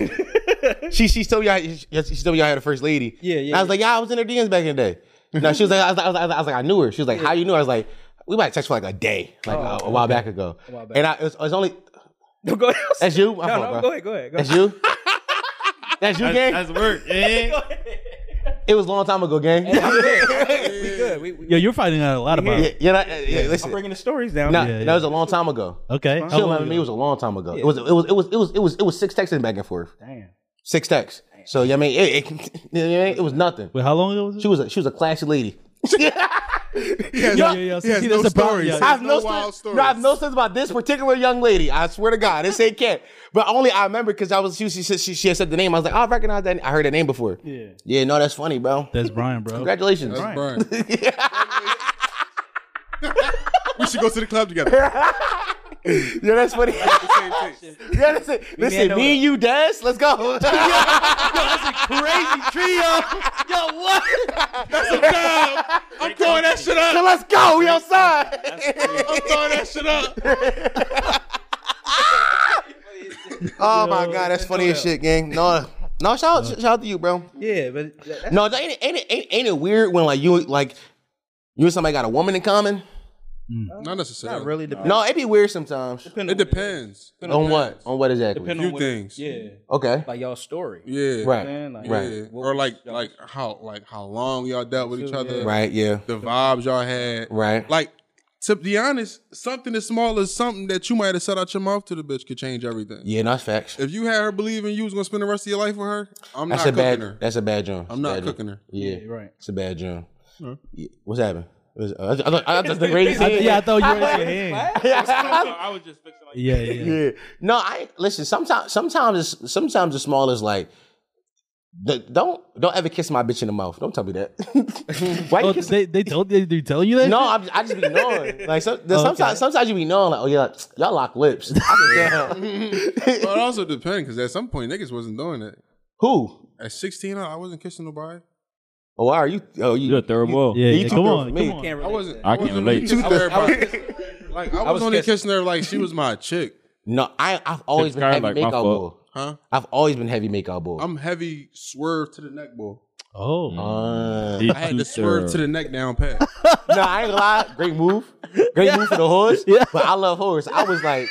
she she told y'all she, she told y'all had a first lady. Yeah, yeah, And I was like, "Yeah, I was in her DMs back in the day." No, she was like, I was like, I was like, I was like, I knew her. She was like, "How you knew?" I was like, "We might text for like a day, like a- a, while back ago." Oh, while back. And I, it was, it was only [laughs] No, go ahead. that's you. My No, fault, bro. no, [laughs] go ahead. Go ahead. Go [laughs] That's you. that's you, gang. That's work. Yeah. It was a long time ago, gang. [laughs] We good. We, we, Yo, you're finding out a lot about. Yeah, it. yeah, yeah, yeah, I'm listen. bringing the stories [laughs] down. Nah, yeah. that was a long time ago. Okay. She How long remember me. It ago? was a long time ago. It was. It was. It was. It was. It was. It was six texts back and forth. Damn. Six texts. So yeah, I mean, it, [laughs] it, you know what I mean? it was nothing. Wait, how long ago was it? She was. A, she was a classy lady. [laughs] Yeah, Yeah, yeah, yeah. He has See, that's no the problem. stories. Yeah, He yeah. has I have no, wild sense. I have stories. no sense about this particular young lady. I swear to God, this ain't Kat. But only I remember because I was she, she, she, she had said the name. I was like, oh, I recognize that. I heard that name before. Yeah. Yeah. No, that's funny, bro. That's Brian, bro. Congratulations. That's Brian. we should go to the club together. [laughs] Yeah, that's funny. Same thing. [laughs] yeah, that's it. Listen, me and you, Des. Let's go. Crazy trio. Yo, what? I'm throwing that shit up. So let's go. We outside. I'm throwing that shit up. [laughs] Oh my god, that's funny as shit, gang. No, no, shout out, shout out to you, bro. Yeah, but [laughs] that- that's No, ain't it, ain't it, ain't, ain't it weird when like you like you and somebody got a woman in common? Not necessarily. not really dependent. No, it be weird sometimes. It depends. On what? On what exactly? A few things. Yeah, Okay, like y'all story. Yeah. right, Man, like, Yeah. Right. what Or was like y'all- like how like how long y'all dealt with each other. right, yeah, The vibes y'all had. right. Like to be honest, something as small as something that you might have said out your mouth to the bitch could change everything. Yeah, no, that's facts. If you had her believing you was gonna spend the rest of your life with her, I'm That's not a cooking bad. her. That's a bad joint. I'm not cooking her. Yeah, right. it's a bad joint. Yeah. What's happening? Was- uh, I just- I thought- I thought the raised I th- hand. yeah, I thought you raised your hand. I was just fixing. Like, Yeah, yeah. [laughs] Yeah. No, I listen. Sometimes, sometimes, it's, sometimes the small is like, the, don't don't ever kiss my bitch in the mouth. Don't tell me that. [laughs] Why Oh, you kiss? they they told they, they tell you that? No, I'm, I just be knowing. Like some, sometimes, sometimes you be knowing. Like, oh yeah, y'all lock lips. I can tell. But [laughs] it also depends because at some point niggas wasn't doing it. Who? At 16, I I wasn't kissing nobody. Oh, why are you? Oh, you. You're a third world. Yeah, yeah. too Come good on, for come me. on. Can't I relate wasn't. I can't relate. Kissing everybody. like I was, was only kissing- kissing her like she was my chick, No, I, I've always been kinda heavy like my makeout fault. boy. huh? I've always been heavy makeout boy. I'm heavy swerve to the neck, boy. Oh, Uh, He I had too to swerve thorough. to the neck down pat. no, I ain't gonna lie. Great move. Great move for the horse. Yeah. But I love horse. I was like,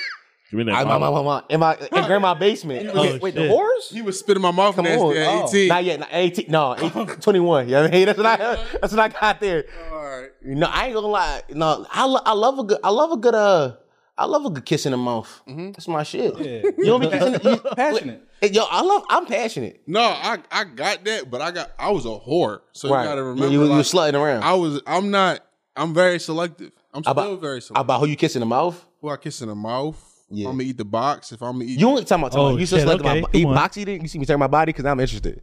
Give me that I, my, bottle. my, my, my, in my in grandma basement. Uh, Oh, Wait, the shit. horse? He was spitting my mouth Come nasty on. at Oh. 18. Not yet. Not 18. No, 18, [laughs] [laughs] 21. You know what I mean? That's what I, that's what I got there. All right. No, I ain't gonna lie. No, I, lo- I love a good, I love a good, uh, I love a good kiss in the mouth. Mm-hmm. That's my shit. You don't be kissing. [laughs] you- passionate. Yo, I love. I'm passionate. No, I, I got that, but I got I was a whore. So Right. you gotta You- remember you, you like, slutting around. I was I'm not I'm very selective. I'm still About- very selective. About who you kiss in the mouth? Who I kiss in the mouth. Yeah. I'm gonna eat the box. If I'm gonna eat You only talking about, talking Oh, about you just shit, like my okay, come eat on. box eating. You see me turn my body because I'm interested.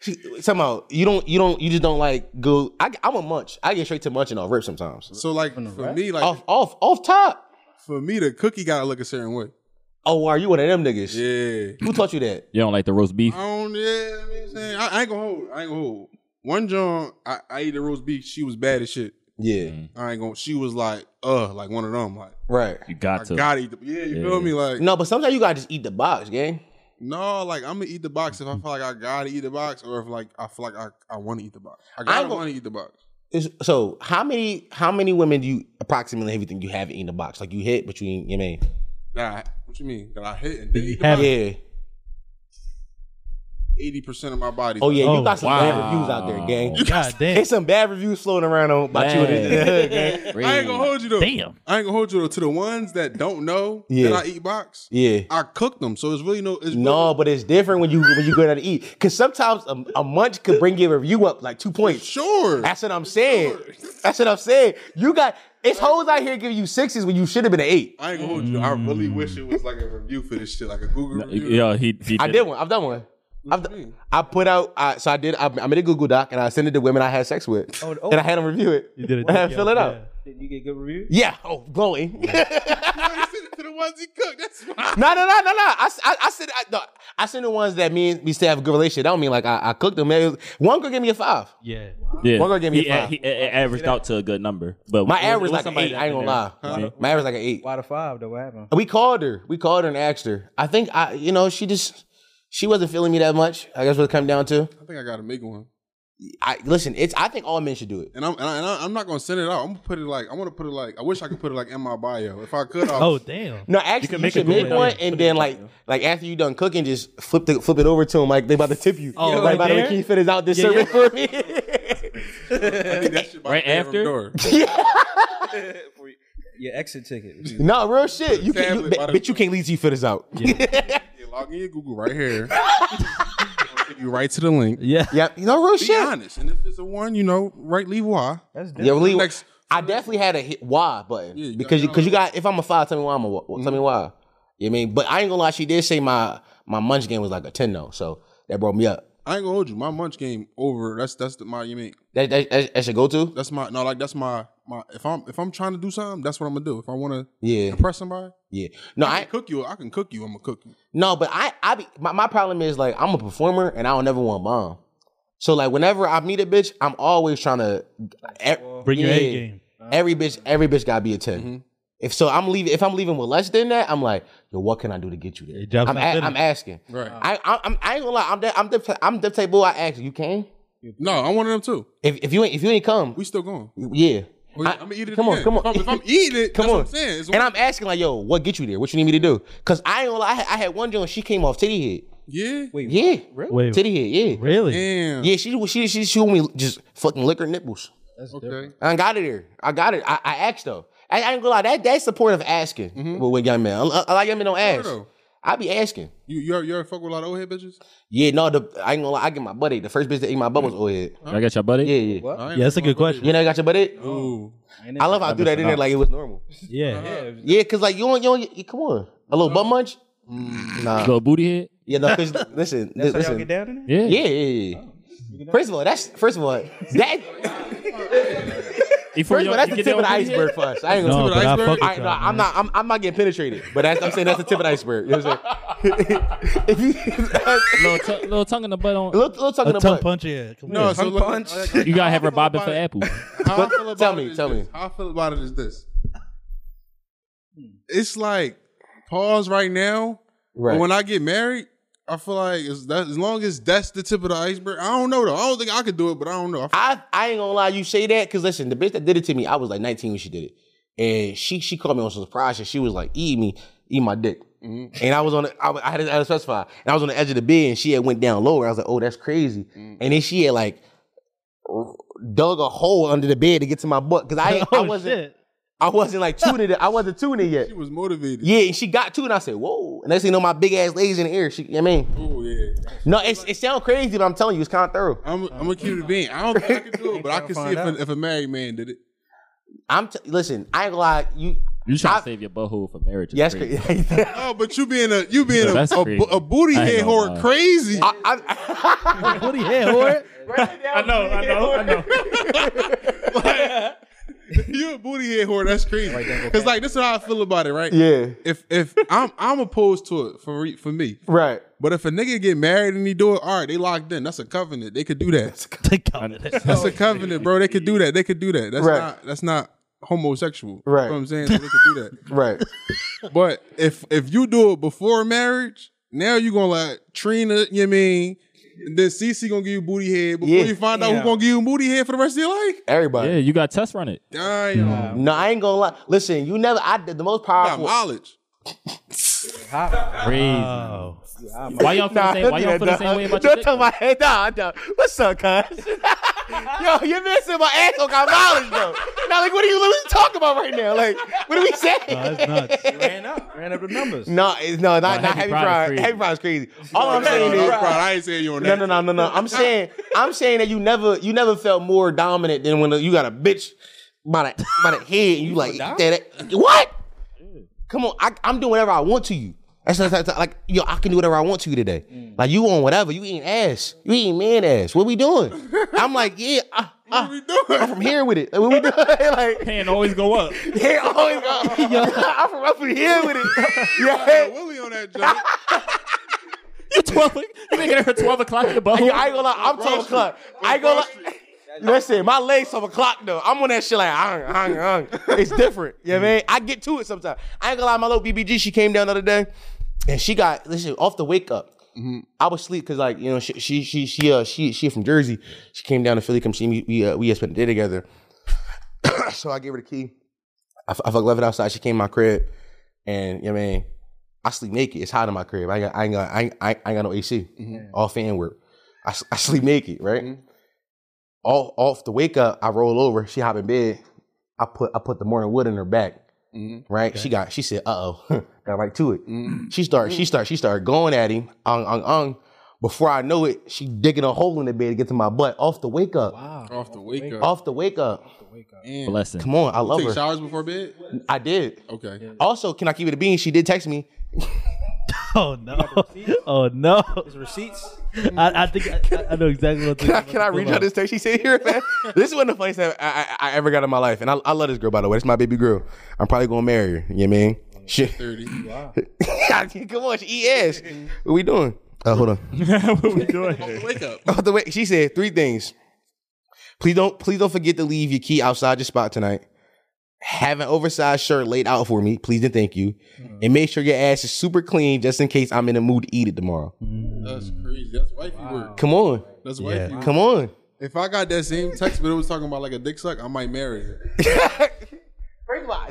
She, somehow you don't you don't you just don't like go. I, I'm a munch. I get straight to munching off rip sometimes. [laughs] so like for me, like Off off off top. for me the cookie gotta look a certain way. Oh, are you one of them niggas? Yeah. Who taught you that? You don't like the roast beef? I don't yeah, I, mean, I'm saying, I, I ain't gonna hold. I ain't gonna hold. One John, I, I ate the roast beef, she was bad as shit. Yeah, I ain't gonna she was like, uh, like one of them. Like right. You got I to. gotta eat the Yeah, you feel me? Like No, but sometimes you gotta just eat the box, gang. No, like I'm gonna eat the box if I feel like I gotta eat the box, or if like I feel like I, I want to eat the box. I gotta gon- want to eat the box. It's- so how many how many women do you approximately everything you have eaten the box? Like you hit, but you ain't you mean? Nah, what you mean? That I hit and then eat the Have box? it. Yeah. Eighty percent of my body. Oh yeah, Oh, you got some bad wow. reviews out there, gang. god [laughs] damn. There's some bad reviews floating around on about you in the hood, gang. I ain't gonna hold you though. Damn. I ain't gonna hold you though. To the ones that don't know Yeah. that I eat box, [laughs] Yeah. I cook them, so it's really no. It's No, but it's different when you when you go down to eat. Cause sometimes a, a munch could bring your review up like two really- points. sure. That's what I'm saying. That's what I'm saying. You got it's hoes out here giving you sixes when you should have been an eight. I ain't gonna hold you. I really wish it was like a review for this shit, like a Google review. Yeah, he, he I did one. I've done one. I've, I put out. I, so I did. I, I made a Google Doc and I sent it to women I had sex with, oh. and I had them review it. You did it. And I had them fill it yeah. out. Did you get good reviews? Yeah. Oh, blowing. no, [laughs] [laughs] I already sent it to the ones he cooked. That's fine. no, no, no, no. I, s- I, I sent. I, no, I sent the ones that me and we still have a good relationship. That don't mean like I, I cooked them. It was- One girl gave me a five. Yeah. Yeah. One girl gave me he, a a- five. he a- a- [laughs] averaged out to a good number, but My it average it like an somebody eight. that- I ain't gonna lie. My average like an eight. Why the five though? What happened? We called her. We called her and asked her. I think I, you know, she just she wasn't feeling me that much. I guess what it come down to. I think I gotta make one. I listen. It's I think all men should do it. And I'm and, I, and I- I'm not gonna send it out. I'm gonna put it like I want to put it like I wish I could put it like in my bio. If I could, I Oh damn. No, actually, you, can make should a Google make Doc. one, Put it and then in like, like after you done cooking, just flip the flip it over to them. Like they about to tip you. Oh, like, right by the way, there? can you finish out this Yeah, service yeah. for me? [laughs] think that shit by Right the bedroom after? door. Your exit ticket. no, real shit. You can, you, Tablet by the- bitch, you can't leave till you finish out. [laughs] Yeah, log in your Google right here. It'll take you right to the link. Yeah. Yep. No real Be shit. honest, and if it's a one, you know, right, leave why. That's Yeah, leave. Next- I definitely had a hit why button Yeah, you Mm. because you got- because you got if I'm a five, tell me why I'm a wh- tell me why. You know what I mean, but I ain't gonna lie, she did say my my munch game was like a ten though, so that brought me up. I ain't gonna hold you. My munch game over. That's that's the, my you mean That that, that, that's your go to. that's my no like that's my my if I'm if I'm trying to do something, that's what I'm gonna do. If I want to Yeah, impress somebody, yeah. No, I I can cook you. I can cook you. I'm gonna cook you. No, but I, I be, my, my problem is like I'm a performer and I don't never want mom. So like whenever I meet a bitch, I'm always trying to Bring your Yeah. A game. every bitch every bitch gotta be a 10 If so, I'm leaving. If I'm leaving with less than that, I'm like, yo, what can I do to get you Your there? job's I'm, a- not finished. I'm asking. Right. I, I, I'm, I ain't gonna lie. I'm the, I'm the, I'm the table. I ask you can. No, I'm one of them too. If, if you ain't if you ain't come, We still going. yeah. Oh, yeah, I- I'm gonna eat it Come on, again. come on. If I'm, if I'm eating it, Come that's on. what I'm saying. It's and I'm asking like, yo, what get you there? What you need me to do? Cause I ain't gonna lie. I had, I had one joint. She came off titty head. yeah. Wait, Yeah, Wait. titty head. Yeah. Really? Damn. Yeah, she she she she want me just fucking lick her nipples. That's Okay. different. I got it here. I got it. I, I asked though. I, I ain't gonna lie. That that's the point of asking Mm-hmm. with, with young men. A, a lot of young men don't ask. though. I be asking. You you ever, you ever fuck with a lot of old head bitches? Yeah, no. The, I ain't gonna lie. I get my buddy. The first bitch that ate my butt was old head. I got your buddy. Yeah, yeah. Mm. What? I ain't Yeah, that's a fuck good question. You know, got your buddy. with- Ooh. I love how I do that in there like it was [laughs] normal. Yeah. Yeah, cause like you don't, you don't, you, come on, a little butt munch. Nah. Little booty head. Yeah, no. Cause listen, Mm. [laughs] That's how y'all listen. get down Oh. in there? Yeah. Yeah, yeah, yeah. yeah. First of all, that's first of all [laughs] that. Before First of all, that's the tip of the iceberg for us. I ain't gonna No, tip of the but I iceberg? fuck with I, y'all, no, I'm man. not. I'm, I'm not getting penetrated, but that's, I'm saying that's the tip of the iceberg. You know what I'm saying? [laughs] If you- little, t- little tongue in the butt on. little, little talking A about. tongue punch. Yeah. Come No, here. so look, punch. You gotta have her bobbing for apple. How I feel about tell it me, is tell me. this. How I feel about it is this. Hmm. It's like pause right now. Right. But when I get married, I feel like as, that, as long as that's the tip of the iceberg, I don't know though. I don't think I could do it, but I don't know. I feel- I, I ain't gonna lie, you say that because listen, the bitch that did it to me, I was like 19 when she did it, and she she called me on some surprise and she was like, "Eat me, eat my dick," and I was on, the, I, was- I had to I had to specify, and I was on the edge of the bed, and she had went down lower. I was like, "Oh, that's crazy," and then she had like r- dug a hole under the bed to get to my butt because [laughs] I ain't- I Oh, wasn't shit. I wasn't like tuning it, I wasn't tuning it she yet. was motivated. Yeah, and she got to, it, and I said, "Whoa!" And next thing you know, my big ass legs in the air. She, you know what I mean, Oh yeah. no, it's, it sounds crazy, but I'm telling you, it's kind of thorough. I'm I'm gonna keep it being. I don't think I can do it, but I can see find if out. a, if a married man did it. I'm t- listen, I ain't gonna lie, you. You trying I- to save your butthole for marriage? is Yes, crazy. [laughs] crazy. Oh, but you being a you being Yeah, a, that's a, crazy. bo- a booty I ain't head gonna whore lie. crazy. I, I, What do you have, whore? I know, I know, I know. [laughs] you a booty head whore. That's crazy. Because like this is how I feel about it, right? yeah, If if I'm I'm opposed to it for re, for me, right. but if a nigga get married and he do it, all right, they locked in. That's a covenant. They could do that. [laughs] Take out of that. That's a covenant, bro. They could do that. They could do that. That's Right. not that's not homosexual. Right. You know what I'm saying? So they could do that. [laughs] Right. But if if you do it before marriage, now you gonna let Trina, you mean, then Cece gonna give you booty head before Yeah. you find out who gonna give you booty head for the rest of your life. Everybody. Yeah, you got to test run it. Damn. No, I ain't gonna lie. Listen, you never. I did the most Got powerful. mileage. Crazy. Oh. Why y'all feel the same? Why y'all feel the same way about your Don't dick? tell my head. Nah, nah. What's up, cuz? [laughs] Yo, you're missing my asshole got mileage, though. Now, like, what are you literally talking about right now? Like, what are we saying? That's [laughs] nuts. Ran up. Ran up the numbers. No, it's, no, not, not Heavy heavy Pride is pride. crazy. Heavy pride is crazy. All I'm saying No, is, no, bro, I ain't saying you on No, that. no, no, no, no. I'm saying, I'm saying that you never, you never felt more dominant than when you got a bitch by the by the head and you like that. What? Come on, I, I'm doing whatever I want to you. That's, that's, that's like yo, I can do whatever I want to you today. Mm. Like you on whatever. You eating ass. You eating man ass. What we [laughs] doing? I'm like, yeah, uh, uh, What we I'm doing? from here with it. Like, what we doing? [laughs] like, Hand always go up. yeah, always go. [laughs] I'm from up in here [laughs] with it. Yeah. [laughs] Willie on that joke. Twelve. You [laughs] making her twelve o'clock in the butthole? Yo, I ain't gonna lie, I'm twelve o'clock. I ain't gonna lie. Listen, my legs twelve o'clock though. I'm on that shit like hung, hung, hung. It's different. You know what I mean? I get to it sometimes. I ain't gonna lie, my little BBG, she came down the other day and she got listen off the wake up. I was sleep because like you know she she she she uh, she she from Jersey. She came down to Philly, come see me. We uh, we had spent the day together. so I gave her the key. I, fu- I fuck left it outside. She came to my crib, and you know what I mean I sleep naked. It's hot in my crib. I ain't got I ain't got I ain't, I ain't I ain't got no AC. All fan work. I, s- I sleep naked, right? All off the wake up, I roll over. She hop in bed. I put I put the morning wood in her back. Right? She got she said, uh oh, [laughs] got right to it. She started she started she started going at him. Ung ung ung. Before I know it, she digging a hole in the bed to get to my butt. Off the wake up. Off the wake up. Off the wake up. Damn. Blessing. Come on, I love Take her. showers before bed? I did. Okay. Also, can I keep it a bean? She did text me. [laughs] Oh no! Oh no! Receipts? I, I think I, I know exactly what. [laughs] Can I, can I read you this text she said here, man? [laughs] this is one of the funniest things I, I, I ever got in my life. And I, I love this girl, by the way. It's my baby girl. I'm probably going to marry her. You know what I mean? Shit. [laughs] 30. Wow. [laughs] Come on, she ES. What we doing? Uh, [laughs] hold on. what we doing here? Wake up. Oh, the way she said three things. Please don't please don't forget to leave your key outside your spot tonight. Have an oversized shirt laid out for me, please and thank you. And make sure your ass is super clean just in case I'm in the mood to eat it tomorrow. That's crazy. That's wifey work. Come on. That's wifey work. Come on. If I got that same text, but it was talking about like a dick suck, I might marry her.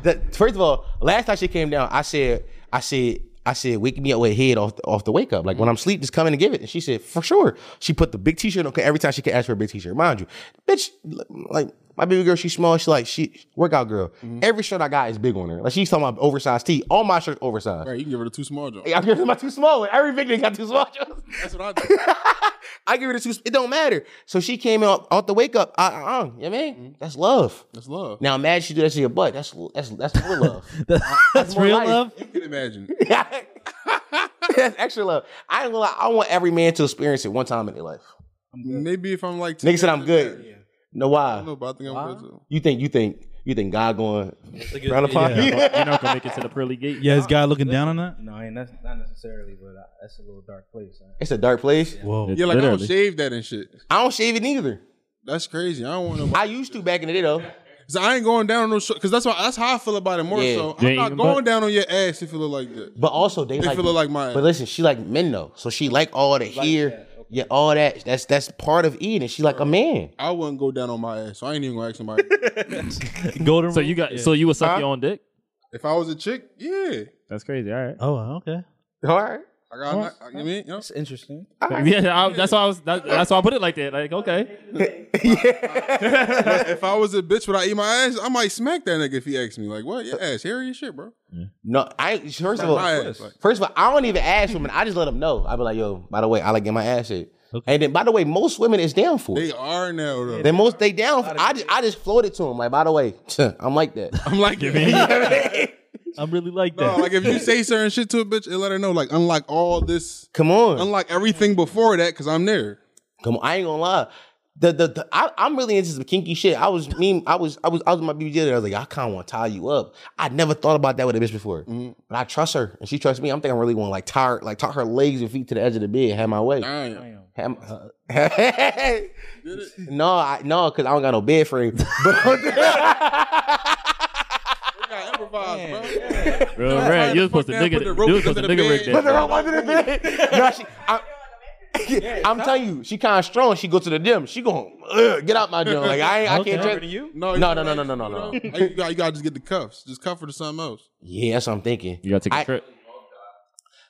That- first of all, last time she came down, I said, I said, I said, wake me up with head off the, off the wake up. Like when I'm asleep, just come in and give it. And she said, for sure. She put the big t-shirt on. 'cause Every time she could ask for a big t-shirt, mind you, bitch. Like my baby girl, she's small. She like she workout girl. Every shirt I got is big on her. Like she's talking about oversized tee. All my shirts oversized. [laughs] Right, you can give her the two small jumps. I give her my too small. one. Every big nigga got too small. That's [laughs] what I do. I give her the two. It don't matter. So she came out off the wake up. Uh, uh, you know what I mean? That's love. That's love. Now imagine she do that to your butt. That's that's that's real love. [laughs] That's more real life. love. You can imagine. [laughs] That's extra love. I ain't gonna lie. I want every man to experience it one time in their life. Maybe if I'm like Nigga said I'm good. No, I don't why? know, but I think I'm good too. You think you think you think God going round upon yeah. you? You're not gonna make it to the pearly gate. Yeah, this guy looking down on that. No, I ain't that's not necessarily, but I, that's a little dark place. huh? It's a dark place. Whoa! Yeah, like I Literally. don't shave that and shit. I don't shave it either. That's crazy. I don't [laughs] want to. I used to back in the day though. Cause I ain't going down on no short. Cause that's why that's how I feel about it more. Yeah. So You I'm ain't not even going butt? down on your ass if you look like that. But also they If like, it look like mine. But listen, she like men though, so she like all the hair, yeah, all that. That's that's part of eating. She like a man. I wouldn't go down on my ass. So I ain't even gonna [laughs] ask somebody. Golden. So you got so you would suck Huh? your own dick? if I was a chick, yeah. That's crazy. All right. Oh, okay. All right. I got. knock- I, mean, you know, It's interesting. [laughs] Yeah, I, that's why I was. That, that's why I put it like that. Like, okay, if I was a bitch, would I eat my ass? I might smack that nigga if he asked me. Like, what? Your ass hairy as shit, bro. No, I first of all, My ass. Like, First of all, I don't even ask women. I just let them know. I be like, yo, by the way, I like getting my ass hit. And then, by the way, most women is down for it. they are now though. They most they down. For, I just I just floated to them like, by the way, [laughs] I'm like that. I'm like, [laughs] no, I'm really like that. [laughs] like if you say certain shit to a bitch and let her know, like, unlock all this, Come on, unlock everything before that, cause I'm there. come on. I ain't gonna lie. The the, the I, I'm really into some kinky shit. I was mean. I was I was I was with my BBJ. I was like, I kind of want to tie you up. I never thought about that with a bitch before, but I trust her and she trusts me. I'm thinking I'm really going to like tie her, like tie her legs and feet to the edge of the bed, have my way. Damn. Have Uh, my- no, I, no, because I don't got no bed frame. [laughs] But We gotta improvise, bro. real That's how red. the You're supposed to fuck down, nigga. put the You rope were supposed to under the nigga rig bed. Put the that. rope under the bed. No, she, I, [laughs] am telling you, she kind of strong. She go to the gym. She going ugh, get out my gym. Like I, ain't, I can't. Tra- you. No, No, no, you no, like- no, no, no, no. You, gotta- you gotta just get the cuffs. Just cuff her to something else. yeah, that's what I'm thinking. You gotta take a I- trip.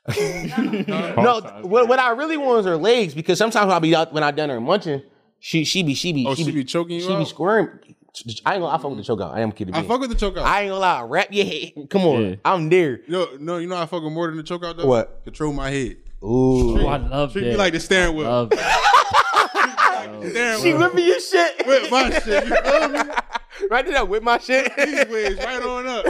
No, th- what, what I really want is her legs because sometimes I'll be out when I done her munching. She she be she be Oh, she, be, choking you she be out. squirm. I ain't gonna. I fuck with the choke out. I am kidding. I being. fuck with the choke out. I ain't gonna lie. Wrap your head. Come on, Yeah. I'm there. Yo, no, you know I fuck with more than the choke out though. What? Control my head. Ooh, Oh, I love Treat me that. like the steering wheel. Love that. Steering she wheel. whipping your [laughs] shit. Whip my shit. You feel me? right there, whip my shit. These wigs right on up.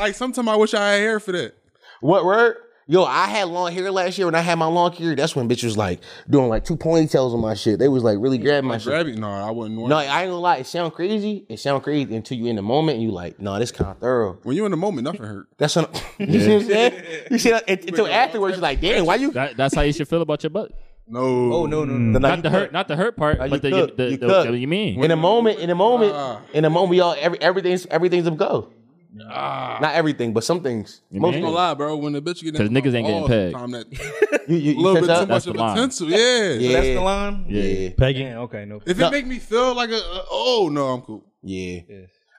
like sometimes I wish I had hair for that. [laughs] What word? Yo, I had long hair last year when I had my long hair. That's when bitch was like doing like two ponytails on my shit. They was like really grabbing my shit. Grab it. No, I wouldn't want. No, I ain't gonna lie. It sound crazy. It sound crazy until you in the moment and you like, no, this kind of thorough. When you in the moment, nothing hurt. That's what I'm, [laughs] you see what I'm saying. You see that it- until afterwards, you're like, damn, why you? That- That's how you should feel about your butt. No. Oh no, no, Not the hurt, not the hurt part, you but the cook, the you the- cook. what you mean. In a moment, in a moment, Ah. in a moment, y'all, every, everything's everything's a go. Not everything, but some things. Most gonna lie, bro. When the bitch get in 'Cause the niggas ain't car getting all the pegged. time, that You, you, a you little bit catch up? too much That's of the line. potential. Yeah. yeah. That's the line. Yeah. yeah. Pegging. Damn, okay, no. If it No. make me feel like a, a oh no, I'm cool. Yeah.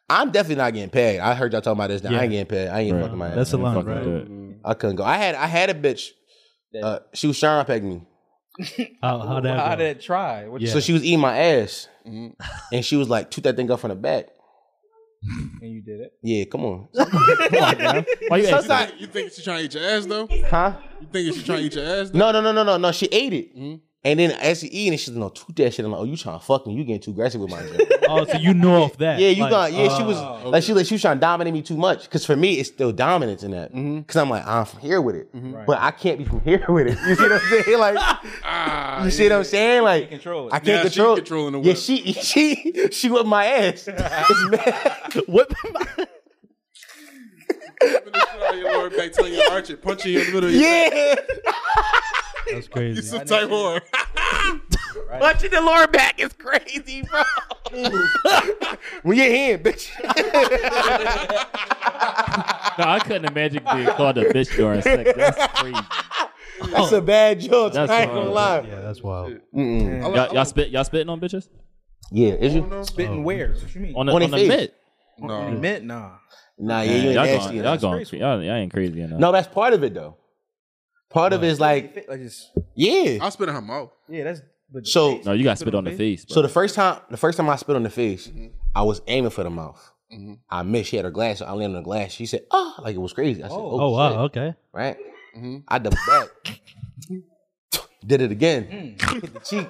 I'm definitely not getting paid. I heard y'all talking about this now. I ain't getting paid. I ain't Right. fucking my That's ass. a line, Fucking do right? it. I couldn't go. I had I had a bitch. Uh, she was trying to peg me. Oh, How, how that? How go? did it try? What Yeah. Mm-hmm. So she was eating my ass. Mhm. [laughs] And she was like, toot that thing up from the back. and you did it? Yeah, come [laughs] on. Why you asking? Sometimes- You think she trying to eat your ass though? huh? You think she trying to eat your ass [laughs] though? No, no, no, no, no, no. She ate it. Mm-hmm. And then as she eating it, she's like, no, toot that shit. I'm like, oh, you trying to fuck me. You getting too aggressive with my [laughs] girl. Oh, so you know of that? Yeah, you Like, got. Yeah, she uh, was like she like she was trying to dominate me too much. Because for me, it's still dominance in that. Because I'm like I'm from here with it, but I can't be from here with it. You see what I'm saying? Like Ah, you see what I'm saying? Like Control it. I can't Now she control. controlling the yeah, whip. she she [laughs] she whipped my ass. It's mad. [laughs] Put this shit on your lower back, telling your arch it, punch you in the middle. Of your back. yeah, That's crazy. [laughs] Some type whore. punching the lower back is crazy, bro. when you're here, bitch. No, I couldn't imagine [laughs] being called a bitch during sex. That's crazy. That's a bad joke. That's I ain't gonna wild. lie. Yeah, that's wild. Mm-mm. I [laughs] like- Y'all, y'all spit, y'all spitting on bitches Yeah, is you? Spitting where? What you mean? on the On on, they the face. mitt. No. mint? Nah. Nah, yeah, Man, you ain't y'all nasty. going, enough. y'all, going, y'all, y'all ain't crazy enough. No, that's part of it though. Part of it is like, Like just yeah. I spit in her mouth. yeah, that's but So no, you got spit on the face. So bro. the first time, the first time I spit on the face, I was aiming for the mouth. I missed. She had her glass. So I landed on the glass. She said, "Oh, like it was crazy." I said, "Oh, Oh shit." wow. Okay. Right? I doubled back. [laughs] Did it again. [laughs] Hit the cheek.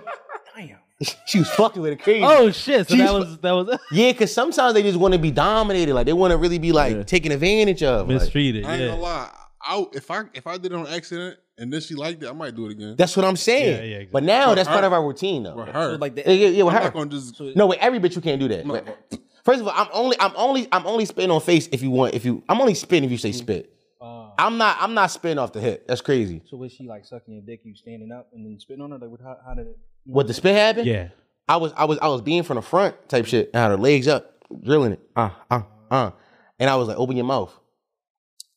damn. [laughs] She was fucking with it crazy. Oh shit. So She's- [laughs] that was that was [laughs] Yeah, because sometimes they just want to be dominated. Like they want to really be like Yeah. taken advantage of. Like, mistreated. I ain't Yeah. gonna lie. I, if I if I did it on accident and then she liked it, I might do it again. that's what I'm saying. Yeah, yeah, exactly. But now For that's part her. of our routine though. For her. Like Yeah, that. yeah, yeah, with I'm her. not gonna just No, with every bitch you can't do that. Wait. First of all, I'm only I'm only I'm only spitting on face if you want if you I'm only spitting if you Mm-hmm. say spit. Uh. I'm not I'm not spitting off the hip. That's crazy. So was she like sucking your dick? You standing up and then spitting on her? Like what? How, how did it? What the spit happened? Yeah. I was I was I was being from the front type shit and had her legs up, drilling it. Uh uh uh. And I was like, open your mouth.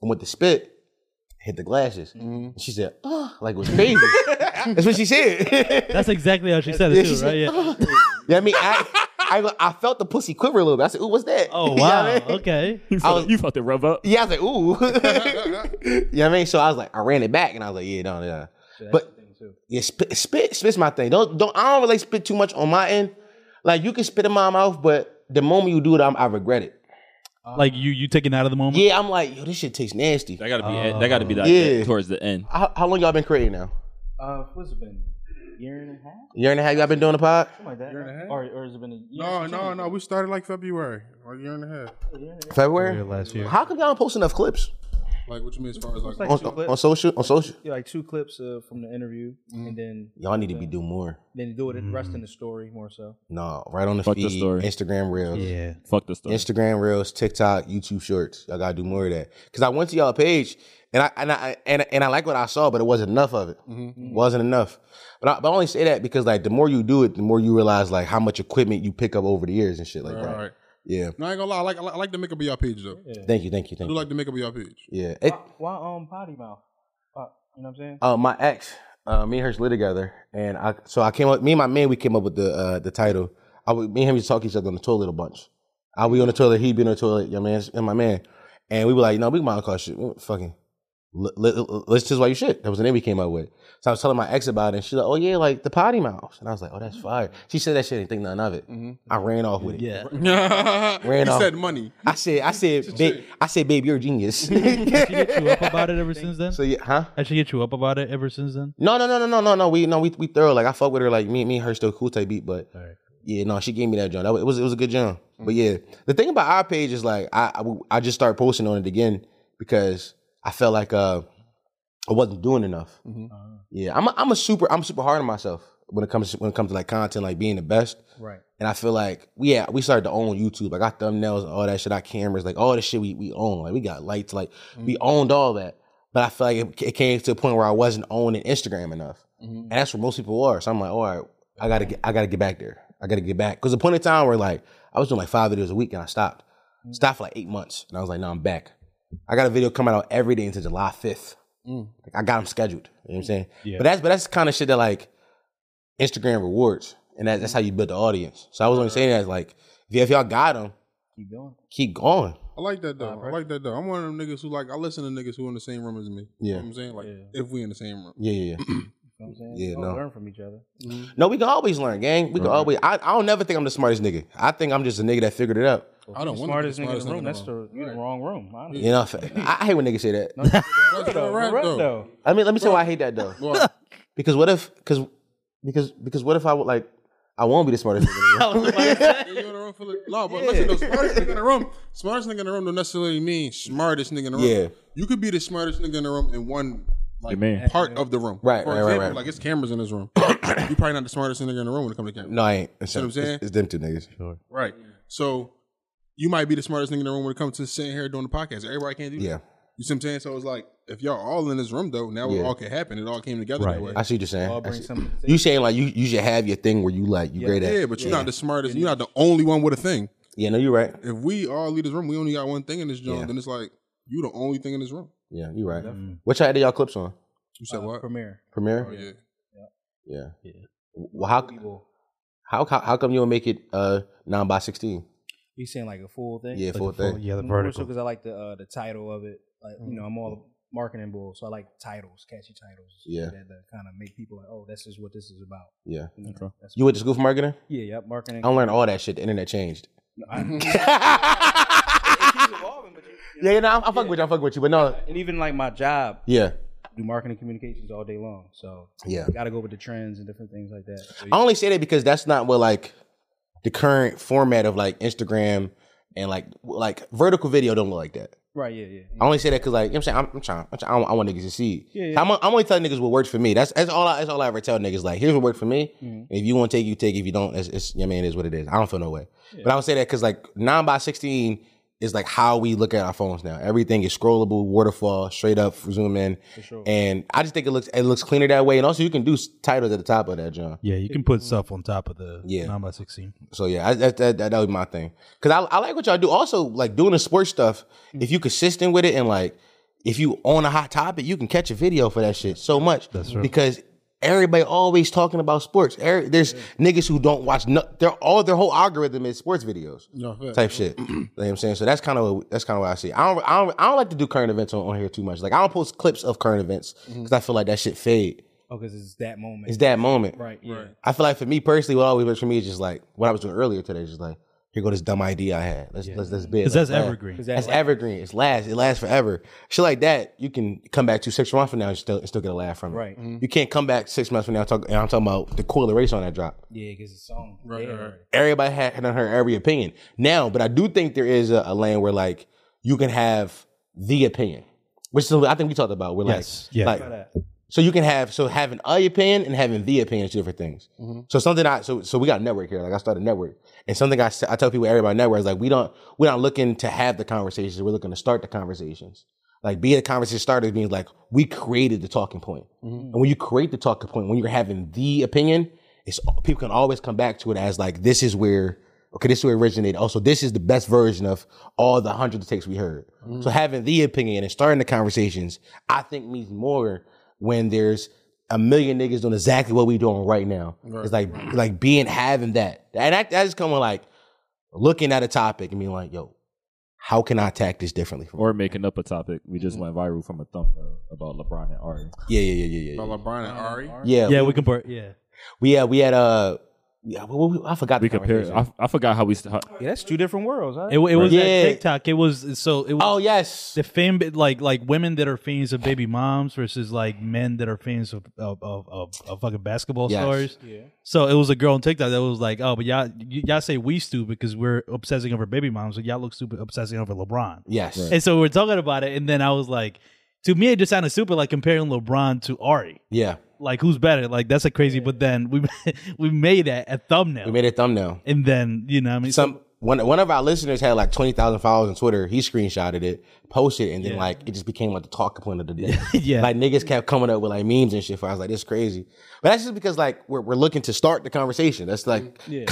And with the spit, hit the glasses. Mm-hmm. And she said, oh, like it was crazy. [laughs] That's what she said. [laughs] That's exactly how she said Yeah, it she too, said, right? [laughs] Yeah. Yeah, I mean, I, I I felt the pussy quiver a little bit. I said, ooh, what's that? [laughs] Oh You know what I wow. mean? Okay. you I felt, was- you felt the rub up. Yeah, I was like, ooh. [laughs] you know what I mean? So I was like, I ran it back and I was like, yeah, no, yeah. But yeah, spit, spit, spit's my thing. Don't, don't. I don't really spit too much on my end. Like you can spit in my mouth, but the moment you do it, I'm, I regret it. Like you you taken out of the moment. Yeah, I'm like, yo, this shit tastes nasty. That gotta be that gotta be like Yeah. towards the end. How, how long y'all been creating now? Uh, what's it been? Year and a half? Year and a half y'all been doing the pod? Something like that. Year and a half? Or or has it been a year? No, no, no. We started like February, like a year and a half. February? Last year. How come y'all don't post enough clips Like what you mean as far as like, on, Two on- clips. on social? On social, Yeah, like two clips uh, from the interview, Mm-hmm. and then y'all need to be doing more. then do it the rest Mm-hmm. in the story more so. No, right on the Fuck the feed, story. Instagram reels. Yeah. Fuck the story. Instagram Reels, TikTok, YouTube Shorts. Y'all gotta do more of that. Cause I went to y'all page and I and I and, and I like what I saw, but it wasn't enough of it. Mm-hmm. Wasn't enough. But I, but I only say that because like the more you do it, the more you realize like how much equipment you pick up over the years and shit like all that. right. Yeah. No, I ain't gonna lie. I like I like the makeup of y'all page though. Thank you, thank you, I thank do you. like the makeup of y'all page. [laughs] yeah. It, Why um potty mouth? Uh, you know what I'm saying? uh, my ex, uh, me and her lived together, and I so I came up. Me and my man, we came up with the uh, the title. I would, me and him used to talk to each other on the toilet a bunch. I would be on the toilet, he'd be on the toilet, your man and my man, and we were like, no, we might call shit. We fucking li- li- li- let's just why you shit. That was the name we came up with. So I was telling my ex about it, and she's like, oh yeah, like the potty mouth, and I was like, oh that's fire. She said that shit, didn't think nothing of it. I ran off with it. Yeah. Ran off. said money. I said, I said, ba- I said, babe, you're a genius. [laughs] She hit you up about it ever since then. so yeah, huh? Has she hit you up about it ever since then? No, no, no, no, no, no, no. We no, we we thorough. Like I fuck with her. Like me, me and her still cool type beat. But right. yeah, no, she gave me that joint. That was, it was it was a good joint. But yeah, the thing about our page is like I I, w- I just started posting on it again because I felt like uh I wasn't doing enough. Yeah, I'm a, I'm a super I'm super hard on myself when it comes to, when it comes to like content like being the best. Right. And I feel like we yeah, we started to own YouTube. Like our thumbnails, all that shit, our cameras, like all the shit we we own. Like we got lights, like we owned all that. But I feel like it, it came to a point where I wasn't owning Instagram enough, Mm-hmm. and that's where most people are. So I'm like, all right, I gotta get I gotta get back there. I gotta get back because the point in time where like I was doing like five videos a week and I stopped. Mm. Stopped for like eight months, and I was like, "No, I'm back." I got a video coming out every day until July 5th. Mm. Like, I got them scheduled. You know what I'm saying? But that's but that's the kind of shit that like Instagram rewards, and that, that's how you build the audience. So I was only saying that like if, y- if y'all got them, Keep going. keep going. I like that though. I like that though. I'm one of them niggas who like I listen to niggas who in the same room as me. You know what I'm saying? Like if we in the same room. Yeah, yeah, yeah. You know what I'm saying? Yeah, We all no. Learn from each other. no, we can always learn, gang. We can always. I, I don't never think I'm the smartest nigga. I think I'm just a nigga that figured it out. I don't The want to be smartest nigga in the room. That's the you the wrong room. Honestly. You know, I, I hate when niggas say that. That's the rap, Right, though. [laughs] though. I mean, let me tell you why I hate that though. Why? Because what if? Because because because what if I would like I won't be the smartest nigga. in the room. You in the room for the- No, but listen, the smartest nigga in the room, smartest nigga in the room don't necessarily mean smartest nigga in the room. Yeah. you could be the smartest nigga in the room in one like man. part of the room. Right, For right, right, example, right. like it's cameras in this room. [coughs] you probably not the smartest nigga in the room when it comes to cameras. No, I ain't. what I'm saying? It's, it's them two niggas. Right. So you might be the smartest nigga in the room when it comes to sitting here doing the podcast. Everybody can't do that. Yeah, You see what I'm saying? So it's like if y'all all in this room though, now it all can happen. It all came together that way. I see what you're saying. I'll I bring see- some. You saying like you, you should have your thing where you like you great at. yeah, Yeah. but you're not the smartest. You're not the only one with a thing. no, you're right. If we all leave this room, we only got one thing in this joint. Yeah. Then it's like you the only thing in this room. Yeah, you're right. What y'all edit y'all clips on? You said what? Premiere. Premiere? Oh, yeah. yeah. yeah. Well, how, how how how come you don't make it uh nine by sixteen? You saying like a full thing? Yeah, full Oh, thing. yeah, the vertical. because I like the uh, the title of it. Like you know, I'm all marketing bull, so I like titles, catchy titles. Yeah. that, that kind of make people like, oh, this is what this is about. Yeah. You know, that's You went to school for marketing? yeah, yeah, marketing. I learned all that shit. The internet changed. [laughs] [laughs] Yeah, yeah, no, I'm, I'm fucking with you. I'm fucking with you, but no, and even like my job, yeah, do marketing communications all day long. So yeah. got to go with the trends and different things like that. So, I only say that because that's not what like the current format of like Instagram and like like vertical video don't look like that. right? Yeah, yeah. I only say that because, like, you know what I'm saying? I'm, I'm trying. I'm trying I, want, I want niggas to succeed. yeah. So I'm, I'm only telling niggas what works for me. That's that's all. I, that's all I ever tell niggas. Like, here's what worked for me. Mm-hmm. If you want to take, you take. If you don't, it's, it's your man. It is what it is. I don't feel no way. But I would say that because, like, nine by sixteen is like how we look at our phones now. Everything is scrollable, waterfall, straight up, zoom in, and I just think it looks it looks cleaner that way. And also, you can do s- titles at the top of that, John. Yeah, you can put stuff on top of the Yeah. nine by sixteen. So yeah, I, that, that that that was my thing. Cause I I like what y'all do. Also, like doing the sports stuff, if you consistent with it and like if you on a hot topic, you can catch a video for that shit so much. That's right. Because everybody always talking about sports. Every, there's niggas who don't watch. No, they're all their whole algorithm is sports videos type shit. [clears throat] you know what I'm saying? So that's kind of that's kind of what I see. I don't, I don't I don't like to do current events on, on here too much. Like I don't post clips of current events because I feel like that shit fade. Oh, because it's that moment. It's that moment. right? Yeah. I feel like for me personally, what always works for me is just like what I was doing earlier today, just like here go this dumb idea I had. Let's let's let's bid. Because Let's that's laugh. evergreen. That's evergreen. It's last. It lasts forever. Shit like that, you can come back to six months from now and still and still get a laugh from it. Right. You can't come back six months from now and talk. And I'm talking about the cool race on that drop. Yeah, because it's song. Right, Everybody had had heard every opinion now, but I do think there is a, a lane where like you can have the opinion, which is I think we talked about. We're Yes. like Yeah. like so you can have so having a opinion and having the opinion is two different things. Mm-hmm. So something I so so we got a network here. Like I started a network, and something I s- I tell people every about network is like we don't we're not looking to have the conversations. We're looking to start the conversations. Like being a conversation starter means like we created the talking point. And when you create the talking point, when you're having the opinion, it's people can always come back to it as like this is where okay this is where it originated. Also, this is the best version of all the hundreds of takes we heard. So having the opinion and starting the conversations, I think means more when there's a million niggas doing exactly what we doing right now. It's like like being having that, and I, I just come with like looking at a topic and being like, yo, how can I attack this differently? From Or making up a topic. We just went viral from a thump uh, about LeBron and Ari. yeah, yeah, yeah, yeah, yeah, About LeBron and Uh, Ari. yeah. Yeah, we can put. Yeah, We had we had uh, yeah, we- we- I forgot. We the compared. conversation. I, I forgot how we. st- How, Yeah, that's two different worlds. Huh? it, it was Yeah. that TikTok. It was so. It was oh yes, the fame like like women that are fans of baby moms versus like men that are fans of of of, of, of fucking basketball Yes. stars. Yeah. So it was a girl on TikTok that was like, "Oh, but y'all y- y'all say we stupid because we're obsessing over baby moms, but y'all look stupid obsessing over LeBron." yes. And so we're talking about it, and then I was like, to me, it just sounded stupid, like comparing LeBron to Ari. Yeah, Like, who's better? Like, that's a crazy. But then [laughs] we we made that a thumbnail, we made a thumbnail. and then you know, what I mean, So- Some one one of our listeners had like twenty thousand followers on Twitter. He screenshotted it, posted, it, and then like it just became like the talking point of the day. [laughs] Yeah. like niggas kept coming up with like memes and shit. For I was like, this is crazy, but that's just because like we're we're looking to start the conversation. That's Mm, like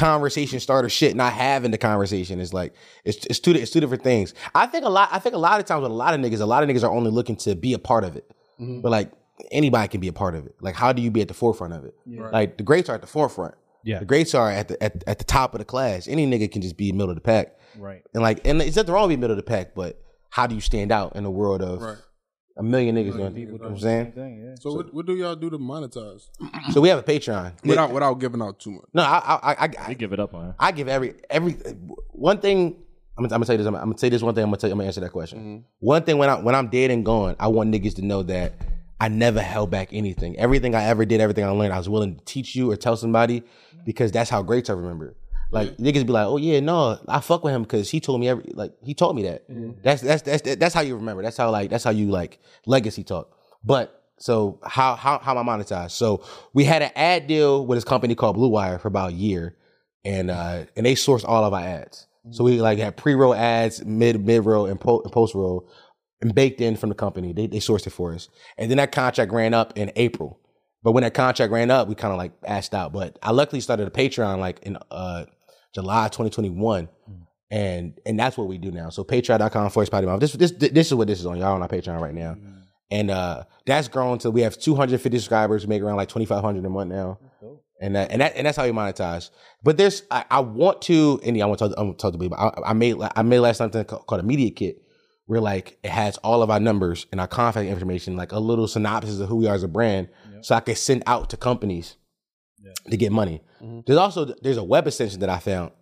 conversation starter shit. Not having the conversation is like it's it's two it's two different things. I think a lot. I think a lot of times with a lot of niggas, a lot of niggas are only looking to be a part of it, Mm-hmm. but like anybody can be a part of it. Like how do you be at the forefront of it? Like the greats are at the forefront. Yeah. The greats are at the at, at the top of the class. Any nigga can just be middle of the pack. Right. And like and it's nothing wrong with being middle of the pack, but how do you stand out in a world of a million niggas doing you know what I'm saying? Thing, yeah. So, what, what do y'all do to monetize So we have a Patreon. without without giving out too much? No, I I I, I, They give it up on. I give every every one thing I'm, gonna- I'm gonna tell you this. I'm, gonna tell you this one thing. I'm gonna tell you, I'm gonna answer that question. One thing when I when I'm dead and gone, I want niggas to know that I never held back anything. Everything I ever did, everything I learned, I was willing to teach you or tell somebody because that's how greats I remember. Like niggas be like, oh yeah, no, I fuck with him because he told me every like he taught me that. That's that's that's that's how you remember. That's how like that's how you like legacy talk. But so how how how am I monetized? So we had an ad deal with this company called Blue Wire for about a year and uh, and they source all of our ads. So we like had pre roll ads, mid mid roll, and, po- and post roll, and baked in from the company. They they sourced it for us, and then that contract ran up in April. But when that contract ran up, we kind of like asked out. But I luckily started a Patreon like in uh, July 2021, and and that's what we do now. So Patreon.com forward potty mouth. This this this is what this is on y'all on our Patreon right now. And uh, that's grown to we have 250 subscribers, we make around like 2,500 a month now, and that, and that and that's how you monetize. But there's, I, I want to, and yeah, I want to talk, I want to talk to people. I, I made, I made last something ca- called a media kit, where like it has all of our numbers and our contact information, like a little synopsis of who we are as a brand, so I could send out to companies to get money. There's also there's a web extension that I found,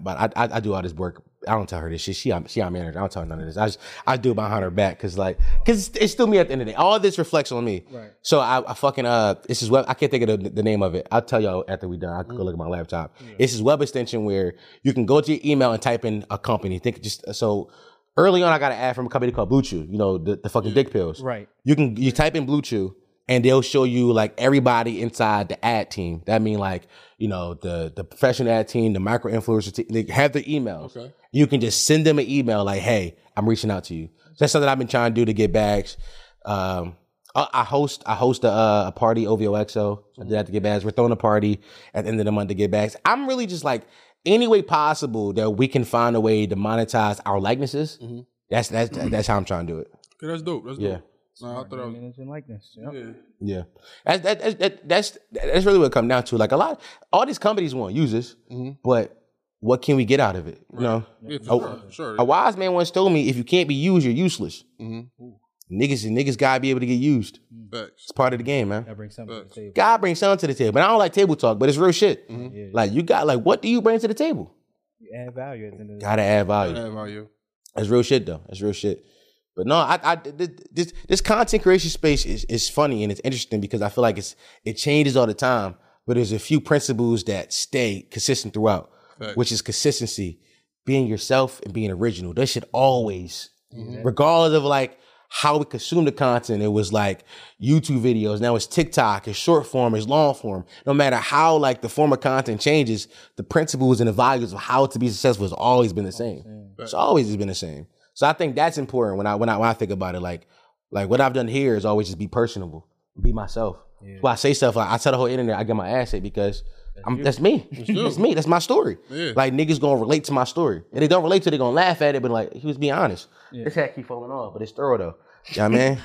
but I, I I do all this work. I don't tell her this shit. She she our manager. I don't tell her none of this. I just, I do it behind her back because like because it's, it's still me at the end of the day. All this reflects on me. Right. So I, I fucking uh this is web. I can't think of the, the name of it. I'll tell y'all after we done. I can go look at my laptop. It's this web extension where you can go to your email and type in a company. Think just so. Early on, I got an ad from a company called Blue Chew. You know the, the fucking dick pills. Right. You can you type in Blue Chew and they'll show you like everybody inside the ad team. That mean like you know the the professional ad team, the micro influencer team. They have their emails. Okay. You can just send them an email like, "Hey, I'm reaching out to you." So that's something I've been trying to do to get bags. Um, I I host I host a, uh, a party OVOXO. I did have to get bags. We're throwing a party at the end of the month to get bags. I'm really just like any way possible that we can find a way to monetize our likenesses. That's that's that's how I'm trying to do it. Okay, that's dope. That's Yeah. dope. Nah, I thought I was. Image and likeness. Yep. Yeah. Yeah, that, that, that, that, that's that's really what it comes down to. Like a lot, all these companies want users, but what can we get out of it? You know, Yeah, for Oh, sure. a Sure. wise man once told me, if you can't be used, you're useless. Niggas, niggas gotta be able to get used. Facts. It's part of the game, man. That brings something to the table. God brings something to the table, but I don't like table talk, but it's real shit. Yeah. Like you got, like what do you bring to the table? You add value at the end of the Gotta add value. Yeah, about you. That's real shit though. That's real shit. But no, I, I th- this this content creation space is, is funny and it's interesting because I feel like it's it changes all the time. But there's a few principles that stay consistent throughout, Facts. which is consistency, being yourself and being original. That should always, regardless of like how we consume the content, it was like YouTube videos. Now it's TikTok. It's short form. It's long form. No matter how like the form of content changes, the principles and the values of how to be successful has always been the same. It's always just been the same. So I think that's important when I when I when I think about it. Like like what I've done here is always just be personable, be myself. That's Why I say stuff like I tell the whole internet I get my ass hit because I'm, that's me. [laughs] That's me. That's my story. Like niggas gonna relate to my story. And they don't relate to it, they gonna laugh at it, but like he was being honest. This hat keep falling off, but it's thorough though. Yeah, man.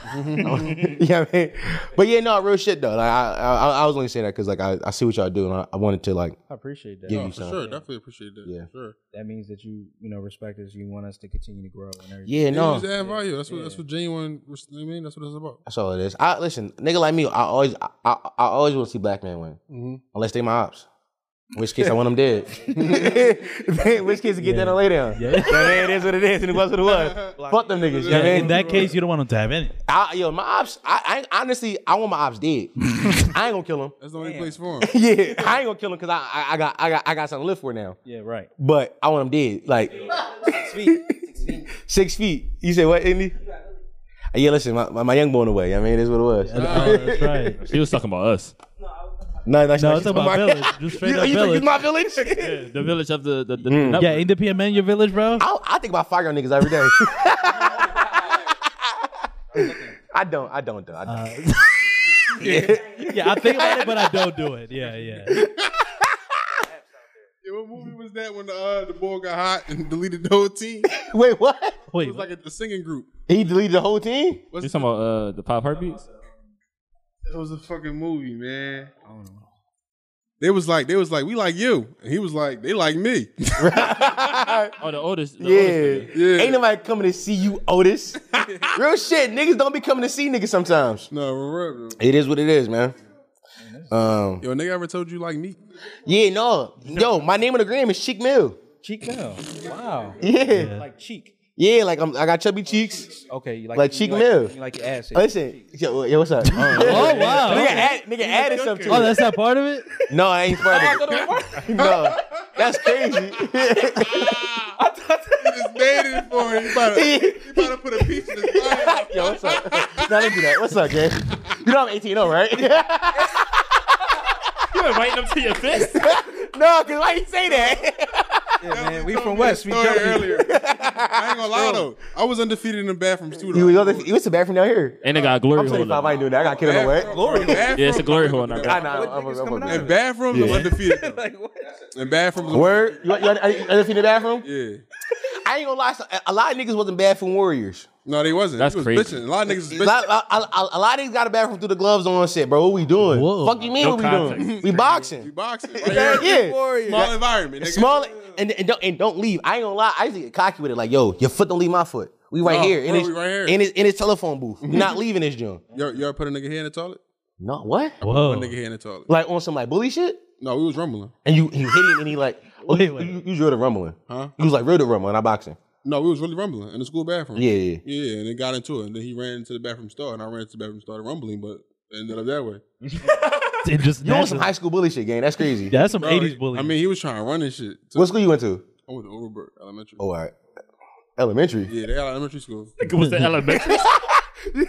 [laughs] yeah, man. But yeah, no, real shit though. Like I, I, I was only saying that because like I, I see what y'all do, and I, I wanted to like I appreciate that. give Oh, you for some. sure. Definitely appreciate that. Yeah. Yeah. Sure. That means that you, you know, respect us. You want us to continue to grow and everything. Yeah, Yeah, no. you just add value. That's what. That's what genuine. You know what I mean, that's what it's about. That's all it is. I listen, nigga like me. I always, I, I, I always want to see black men win, unless they my ops. In which case, I want them [laughs] dead. In which case, you get that on later on. [laughs] Yeah. it is what it is, and it was what it was. Fuck them niggas. Yeah, Yeah, man. in that case, you don't want them to have any. I, yo, my ops. I, I honestly, I want my ops [laughs] dead. I ain't gonna kill them. That's the only place for [laughs] him. [laughs] Yeah, I ain't gonna kill them because I, I, I got, I got, I got something to live for now. Yeah, right. But I want them dead. Like six feet. [laughs] Six feet. You say what, Indy? Yeah, listen, my, my, my young boy in the way. I mean, it is what it was. [laughs] Oh, that's right. She was talking about us. No, no, No, it's from about my- [laughs] village. Just straight you, up you think village. it's my [laughs] village? The village of the the, the Yeah, ain't the PMN your village, bro? I, I think about fire y'all niggas every day. [laughs] I don't. I don't. Though. I Uh, don't. [laughs] Yeah, I think about it, but I don't do it. Yeah, yeah. Yeah, what movie was that when the, uh, the boy got hot and [laughs] deleted the whole team? It [laughs] Wait, what? Wait, was like a, a singing group. He deleted the whole team. What's You talking about uh, the pop heartbeats? It was a fucking movie, man. I don't know. They was like, they was like, we like you, and he was like, they like me. Oh, the oldest. The Yeah. oldest Yeah. Ain't nobody coming to see you, Otis. Real shit. Niggas don't be coming to see niggas sometimes. no, remember, It is what it is, man. Um. yo, nigga ever told you like [laughs] me? Yeah. No. Yo, my name on the gram is Chick Mill. Cheek now. Wow. Yeah. Like cheek. Yeah. Like I'm, I got chubby cheeks. Okay, you like Like you cheek like, mill. You like your ass. ate. Listen. Yo. Yo. What's up? [laughs] Oh wow. Nigga, add, nigga added something to Oh, it. that's not part of it. No, I ain't part of it. [laughs] no, that's crazy. [laughs] He just dated it for him. He about, to, [laughs] he about to put a piece in his body. Yo, what's up? Now let me do that. What's up, gang? You know I'm 18, oh, right? [laughs] You inviting them to [laughs] your fist? no, cause why you say that? Yeah, man. We from West. We Story dirty. earlier. [laughs] I ain't gonna lie though, I was undefeated in the bathrooms too. Though. you was on the, you was the bathroom down here. And they got [laughs] a glory I'm 25. I hole. ain't doing that. I got killed on the way. Glory. Bathroom, Yeah, it's a glory hole. I'm Now. I undefeated. know. I'm, I'm, I'm, In bathrooms, I'm Yeah. undefeated. [laughs] though. In bathrooms, I'm- Word, you, you, you, you, you in the bathroom? Yeah. I ain't gonna lie. so- A lot of niggas wasn't bathroom warriors. No, they wasn't. That's He was crazy. Bitching. A lot of niggas A was bitching. lot, a, a- a lot of niggas got a bathroom through the gloves on and shit, bro. What we doing? Whoa. Fuck you mean No what we doing? context. We We boxing. boxing. [laughs] Yeah, yeah. Small environment. Nigga. Small and, and don't and don't leave. I ain't gonna lie. I used to get cocky with it. Like, yo, your foot don't leave my foot. We right No, here in bro, his we right here. in his in his telephone [laughs] booth. We not leaving this joint. Y'all, y'all put a nigga head in the toilet? No, what? Whoa. Nigga head in the toilet. Like on some like bully shit. No, we was rumbling. And you you hit him and he [laughs] like, oh, Wait, you, wait. you, you real to rumbling. Huh? You was like real to rumbling. I boxing. No, we was really rumbling in the school bathroom. Yeah, yeah. yeah. Yeah, and it got into it. And then he ran into the bathroom store, and I ran into the bathroom, started rumbling, but it ended up that way. It just You on some naturally- high school bully shit, gang? That's crazy. Yeah, that's some Bro, eighties he- bullying. I mean, he was trying to run and shit. So What school you went to? I went to Overbrook Elementary. Oh, all right. Elementary. [laughs] Yeah, they got elementary school. It was the elementary.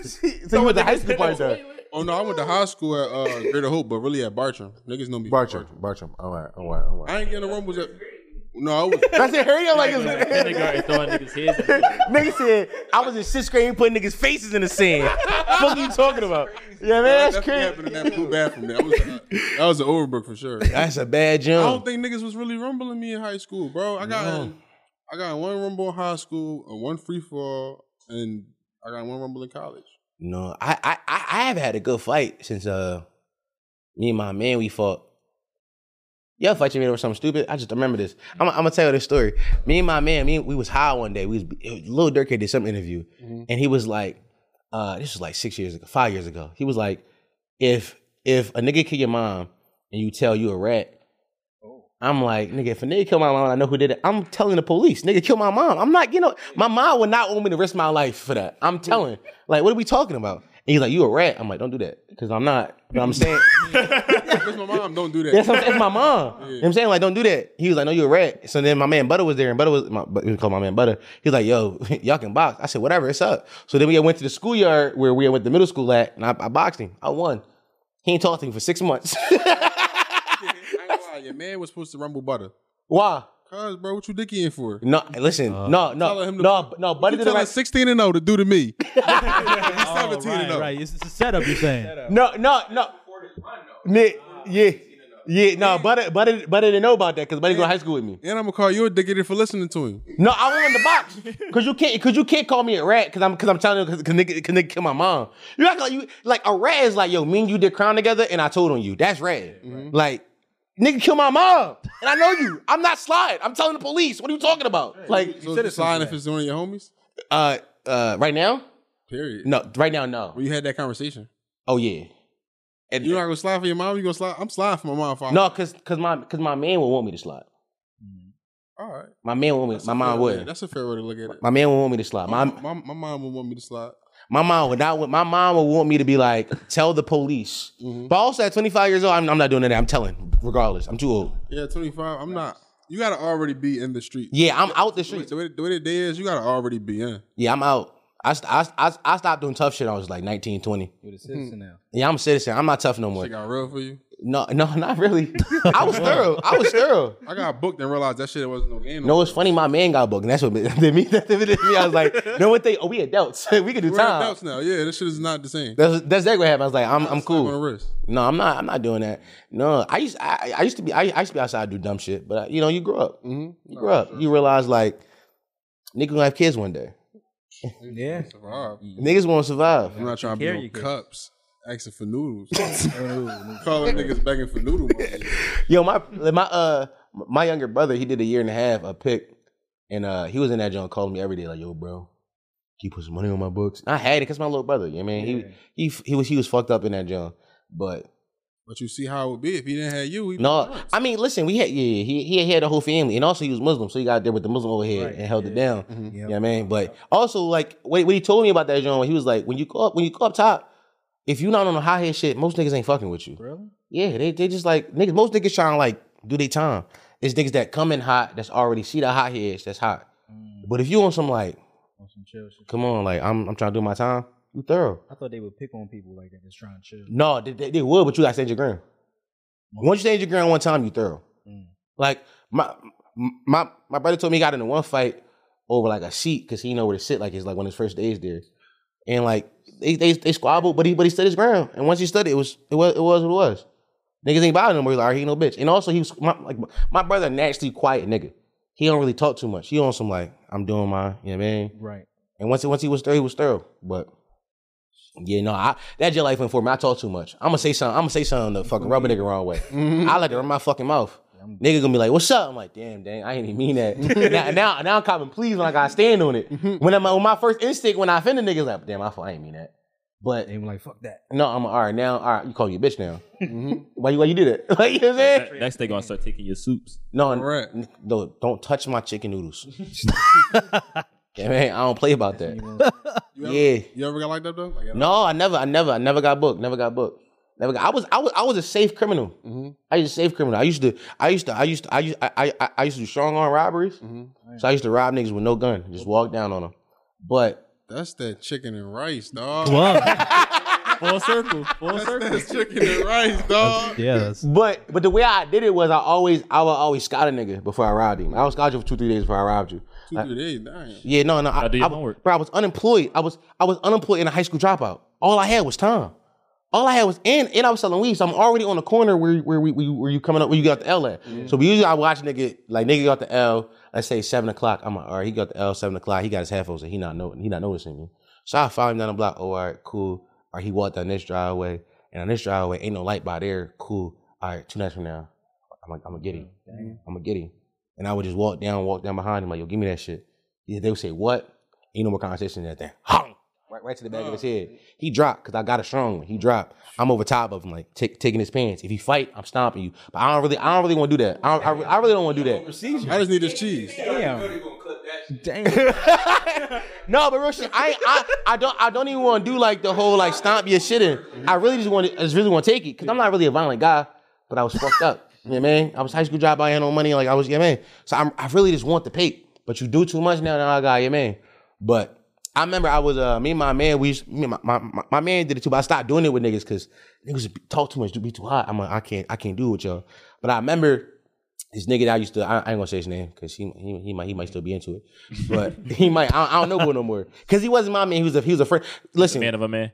so you went to high school part though. Oh no, I went to high school at uh, Greater Hope, but really at Bartram. Niggas know me. from Bartram, Bartram. All right, all right, all right. I ain't getting the rumbles at. No, I [laughs] was. That's it. Hurry up, like it's- Kindergarten throwing niggas' heads. at you. [laughs] Nigga said, I was in sixth grade putting niggas' faces in the sand. fuck you talking about? Yeah, man, that's That's what crazy. happened in that pool bathroom. That was uh, that was an Overbrook for sure. I That's a bad don't jump. think niggas was really rumbling me in high school, bro. I got in, I got in one rumble in high school, and one free fall, and I got in one rumble in college. No, I, I, I I have had a good fight since uh me and my man we fought. Y'all fight your man over something stupid. I just remember this. I'm, I'm gonna tell you this story. Me and my man, me we was high one day. We was Lil Durk had did some interview, and he was like, uh, this was like six years ago, five years ago. He was like, if if a nigga kill your mom and you tell you a rat, I'm like, nigga, if a nigga kill my mom, and I know who did it. I'm telling the police, nigga, kill my mom. I'm not, you know, my mom would not want me to risk my life for that. I'm telling. Like, what are we talking about? And he's like, you a rat. I'm like, don't do that. Because I'm not. You know what I'm [laughs] saying? That's my mom. Don't do that. That's, what- that's my mom. You know what I'm saying? Like, don't do that. He was like, no, you a rat. So then my man Butter was there, and Butter was, my, but- we called my man Butter. He's like, yo, [laughs] y'all can box. I said, whatever, it's up. So then we went to the schoolyard where we went to middle school at, and I, I boxed him. I won. He ain't talked to me for six months. [laughs] I ain't gonna lie, Your man was supposed to rumble butter. Why? Cause bro, what you dicky in for? No, listen, no, no, telling Uh, him to- no, no, Butter You did the telling right. sixteen and zero to do to me. He's seventeen and right, zero. right. It's, it's a setup. You're saying. No, no, no. Nick, yeah, yeah, no, Butter, Butter, Butter didn't know about that because Butter go to high school with me. And I'm gonna call you a dickhead for listening to him. No, I went in the box [laughs] because you can't because you can't call me a rat because I'm because I'm telling you because nigga, 'cause nigga kill my mom. You act like you like a rat is like yo, me and you did crown together and I told on you. That's rat. Like nigga kill my mom and I know you. I'm not slide. I'm telling the police. What are you talking about? Like So it's fine if it's one of your homies. uh uh right now? Period. No, right now no. When you had that conversation, Oh yeah. And you not gonna slide for your mom. You gonna slide? I'm sliding for my mom. Father. no, cause cause my cause my man would want me to slide. All right. My man would want me. That's My a mom fair way- would. That's a fair way to look at it. My man would want me to slide. My My, my mom would want me to slide. My mom would not. want- My mom would want me to be like, tell the police. Mm-hmm. But also at 25 years old, I'm, I'm not doing that. I'm telling, regardless. I'm too old. Yeah, 25. I'm not. You gotta already be in the street. Yeah, I'm out the The way, streets. the way- the way the day is, you gotta already be in. Yeah, I'm out. I, st- I, st- I, st- I stopped doing tough shit. when I was like 19, 20. Mm-hmm. You're the citizen now. Yeah, I'm a citizen. I'm not tough no more. Shit got real for you. No, no, [laughs] not really. I was thorough. I was thorough. I got booked and realized that shit wasn't no game. No, it's funny. My man got booked, and that's what did me. [laughs] That did me. I was like, no, what they? Oh, we adults. [laughs] we can do We're time. adults now. Yeah, this shit is not the same. That's that's exactly what happened. I was like, I'm I'm Slap On the cool. wrist. No, I'm not. I'm not doing that. No, I used I, I used to be I, I used to be outside do dumb shit, but uh, you know you grow up. Mm-hmm. You grow up. You realize like niggas gonna have kids one day. Yeah. Survive. Niggas won't survive. [laughs] I'm not trying to Here be you on go. cups. Asking for noodles. Calling niggas begging for noodle money. Yo, my my uh my younger brother, he did a year and a half a pick, and uh he was in that joint calling me every day like, "Yo, bro, can you put some money on my books?" And I had it because my little brother. You know what I mean he he he was mm-hmm. he was fucked up in that joint, but But you see how it would be if he didn't have you. He no, I mean listen, we had yeah, yeah he he had a whole family, and also he was Muslim, so he got there with the Muslim overhead and held it down. You know what I mean? But also like what, what he told me about that joint, he was like, when you go up when you go up top. If you not on the high head shit, most niggas ain't fucking with you. Really? Yeah, they they just like niggas. Most niggas trying to like do their time. It's niggas that come in hot. That's already see the hot heads. That's hot. But if you on some like, On some chill shit. come on, like I'm I'm trying to do my time. You thorough. I thought they would pick on people like that that's trying to chill. No, they, they, they would, but you got to stand your ground. Once you stand your ground one time, you thorough. Like my my my brother told me he got into one fight over like a seat because he didn't know where to sit. Like it's like one of his first days there, and like they they, they squabbled, but he but he stood his ground. And once he stood, it, it was it was it was what it was. Niggas ain't bothering him. He's like, all right, he no bitch. And also, he was my, like my brother naturally quiet nigga. He don't really talk too much. He on some like I'm doing my you know what I mean. Right. And once once he was thorough, he was thorough. But yeah, no, I, that your life went for me. I talk too much. I'm gonna say something. I'm gonna say something to fucking rub a nigga wrong way. I like to run my fucking mouth. Nigga gonna be like, "What's up?" I'm like, "Damn, dang, I ain't even mean that." now, now, now I'm copping please when I gotta stand on it. When I'm when my first instinct when I offend a nigga is like, "Damn, I, I ain't mean that." But They were like, fuck that. no, I'm all right now. All right, you call me a bitch now. [laughs] Why you why you did it? like you know what I'm saying? Next, they gonna start taking your soups. No, Correct. n- no, don't touch my chicken noodles. [laughs] yeah, man, I don't play about that. You ever, Yeah. You ever got like that though? Like, No, I never, I never, I never got booked. Never got booked. Never got. I was, I was, I was a safe criminal. I was a safe criminal. I used to, I used to, I used to, I used, I, I- I, I used to do strong arm robberies. So I used to rob niggas with no gun, just walk down on them. But That's that chicken and rice, dog. Full circle. Full [laughs] circle. That's chicken [laughs] and rice, dog. [laughs] Yeah, that's But but the way I did it was I always I would always scout a nigga before I robbed him. I would scout you for two three days before I robbed you. Two, three days, damn. Yeah, no, no. I, do your I- homework. Bro, I was unemployed. I was I was unemployed and a high school dropout. All I had was time. All I had was and and I was selling weed, so I'm already on the corner where where we where, you coming up where you got the L at. So we usually I watch nigga like nigga got the L. Let's say seven o'clock. I'm like, all right, he got the L seven o'clock. He got his headphones and he not know he not noticing me. So I follow him down the block. Oh, all right, cool. All right, he walked down this driveway and on this driveway ain't no light by there. Cool. All right, two nights from now, I'm like I'm gonna get him. I'm gonna get him. And I would just walk down, walk down behind him like, yo, give me that shit. Yeah, they would say, what? Ain't no more conversation than that thing. Hong! Right, right to the back of his head. He dropped because I got a strong one. He dropped. I'm over top of him, like take, taking his pants. If he fight, I'm stomping you. But I don't really, I don't really want to do that. I, don't- I, I really don't want to do that. I just need this cheese. Damn. No, but real shit, I, I, I don't, I don't even want to do like the whole like stomp your shit in. I really just want to, I just really want to take it because I'm not really a violent guy, but I was fucked up. You know what I mean? I was high school job, I had no money, like I was, yeah, man. So I'm, I really just want the pay. But you do too much now, now I got, yeah, man. But I remember I was, uh, me and my man, we, used, me and my, my, my, my man did it too, but I stopped doing it with niggas because niggas be- talk too much, do be too hot. I'm like, I can't, I can't do it with y'all. But I remember this nigga that I used to, I, I ain't gonna say his name because he, he he might he might still be into it, but he might I, I don't know boy no more because he wasn't my man. He was a he was a friend. Listen, Man of a man.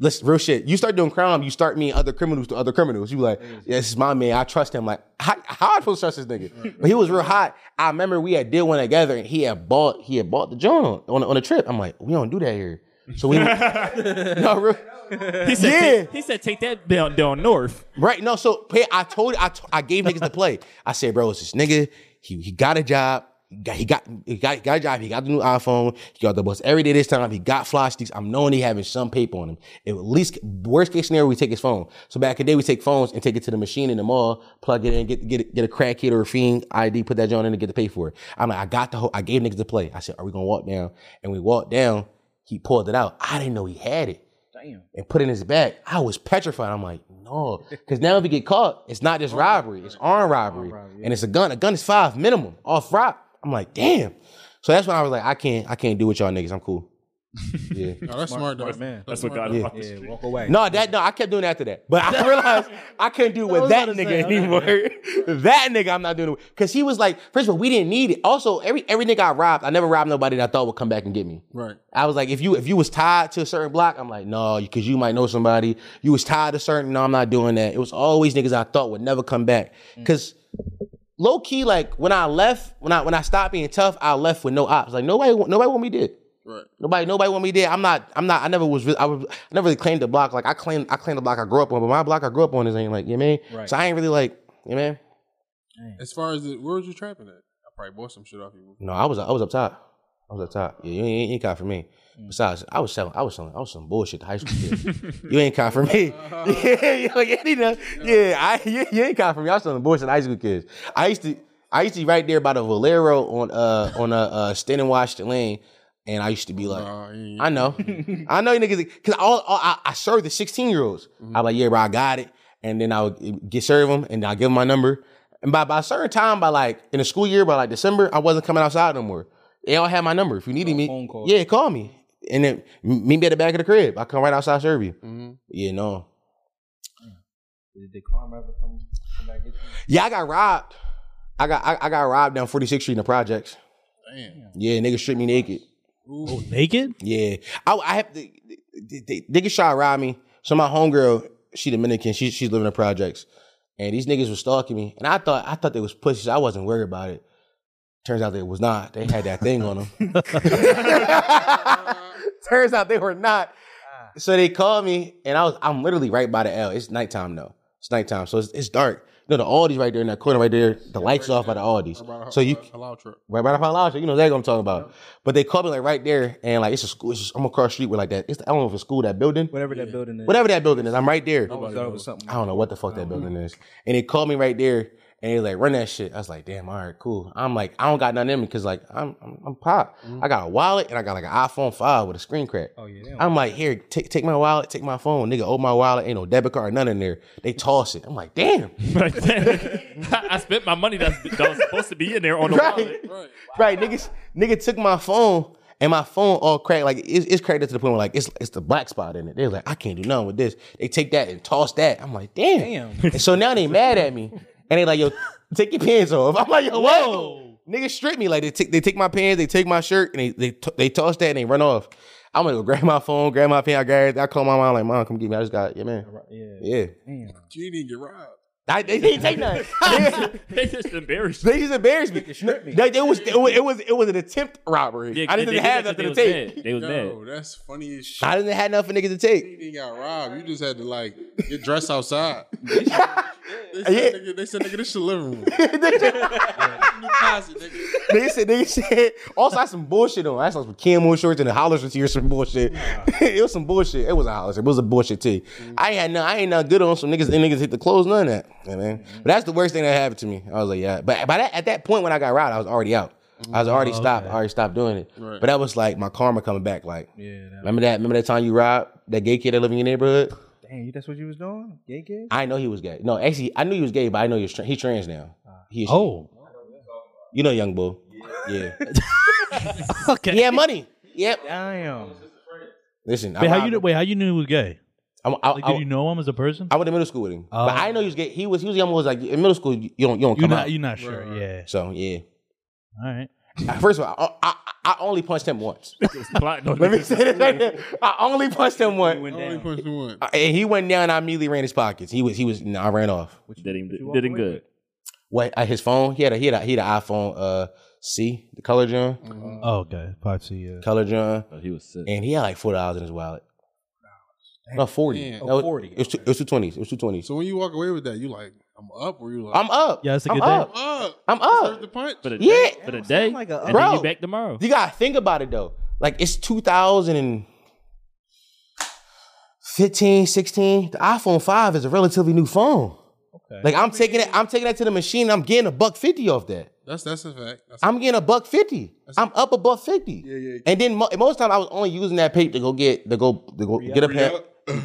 listen, real shit. You start doing crime, you start meeting other criminals to other criminals. You like, yeah, this is my man. I trust him. Like, how, how I supposed to trust this nigga? But he was real hot. I remember we had did one together, and he had bought he had bought the joint on on, on a trip. I'm like, we don't do that here. So [laughs] we [laughs] no real, He said, Yeah. take, he said, take that down, [laughs] down north. Right. No, so hey, I told I t- I gave niggas the play. I said, bro, it's this nigga. He he got a job. He got he got he got, he got a job. He got the new iPhone. He got the bus every day this time. He got fly sticks. I'm knowing he having some paper on him. At least worst case scenario, we take his phone. So back in the day, we take phones and take it to the machine in the mall, plug it in, get get get a crackhead or a fiend ID, put that joint in and get to pay for it. I'm like, I got the whole. I gave niggas the play. I said, are we gonna walk down? And we walked down. He pulled it out. I didn't know he had it Damn. and put it in his bag. I was petrified. I'm like, no, because now if he get caught, it's not just robbery, it's armed robbery, and it's a gun. A gun is five [laughs] minimum off rop. I'm like, damn. So that's when I was like, I can't, I can't do with y'all niggas. I'm cool. Yeah. No, that's smart, though. man. That's, That's what God Yeah. wants. Yeah, walk away. No, that no, I kept doing it after that, but [laughs] I realized I couldn't do it with that nigga anymore. [laughs] that nigga, I'm not doing it because he was like, first of all, we didn't need it. Also, every every nigga I robbed, I never robbed nobody that I thought would come back and get me. Right. I was like, if you if you was tied to a certain block, I'm like, no, because you might know somebody. You was tied to certain. No, I'm not doing that. It was always niggas I thought would never come back. Cause low key, like when I left, when I when I stopped being tough, I left with no ops. Like nobody wa- nobody want me did. Right. Nobody, nobody want me there. I'm not, I'm not, I never was, re- I, was, I never really claimed the block. Like I claimed, I claimed the block I grew up on, but my block I grew up on is ain't like, you know what I mean? Right. So I ain't really like, you know what I mean? As far as the, where was you trapping at? I probably bought some shit off you. No, I was, I was up top. I was up top. Yeah, you ain't, you ain't caught for me. Besides, I was selling, I was selling, I was some bullshit to high school kids. you ain't caught for me. [laughs] yeah, you like, you know, yeah, I, you, you ain't caught for me. I was selling bullshit to high school kids. I used to, I used to be right there by the Valero on, uh, on a, uh, Stand and Washington Lane. And I used to be like, Nah, you ain't- I [laughs] know. I know you niggas, because all, all- I, I served the 16 year olds. Mm-hmm. I'm like, yeah, bro, I got it. And then I would get serve them and I'll give them my number. And by, by a certain time, by like in the school year, by like December, I wasn't coming outside no more. They all had my number. If you needed me, Oh, phone calls. yeah, call me. And then m- meet me at the back of the crib. I come right outside, serve you. Mhm. Yeah, no. Mm-hmm. Did the crime ever come, come back? Get you? Yeah, I got robbed. I got I, I got robbed down 46th Street in the projects. Damn. Yeah, niggas stripped me naked. Naked? Yeah, I, I have to. They, they, niggas try to rob me. So my homegirl, she Dominican. She she's living in projects, and these niggas was stalking me. And I thought I thought they was pussies. I wasn't worried about it. Turns out they was not. They had that thing on them. [laughs] Turns out they were not. So they called me, and I was I'm literally right by the L. It's nighttime though. It's nighttime, so it's, it's dark. No, the Aldi's right there in that corner right there. The lights off by the About a, Aldi's. So you halal trip. right by the Palazzo. You know exactly what I'm talking about. But they called me like right there, and like it's a school. It's just, I'm across the street with like that. It's I don't know if it's school that building, Whatever that building is. whatever that building is. I'm right there. I always thought it was something. I don't know what the fuck that building is. And they called me right there, and they like run that shit. I was like, damn, all right, cool. I'm like, I don't got nothing in me because like I'm I'm, I'm pop. I got a wallet and I got like an iPhone five with a screen crack. Mm-hmm. Oh yeah. they don't- I'm like, here, take take my wallet, take my phone, nigga. Oh my wallet, ain't no debit card, none in there. They toss it. I'm like, damn. Like that. I spent my money that's, that was supposed to be in there on the Right. wallet. Right. Right, niggas, nigga took my phone and my phone all cracked. Like it's, it's cracked up to the point where like it's it's the black spot in it. They're like, I can't do nothing with this. They take that and toss that. I'm like, damn. Damn. And so now they mad at me and they like, yo, take your pants off. I'm like, yo, what? Niggas strip me like they take they take my pants, they take my shirt, and they they, t- they toss that and they run off. I'm gonna go grab my phone, grab my pen, I grab it. I call my mom like, mom, come get me. I just got yeah, man. Yeah. Yeah, You didn't get robbed. I, they didn't take [laughs] nothing. Nigga, They just embarrassed. They just embarrassed me. stripped me. No, they- it was it was it was, it was an attempt robbery. I didn't have nothing to take. They was Yo, mad. that's funny as shit. I didn't have nothing for niggas to take. You didn't got robbed. You just had to like get dressed outside. [laughs] They said, Yeah. nigga, they said, nigga, this your living room. This your new closet, nigga. [laughs] Niggas said, niggas said. Also, I had some bullshit on. I had some camo shorts and a holler shirt or some bullshit. [laughs] it was some bullshit. It was a holler shirt. It was a bullshit tee. I ain't had no, I ain't not good on some niggas. And niggas hit the clothes, none of that. Yeah, man. But that's the worst thing that happened to me. I was like, yeah. But by that, at that point when I got robbed, I was already out. I was already stopped. I already stopped doing it. Right. But that was like my karma coming back. Like, remember that? Remember that time you robbed that gay kid that lived in your neighborhood? Damn, you- that's what you was doing? Gay kid? I know he was gay. No, actually, I knew he was gay, but I know he was tra- he's trans now. Uh, He is- Oh. you know, young bull. Yeah, [laughs] Okay. he had money. [laughs] Yep. Damn. Listen, Wait, I, how you wait? How you knew he was gay? I'm, I, Like, I, did you know him as a person? I went to middle school with him, but I know he was gay. He was he was young. Was like in middle school, you don't you don't You're come not. out. You're not sure. Yeah. so yeah. Uh, All right. First of all, I, I, I only punched him [laughs] once. Just plotting on Let me niggas. say this right there. I only punched him once, I only punched you one. and he went down. and I immediately ran his pockets. He was he was. No, I ran off. Did him, did him good. What? Uh, his phone? He had a he had a, he had an iPhone uh C, the color John, Oh, okay. Patsy. Yeah. color John. Oh, But he was sick. and he had like four dollars in his wallet. No, forty. Yeah. That was- 40, It was two- it was two twenties. It was two twenties. So when you walk away with that, you like, I'm up, or you like, I'm up. Yeah, that's a I'm good day. up. up. I'm Serve up. the punch. For the day, Yeah. for the day, like a- and then Bro. you back tomorrow. You gotta think about it though. Like it's 2015, 16. The iPhone 5 is a relatively new phone. Okay. Like I'm taking it, I'm taking that to the machine. and I'm getting a buck fifty off that. That's that's a fact. That's I'm getting a buck fifty. I'm up a buck fifty. Yeah, yeah. And then mo- most time I was only using that paper to go get to go to go get a pair.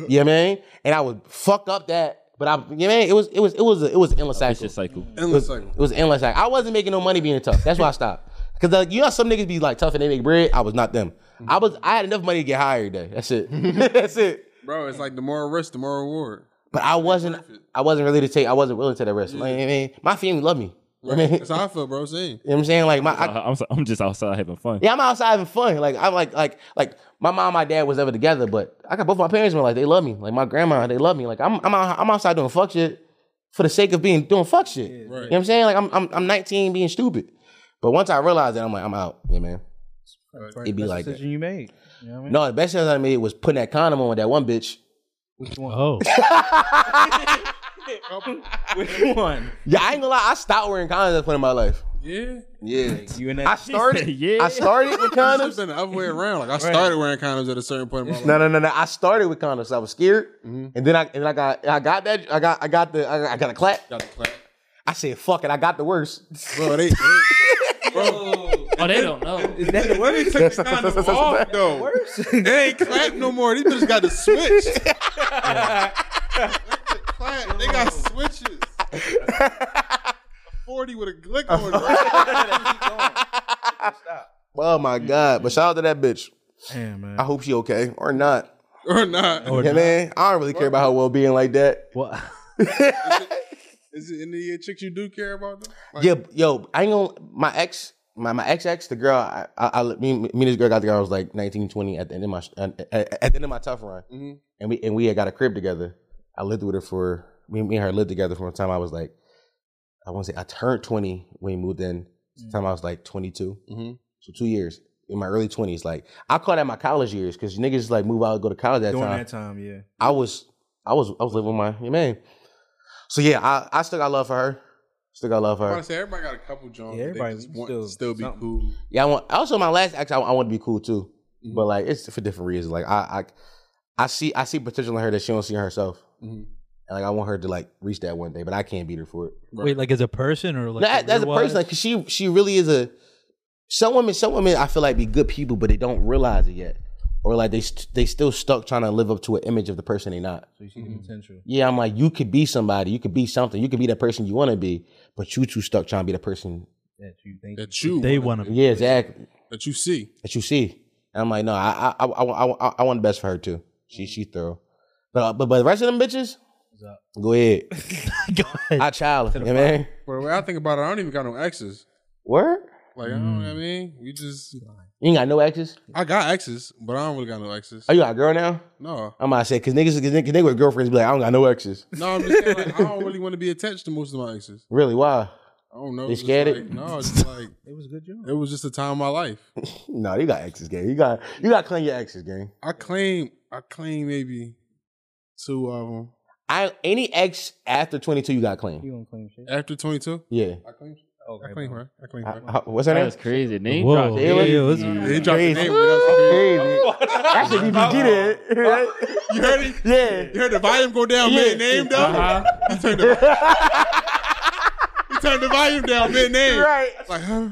yeah, man. And I would fuck up that, but I, yeah, man. It was it was it was it was endless cycle. It's just cycle. It endless was, [laughs] cycle. it was endless cycle. I wasn't making no money being tough. That's why I stopped. [laughs] Cause like you know how some niggas be like tough and they make bread. I was not them. Mm-hmm. I was I had enough money to get hired that. That's it. [laughs] That's it. Bro, it's like the more risk, the more [laughs] reward. But I wasn't I wasn't really to take I wasn't willing to take that risk. Like, I mean, my family loved me. I mean, [laughs] you know That's how I feel, bro. Same. what I'm saying? Like my I, Uh, I, I'm, so- I'm just outside having fun. yeah, I'm outside having fun. Like I'm like like like my mom, and my dad was never together, but I got both my parents were like they love me. Like my grandma, they love me. Like I'm I'm out, I'm outside doing fuck shit for the sake of being doing fuck shit. You know Right. what I'm saying? Like I'm I'm I'm 19 being stupid. But once I realized that, I'm like I'm out. Yeah, man. It'd be like that. decision you made. You know what I mean? No, the best thing I made was putting that condom on with that one bitch. [laughs] Oh, Which one? Yeah, I ain't gonna lie. I stopped wearing condoms at the point in my life. Yeah. Yeah, You and I that started. yeah. I started with [laughs] It's condoms. been the other way around. Like I started wearing condoms at a certain point in my life. No, no, no, no. I started with condoms. I was scared, and then I and then I got I got that I got I got the I got, I got a clap. Got the clap. I said fuck it. I got the worst. Bro, they, they, Oh, they don't know. is that the they worst? took [laughs] the condom off though. They ain't clap no more. These bitches got the [laughs] switch. They took clap. They got [laughs] switches. Forty with a glick on it. [laughs] Oh my god! But shout out to that bitch. damn man. I hope she okay or not. or not. Yeah, man. I don't really care about her well being like that. What? Is it any of your chicks you do care about? Though? Like, Yeah, yo, I ain't gonna. My ex, my my ex ex, the girl, I, I, I me, me and this girl got together. I was like 19, 20 at the end of my at, at the end of my tough run, Mhm. and we and we had got a crib together. I lived with her for me, me and her lived together from the time I was like, I want to say I turned twenty when we moved in. to The time I was like twenty Mhm. so two years in my early twenties. Like I call that my college years because niggas like move out, go to college that During time. that time, yeah. I was I was I was living with my yeah, man. So yeah, I, I still got love for her. Still got love for I'm about her. to say everybody got a couple jobs. Yeah, Yeah, everybody everybody just want still to still be something. cool. Yeah, I want also my last ex I, I want to be cool too. But like it's for different reasons. Like I I I see I see potential in her that she don't see in herself. Mhm. And like I want her to like reach that one day, but I can't beat her for it. Wait, like as a person or like No, that- that's a career-wise? person, like 'cause she she really is a some women. Some women I feel like be good people, but they don't realize it yet, or like they st- they still stuck trying to live up to an image of the person they not. So you see the potential. Yeah, I'm like, you could be somebody, you could be something, you could be that person you want to be, but you too stuck trying to be the person. That you think That you They wanna want [laughs] to. Yeah, exactly. that you see. That you see, and I'm like, no, I I I, I, I- I want the best for her too. She she thorough, but uh, but but the rest of them bitches, go [laughs] ahead, Go ahead. I child, yeah, man. But the way I think about it, I don't even got no exes. Word, Like, I don't know what I mean? You just you ain't got no exes. I got exes, but I don't really got no exes. Oh, you got a girl now? No. I'm about to say, cause niggas, cause niggas, cause niggas with girlfriends be like, I don't got no exes. No, I'm just saying like, I don't really want to be attached to most of my exes. Really? Why? I don't know. They It's just scared like, it? No, it's just like [laughs] it was a good job. it was just a time of my life. No, you got exes, gang. You got you got to clean your exes, gang. I claim I claim maybe two of them. I any ex after 22, you got to clean. You don't claim shit. After twenty two? Yeah. I claim I Okay, claim bro. her. I claim I- her. I- what's her name? That's crazy. Name Whoa. dropping. Yeah, yeah, what's- They dropped the Crazy. name without saying- That should be [laughs] did. You heard it? Yeah. You heard the volume go down Yeah. mid name though? You turned the You turned the volume down [laughs] mid name. Right. Like, huh?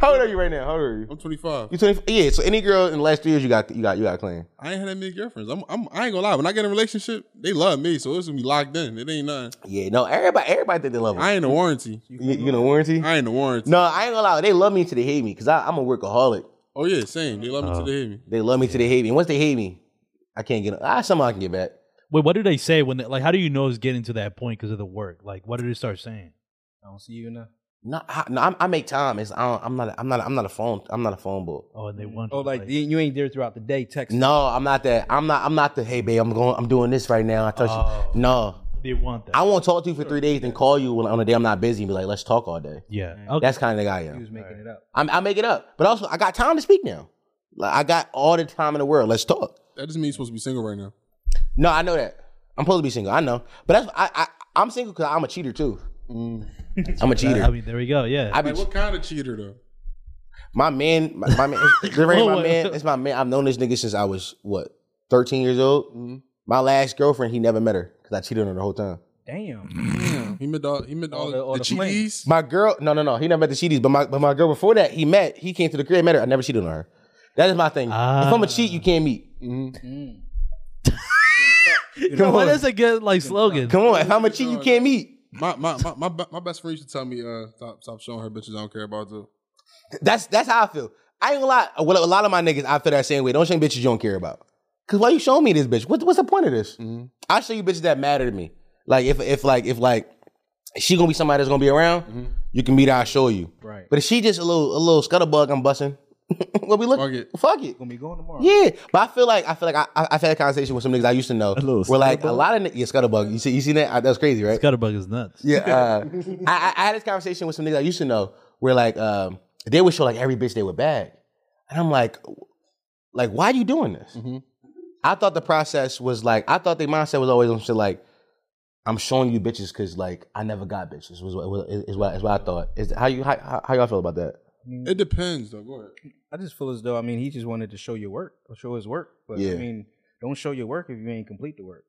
How old are you right now? How old are you? I'm 25. You 20, yeah, so any girl in the last three years you got you got you got clean. I ain't had that many girlfriends. I'm, I'm, I ain't gonna lie. When I get in a relationship, they love me, so it's gonna be locked in. It ain't nothing. Yeah, no, everybody everybody think they love me. I ain't a warranty. You, you know warranty? I ain't a warranty. No, I ain't gonna lie, they love me till they hate me, cause I, I'm a workaholic. Oh yeah, same. They love me Uh. till they hate me. They love me till they hate me. And once they hate me, I can't get I somehow I can get back. Wait, what do they say when? They, like, how do you know it's getting to that point because of the work? Like, what do they start saying? I don't see you enough. No, I, no, I'm, I make time. It's I don't, I'm not. a- I'm not. a- I'm not a phone. I'm not a phone book. Oh, and they want. Oh, like you you ain't there throughout the day texting. No, I'm not that. I'm not. I'm not the. Hey, babe, I'm going. I'm doing this right now. I touch Oh. you. No, they want that. I won't talk to you for three days, then call you when- on a day I'm not busy and be like, let's talk all day. yeah. Okay. That's kind of the guy I He was am. making it up. I'm, I make it up, but also I got time to speak now. Like I got all the time in the world. Let's talk. That just means you're supposed to be single right now. No, I know that. I'm supposed to be single. I know, but that's I. I I'm single because I'm a cheater too. Mm. I'm a cheater. I mean, there we go. Yeah. I be Like, what kind of cheater though? My man, my, my man, it's, Lorraine, [laughs] Whoa, my wait. man, it's my man. I've known this nigga since I was what, thirteen years old. Mm-hmm. My last girlfriend, he never met her because I cheated on her the whole time. Damn. Damn, he met all. He met all, All the- all the, the cheaties. My girl, no, no, no, he never met the cheaties. But my, but my girl before that, he met. He came to the crib, met her. I never cheated on her. That is my thing. if I'm a cheat, you can't meet. Mm-hmm. You know what? That's a good like slogan. Mm. [laughs] Come on, if I'm a cheat, you can't meet. My my my my, be- my best friend used to tell me, uh, stop stop showing her bitches. I don't care about you. That's that's how I feel. I ain't gonna lie. Well, a lot of my niggas, I feel that same way. Don't show me bitches you don't care about. Cause why you showing me this bitch? What, what's the point of this? I show you bitches that matter to me. Like if if like if like she gonna be somebody that's gonna be around, you can meet her. I show you. Right. But if she just a little a little scutterbug, I'm busting. [laughs] what we look? Fuck it. Fuck it. Gonna be going tomorrow. Yeah, but I feel like I feel like I, I, I've had a conversation with some niggas I used to know. little where like a lot of niggas, yeah, scutterbug. You see, you seen that? I, that was crazy, right? Scutterbug is nuts. Yeah, uh, I, I I had this conversation with some niggas I used to know where like um, they would show like every bitch they would bag, and I'm like, like why are you doing this? I thought the process was like I thought their mindset was always on shit like I'm showing you bitches because like I never got bitches was, what- was is, is what is what I thought. Is how you how, how- how y'all feel about that? It depends though. Go ahead. Mm-hmm. I just feel as though I mean he just wanted to show your work, or show his work. But Yeah. I mean, don't show your work if you ain't complete the work.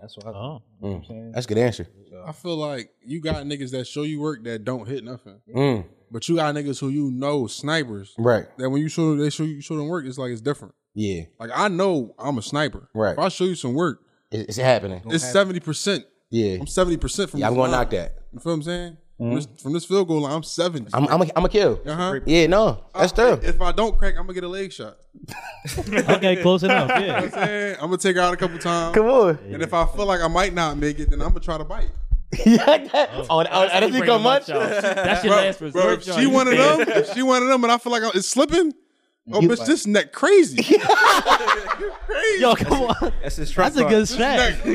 That's what I. Oh. You know what I'm saying? Mm. That's a good answer. I feel like you got niggas that show you work that don't hit nothing, Mm, but you got niggas who you know snipers. right. That when you show they show you show them work, it's like it's different. Yeah. Like I know I'm a sniper. Right. If I show you some work, It's, it's happening. it's seventy percent. Yeah. I'm seventy percent from. Yeah, I'm this gonna line. knock that. Mm-hmm. You feel what I'm saying? From, this, from this field goal line, I'm seventy. I'm I'm a, I'm a kill. Uh-huh. Yeah, no, that's true. If I don't crack, I'm gonna get a leg shot. Okay, close enough. [laughs] Yeah. You know what I'm saying? I'm gonna take her out a couple times. Come on. [laughs] And if I feel like I might not make it, then I'm gonna try to bite. yeah, that, oh, oh, that doesn't come much. That's your Bro, last bro, resort. if she one of them, if she one of them, and I feel like I'm, it's slipping. Oh, bitch, this [laughs] neck crazy. crazy. Yo, come on. That's his That's a good neck [laughs] strat.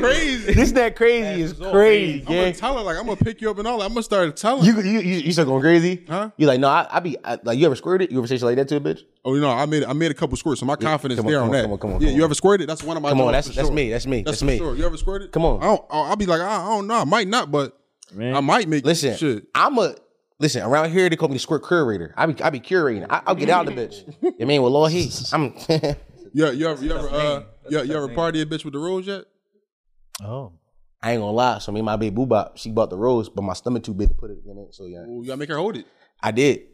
[laughs] crazy. This that crazy is crazy, I'm gonna gang. tell her like I'm gonna pick you up and all. that. I'm gonna start telling. You you you, you start going crazy. Huh? You like no, I, I be I, like you ever squirted? You ever say shit like that to a bitch? oh, you know, I made I made a couple squirts, so my confidence come on, there come on, on, that. come on, come on, yeah, come you on. ever squirted? That's one of my. Come on, that's joints for that's sure. me, that's me, That's that's, for me. Sure. You ever squirted? Come on. I don't, I'll be like, I, I don't know. I might not, but I might make Listen, shit. I'm a listen around here. They call me the squirt curator. I be I be curating. I, I'll get out of the [laughs] bitch. You mean with Lord Heat? I'm [laughs] Yeah, you ever, you ever, uh, you, you ever party a bitch with the rules yet? Oh. I ain't gonna lie. So me and my baby Boo Bop, she bought the rose, but my stomach too big to put it in it. So yeah, Ooh, you gotta make her hold it. I did.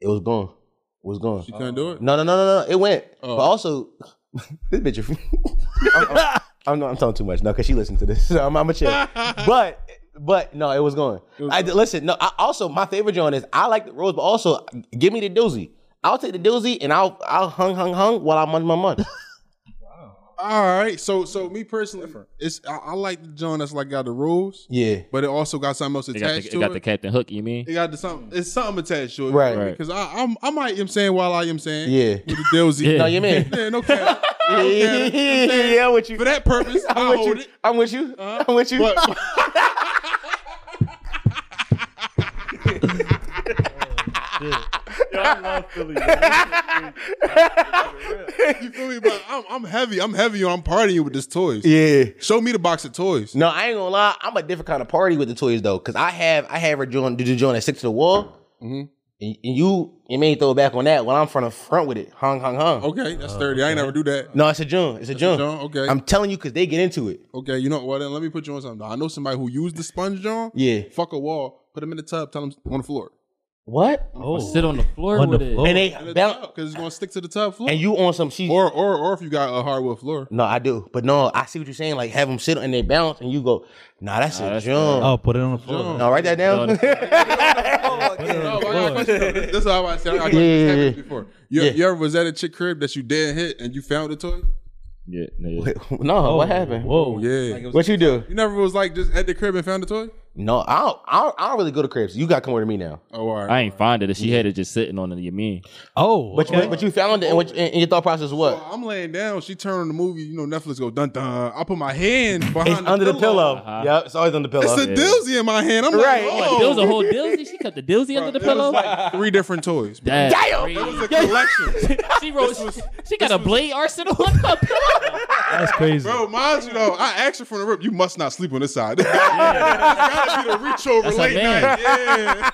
It was gone. It was gone. She couldn't do it. No, no, no, no, no. It went. Oh. But also, [laughs] this bitch. [laughs] I'm, I'm, I'm, not- I'm talking too much. No, because she listened to this. [laughs] So I'm, I'm a chill. but, but no, it was going. I, listen, no, I, also, my favorite joint is I like the rose, but also, give me the doozy. I'll take the doozy and I'll I'll hung, hung, hung while I'm on my money. All right. So, so me personally, it's I, I like the joint that's like got the rules, [laughs] yeah. but it also got something else It got, attached the, to it got the it. Captain Hook, you mean? it got the something. It's something attached to it, Right. Right. Because I, I'm, I might, you know what I'm saying while I am saying, Yeah. with the dilzy. Yeah. No, you [laughs] mean? yeah, no cap. No cap. You know what I'm [laughs] [laughs] saying? yeah, I'm with you. For [laughs] that purpose, I'm I with hold you. it. I'm with you. I'm with you. [laughs] But you feel me? But I'm, I'm heavy. I'm heavy. on I'm partying with this toys. yeah. Show me the box of toys. No, I ain't gonna lie. I'm a different kind of party with the toys though, cause I have I have her join did you join at six to the wall, and, and you you may throw it back on that while I'm front of front with it, hung hung hung. Okay, that's Oh, thirty. I ain't never do that. No, it's a joint. It's a joint. joint, okay. I'm telling you, cause they get into it. Okay, you know what? then let me put you on something. I know somebody who used the sponge John. Yeah. Fuck a wall. Put him in the tub. Tell him on the floor. What? Or sit on the floor On the with it. floor. And they In the bal- because it's gonna stick to the tub floor. and you on some she. or or or if you got a hardwood floor. no, I do, but no, I see what you're saying. Like have them sit and they bounce, and you go, nah, that's a that's- joint. Oh, put it on the floor. No, write that down. Put it No, on but I got a the floor. question. though. This is how I said I Yeah, got a question. This yeah, happened yeah. before. You, Yeah. you ever was at a chick crib that you didn't hit and you found the toy? Yeah, yeah. [laughs] no, what happened? Oh, Whoa. Yeah. What you do? you never was like just at the crib and found the toy? No, I don't, I don't. I don't really go to cribs. You got to come over to me now. Oh, all right. I ain't find it. If she had it just sitting on it, you mean? Oh. But you, but you found it, and, what, and your thought process was what? So I'm laying down. She turned on the movie. You know, Netflix go dun dun. I put my hand behind It's the under the pillow. Uh-huh. Yep, it's always under the pillow. It's a dillsy in my hand. I'm Right. like, Oh, there was oh, [laughs] a whole dilzy. She kept the dilzy under the It was pillow. like three different toys. bro. That's It crazy. was a collection, She wrote. she got a blade arsenal on her pillow. That's crazy. bro. Mind you, though, I asked her from the rip. You must not sleep on this side. [laughs] It's gotta be the reach over That's a late man. night. Yeah,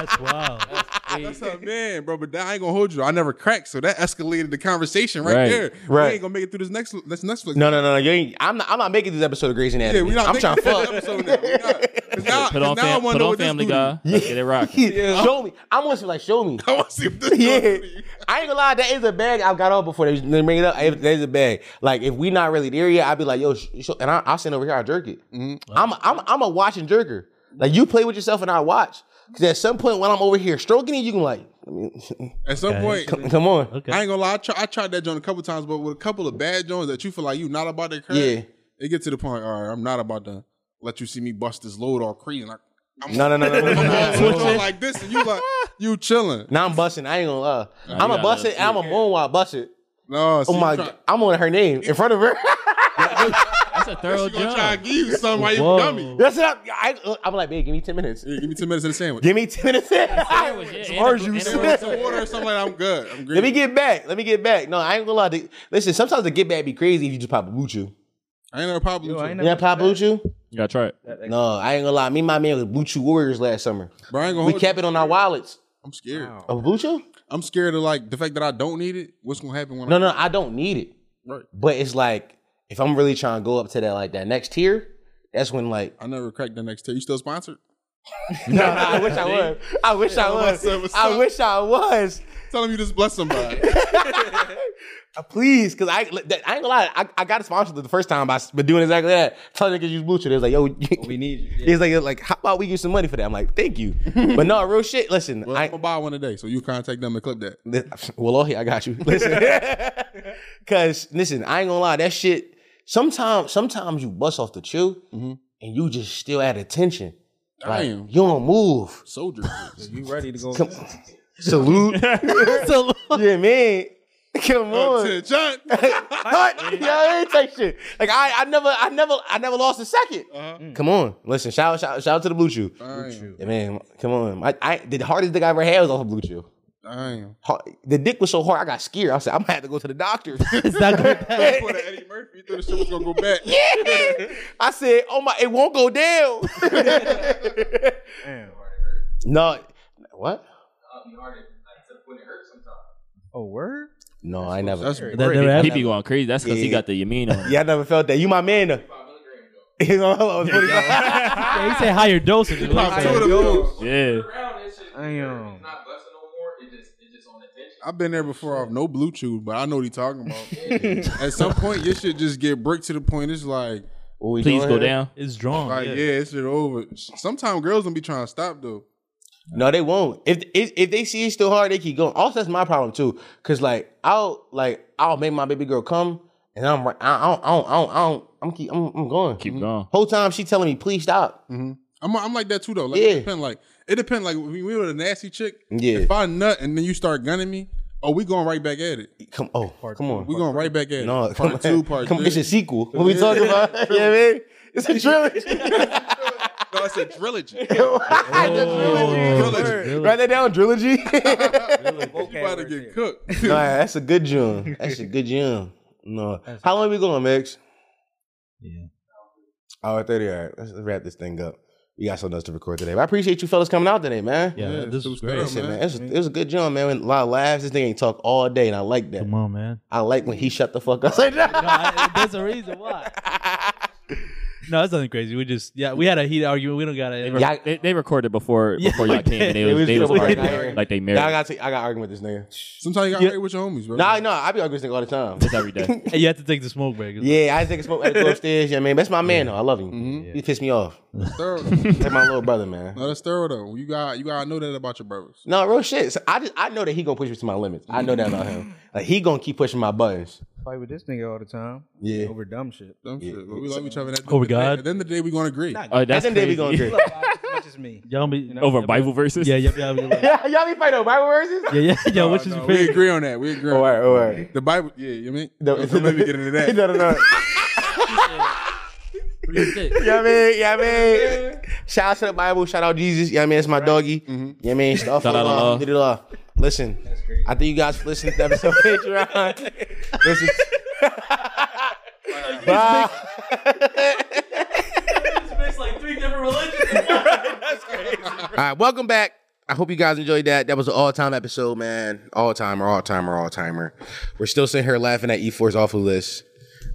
That's wild. that's a man, bro. But that, I ain't gonna hold you. I never cracked, so that escalated the conversation right, Right. there. Right. We ain't gonna make it through this next this Netflix. No, no, no, no. You ain't, I'm not. I'm not making this episode of Grey's Yeah, Anatomy. we not I'm trying to [laughs] making fuck. this episode now. We not. 'Cause now- put on, now I fam- wanna put know on what this Family dude Guy. Let's get [laughs] it rocking. Show me. I'm gonna see like show me. [laughs] I want to see what this yeah. dude do. I ain't gonna lie, that is a bag I've got on before they, they bring it up. If there's a bag, like if we not really there yet, I'd be like, yo, sh- sh- and I, I'll send over here, I'll jerk it. Mm-hmm. I'm, I'm, I'm a watching jerker. Like you play with yourself and I watch. Cause at some point when I'm over here stroking it, you can like, I mean, [laughs] At some point, come, come on. I ain't gonna lie. I, try, I tried that joint a couple times, but with a couple of bad joints that you feel like you not about to crack, Yeah. it get to the point. All right, I'm not about to let you see me bust this load all crazy. And I, I'm No, no, no, no, no, no, I'm [laughs] no. Oh all switched on like this, and you like you chilling. Now I'm busting. I ain't gonna lie. I'm you a gotta bust it. see I'm a moonwalk bust it. No, see, Oh you my! try- God. I'm on her name in front of her. [laughs] That's a thorough She gonna job. try to give you something while you Whoa. dummy. That's what I'm, I, uh, I'm like, babe, give me ten minutes. Yeah, give me two minutes in the sandwich. Give me ten minutes. Sandwich, yeah, and a Orange gl- juice. and a Get some water or something like that. I'm good. I'm [laughs] good. Let me get back. Let me get back. No, I ain't gonna lie. To, listen, sometimes the get back be crazy if you just pop a blue chew. I ain't never probably. Yo, I ain't You know pop blue chew? You gotta try it. No, I ain't gonna lie. Me and my man was blue chew warriors last summer. Bro, I ain't gonna We hold kept it you. on our wallets. I'm scared. Of blue chew? I'm scared of like the fact that I don't need it. What's gonna happen when No, I no, I don't need it. Right. But it's like if I'm really trying to go up to that like that next tier, that's when like I never cracked the next tier. You still sponsored? no, [laughs] no, I wish I was. I wish I was. I wish I was. Tell them you just [laughs] blessed somebody. Uh, Please, cause I, that, I ain't gonna lie, I, I got sponsored the first time by, by doing exactly that. Telling niggas use blue chew. They was like, yo, [laughs] We need you. He's like, like, how about we get some money for that? I'm like, thank you. But no, real shit. Listen, well, I'm I um, gonna buy one today, so you contact them and clip that. li- [laughs] well, okay, I got you. Listen, [laughs] cause listen, I ain't gonna lie, that shit. Sometimes, sometimes you bust off the chew, Mm-hmm. and you just still at attention. Like, Damn. you don't move. [laughs] Soldier. [laughs] You ready to go? Salute. yeah, man. Come on. Shit, John. [laughs] [laughs] What? Yeah, I ain't take shit. Like I, I never, I never, I never lost a 2nd Uh-huh. Mm. Come on, listen. Shout, shout, shout out to the Blue Chew. Damn. Yeah, man, come on. I, I, the hardest thing I ever had was off of Blue Chew. [laughs] Damn. hard- the dick was so hard, I got scared. I said, I'm gonna have to go to the doctor. [laughs] It's not [laughs] going back. Before the Eddie Murphy thought the shit was gonna go back. I said, Oh my, it won't go [laughs] [laughs] down. no, what? Oh, word? No, I never. That's That never He happened. be going crazy. That's because he Yeah. got the Yameen on. yeah, I never felt that. You my man. though. [laughs] You know, I was 45. [laughs] Yeah, he said higher dosage. It looks Pop two like. of them pills. Yeah. Damn. I've been there before off no blue chew, but I know what he talking [laughs] about. At some point, your shit just get bricked to the point. It's like, What we Please doing go here? down. It's drawn. Oh, like yeah, it's shit over. Sometimes girls don't be trying to stop though. No, they won't. If, if if they see it's still hard, they keep going. Also, that's my problem too. Cause like I'll like I'll make my baby girl come, and I'm right. I don't I don't I don't, I don't I'm keep I'm, I'm going. Keep going. Whole time she telling me please stop. I'm I'm like that too though. Like Yeah. it depend like it depend like when we were a nasty chick. Yeah. If I nut and then you start gunning me, oh we going right back at it. Come oh come on. We going right back at No, it. come Part on. two, part Come- three. It's a sequel. What we talking about? [laughs] Yeah, man. It's a trilogy. no, it's a [laughs] trilogy. Trilogy. [laughs] Write that down, trilogy. [laughs] you about to get cooked. no, that's a good jump. [laughs] That's a good jump. No, how long we going, Max? Yeah, hour thirty. All right, let's wrap this thing up. We got something else to record today. But I appreciate you fellas coming out today, man. Yeah, Yeah, this it was was great. good. Listen, man, man. it was, a, it was a good jump, man. A lot of laughs. This thing ain't talk all day, and I like that. Come on, man. I like when he shut the fuck up. [laughs] Like that. No, I, there's a reason why. No, that's nothing crazy. We just yeah, we had a heated argument. We don't got They, it. [laughs] rec- Yeah, I- they, they recorded before Yeah, before y'all we came. And they did. was, It was they was good. arguing Yeah. like they married. Now I got to, I got to argue with this nigga. Sometimes you got to with your homies, bro. Nah, nah, I be arguing with this nigga all the time. It's every day. [laughs] Hey, you have to take the smoke break. Yeah, I take a smoke at the door upstairs. Yeah, man, that's my man though. I love him. Mm-hmm. He pissed me [laughs] off. Thorough. That's my little brother, man. no, that's thorough though. You got you got to know that about your brothers. No, real shit. So I just I know that he gonna push me to my limits. I know that about him. Like he gonna keep pushing my buttons. Fight with this nigga all the time. Yeah. Over dumb shit. Dumb shit. But we love each other. At the end of Oh, the day- God. At the end of the day, we gonna agree. Oh, that's That's and then we crazy. gonna agree. as much as me. Y'all be Over Bible [laughs] verses? Yeah, yeah, yeah, yeah, [laughs] yeah, y'all be fighting over Bible verses. yeah, yeah. yeah. Which is No, your we favorite? agree on that. We agree. All on right, all right. that. The Bible. Yeah, you mean? No, Don't let me get into [laughs] that. no, no, no. yeah, man. Yeah, man. [laughs] Shout out to the Bible. Shout out Jesus. Yeah, man. It's my doggy. Yeah, man. Stuff. Shout out Allah. Allah. Did it all. Listen, I think you guys listened to the episode [laughs] of Patreon. Listen. Bye. All right, welcome back. I hope you guys enjoyed that. That was an all-time episode, E man. All timer, all timer, all timer. We're still sitting here laughing at E4's awful list.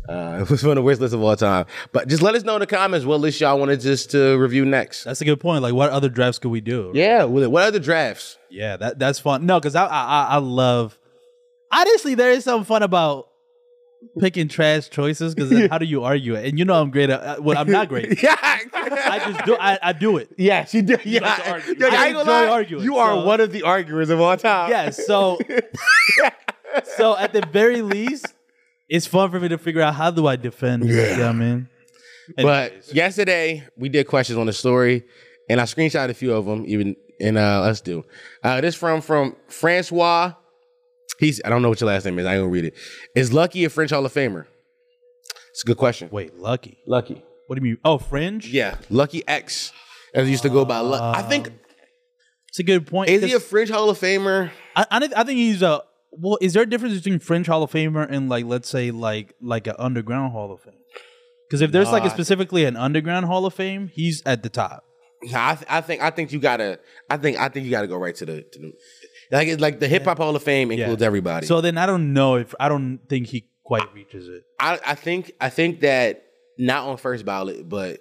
Uh, [laughs] it was one of the worst lists of all time. But just let us know in the comments what list y'all wanted just to review next. That's a good point. Like, what other drafts could we do? Yeah, with it. What other drafts? [laughs] Yeah, that that's fun. No, because I, I I- I love. Honestly, there is something fun about picking trash choices because how do you argue it? And you know I'm great at uh, well, I'm not great. Yeah, [laughs] I just do I, I do it. yeah, she did. Yeah, like to argue. Yo, I I ain't gonna enjoy lie, arguing, You are so- one of the arguers of all time. Yeah. So so at the very least, it's fun for me to figure out how do I defend. Yeah, you know what I mean. But yesterday we did questions on the story, and I screenshot a few of them. Even and uh, let's do uh, this from from Francois. He's I don't know what your last name is. I ain't gonna read it. Is Lucky a French Hall of Famer? It's a good question. Wait, lucky. Lucky. What do you mean? Oh, fringe. Yeah, Lucky X. As he used to go by. Lu- I think it's a good point. is he a 'cause French Hall of Famer? I I don't- I think he's a. Well, is there a difference between Fringe Hall of Famer and like let's say like like an underground Hall of Fame? Because if there's like a specifically an underground Hall of Fame, he's at the top. Nah, I, th- I think I think you gotta. I think I think you gotta go right to the. To the like it's like the Hip Hop Hall of Fame includes everybody. So then I don't know if I don't think he quite reaches it. I, I think I think that not on first ballot, but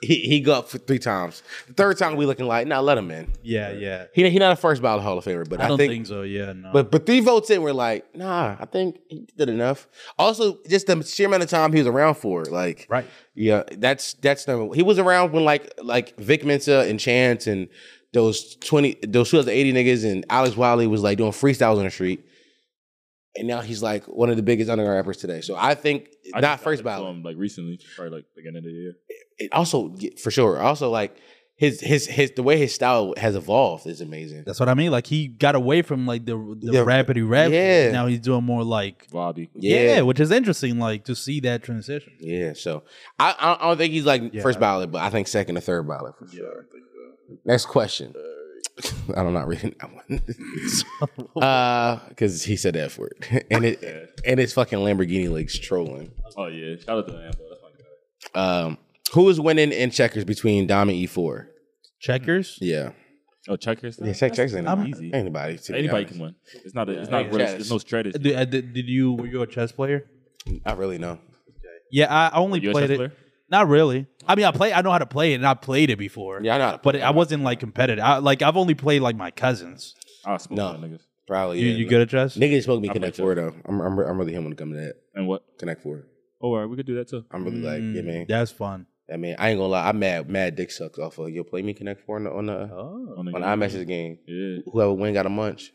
he, he got up for three times. The third time we looking like, nah, let him in. Yeah, yeah. He he not a first ballot Hall of Famer, but I I, don't think, think, so. Yeah, no. but but three votes in, we're like, nah, I think he did enough. Also, just the sheer amount of time he was around for, like, right. yeah, that's that's number. He was around when like like Vic Mensa and Chance and those twenty those two other eighty niggas and Alex Wiley was like doing freestyles on the street. And now he's like one of the biggest underground rappers today. So I think I not just- I first saw ballot. him, um, like recently, probably like beginning of the year. it also for sure. Also like his his his the way his style has evolved is amazing. That's what I mean. Like he got away from like the the Yeah. rapidy rap. Yeah. Now he's doing more like Bobby. yeah. which is interesting. Like to see that transition. Yeah, so I I don't- I don't think he's like Yeah. first ballot, but I think second or third ballot for sure. Next question. [laughs] I don't not reading that [laughs] one. [laughs] uh, because he said the F word, [laughs] and it and his fucking Lamborghini legs trolling. Oh yeah. Shout out to Ambo. That's my guy. Um, who is winning in checkers between Dom and E four? Checkers. Yeah, Oh, checkers. yeah, check, checkers. Ain't I'm nobody, easy. ain't nobody, to be Anybody honest. can win. It's not. A, it's not. Really, there's no strategy. Did, uh, did, did you were you a chess player? I really know. Yeah, I only You a played chess it. player? Not really. I mean, I play. I know how to play it, and I played it before. Yeah, I know. how to but play. I wasn't like competitive. I, like I've only played like my cousins. I'll Ah, smoke No. no. niggas. probably You, yeah, you no. good at chess? Nigga spoke me I'm Connect like, Four though. I'm, I'm I'm really him when it comes to that And what? Connect Four. Oh, all right, we could do that too. I'm really like yeah man. Mm, That's fun. [laughs] I mean I ain't gonna lie. I'm mad mad dick sucks off of you. Play me Connect Four on the on the Oh, On the on the game. iMessage game. Yeah. Whoever win got a munch.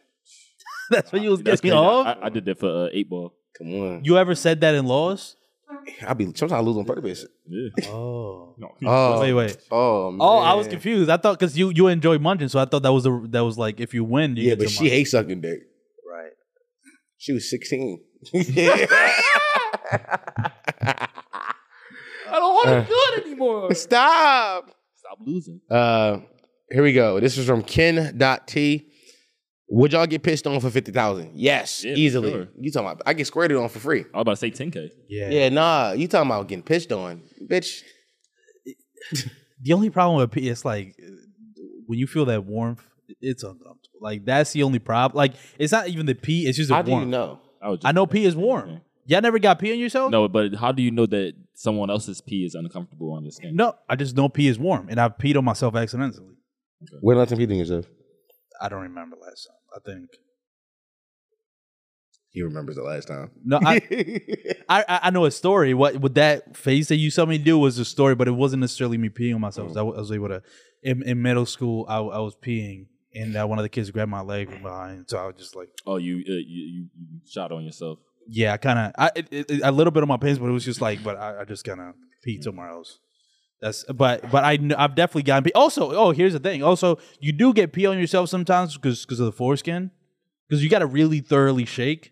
That's what you was That's getting crazy. off. I, I did that for uh, eight ball. Come on. you ever said that in laws? I be sometimes I lose on purpose. [laughs] Yeah. Oh. No. Oh, Wait, wait. oh, man. Oh, I was confused. I thought because you you enjoy munching, so I thought that was the that was like if you win, you Yeah, get but to she munch. hates sucking dick. Right. She was sixteen. [laughs] I don't want to do it anymore. Uh. Stop. Stop losing. Uh, here we go. This is from Ken.T. Would y'all get pissed on for fifty thousand? Yes, Yeah, for easily. sure. You talking about? I get squirted on for free. I was about to say 10k. Yeah. Yeah, nah. You talking about getting pissed on, bitch? The only problem with P, it's like uh, when you feel that warmth, it's uncomfortable. Like that's the only problem. Like it's not even the pee. It's just the How do you warmth. know? I was. Just I know pee is warm. Okay. Y'all never got pee on yourself? No, but how do you know that someone else's pee is uncomfortable on your skin? No, I just know pee is warm, and I peed on myself accidentally. We're not competing yourself. I don't remember last time. I think He remembers the last time. no. I I, I- I know a story. What with that face that you saw me do was a story, but it wasn't necessarily me peeing on Mm. myself. I was I was able to. In, in middle school, I, I was peeing, and uh, one of the kids grabbed my leg from behind, so I was just like, Oh, you, uh, you you you shot on yourself. yeah, I kind of, I it, it, a little bit of my pants, but it was just like, but I, I just kind of Mm. peed somewhere else. That's but but I kn- I've definitely gotten pee. Also, oh here's the thing. Also, you do get pee on yourself sometimes because because of the foreskin, because you got to really thoroughly shake.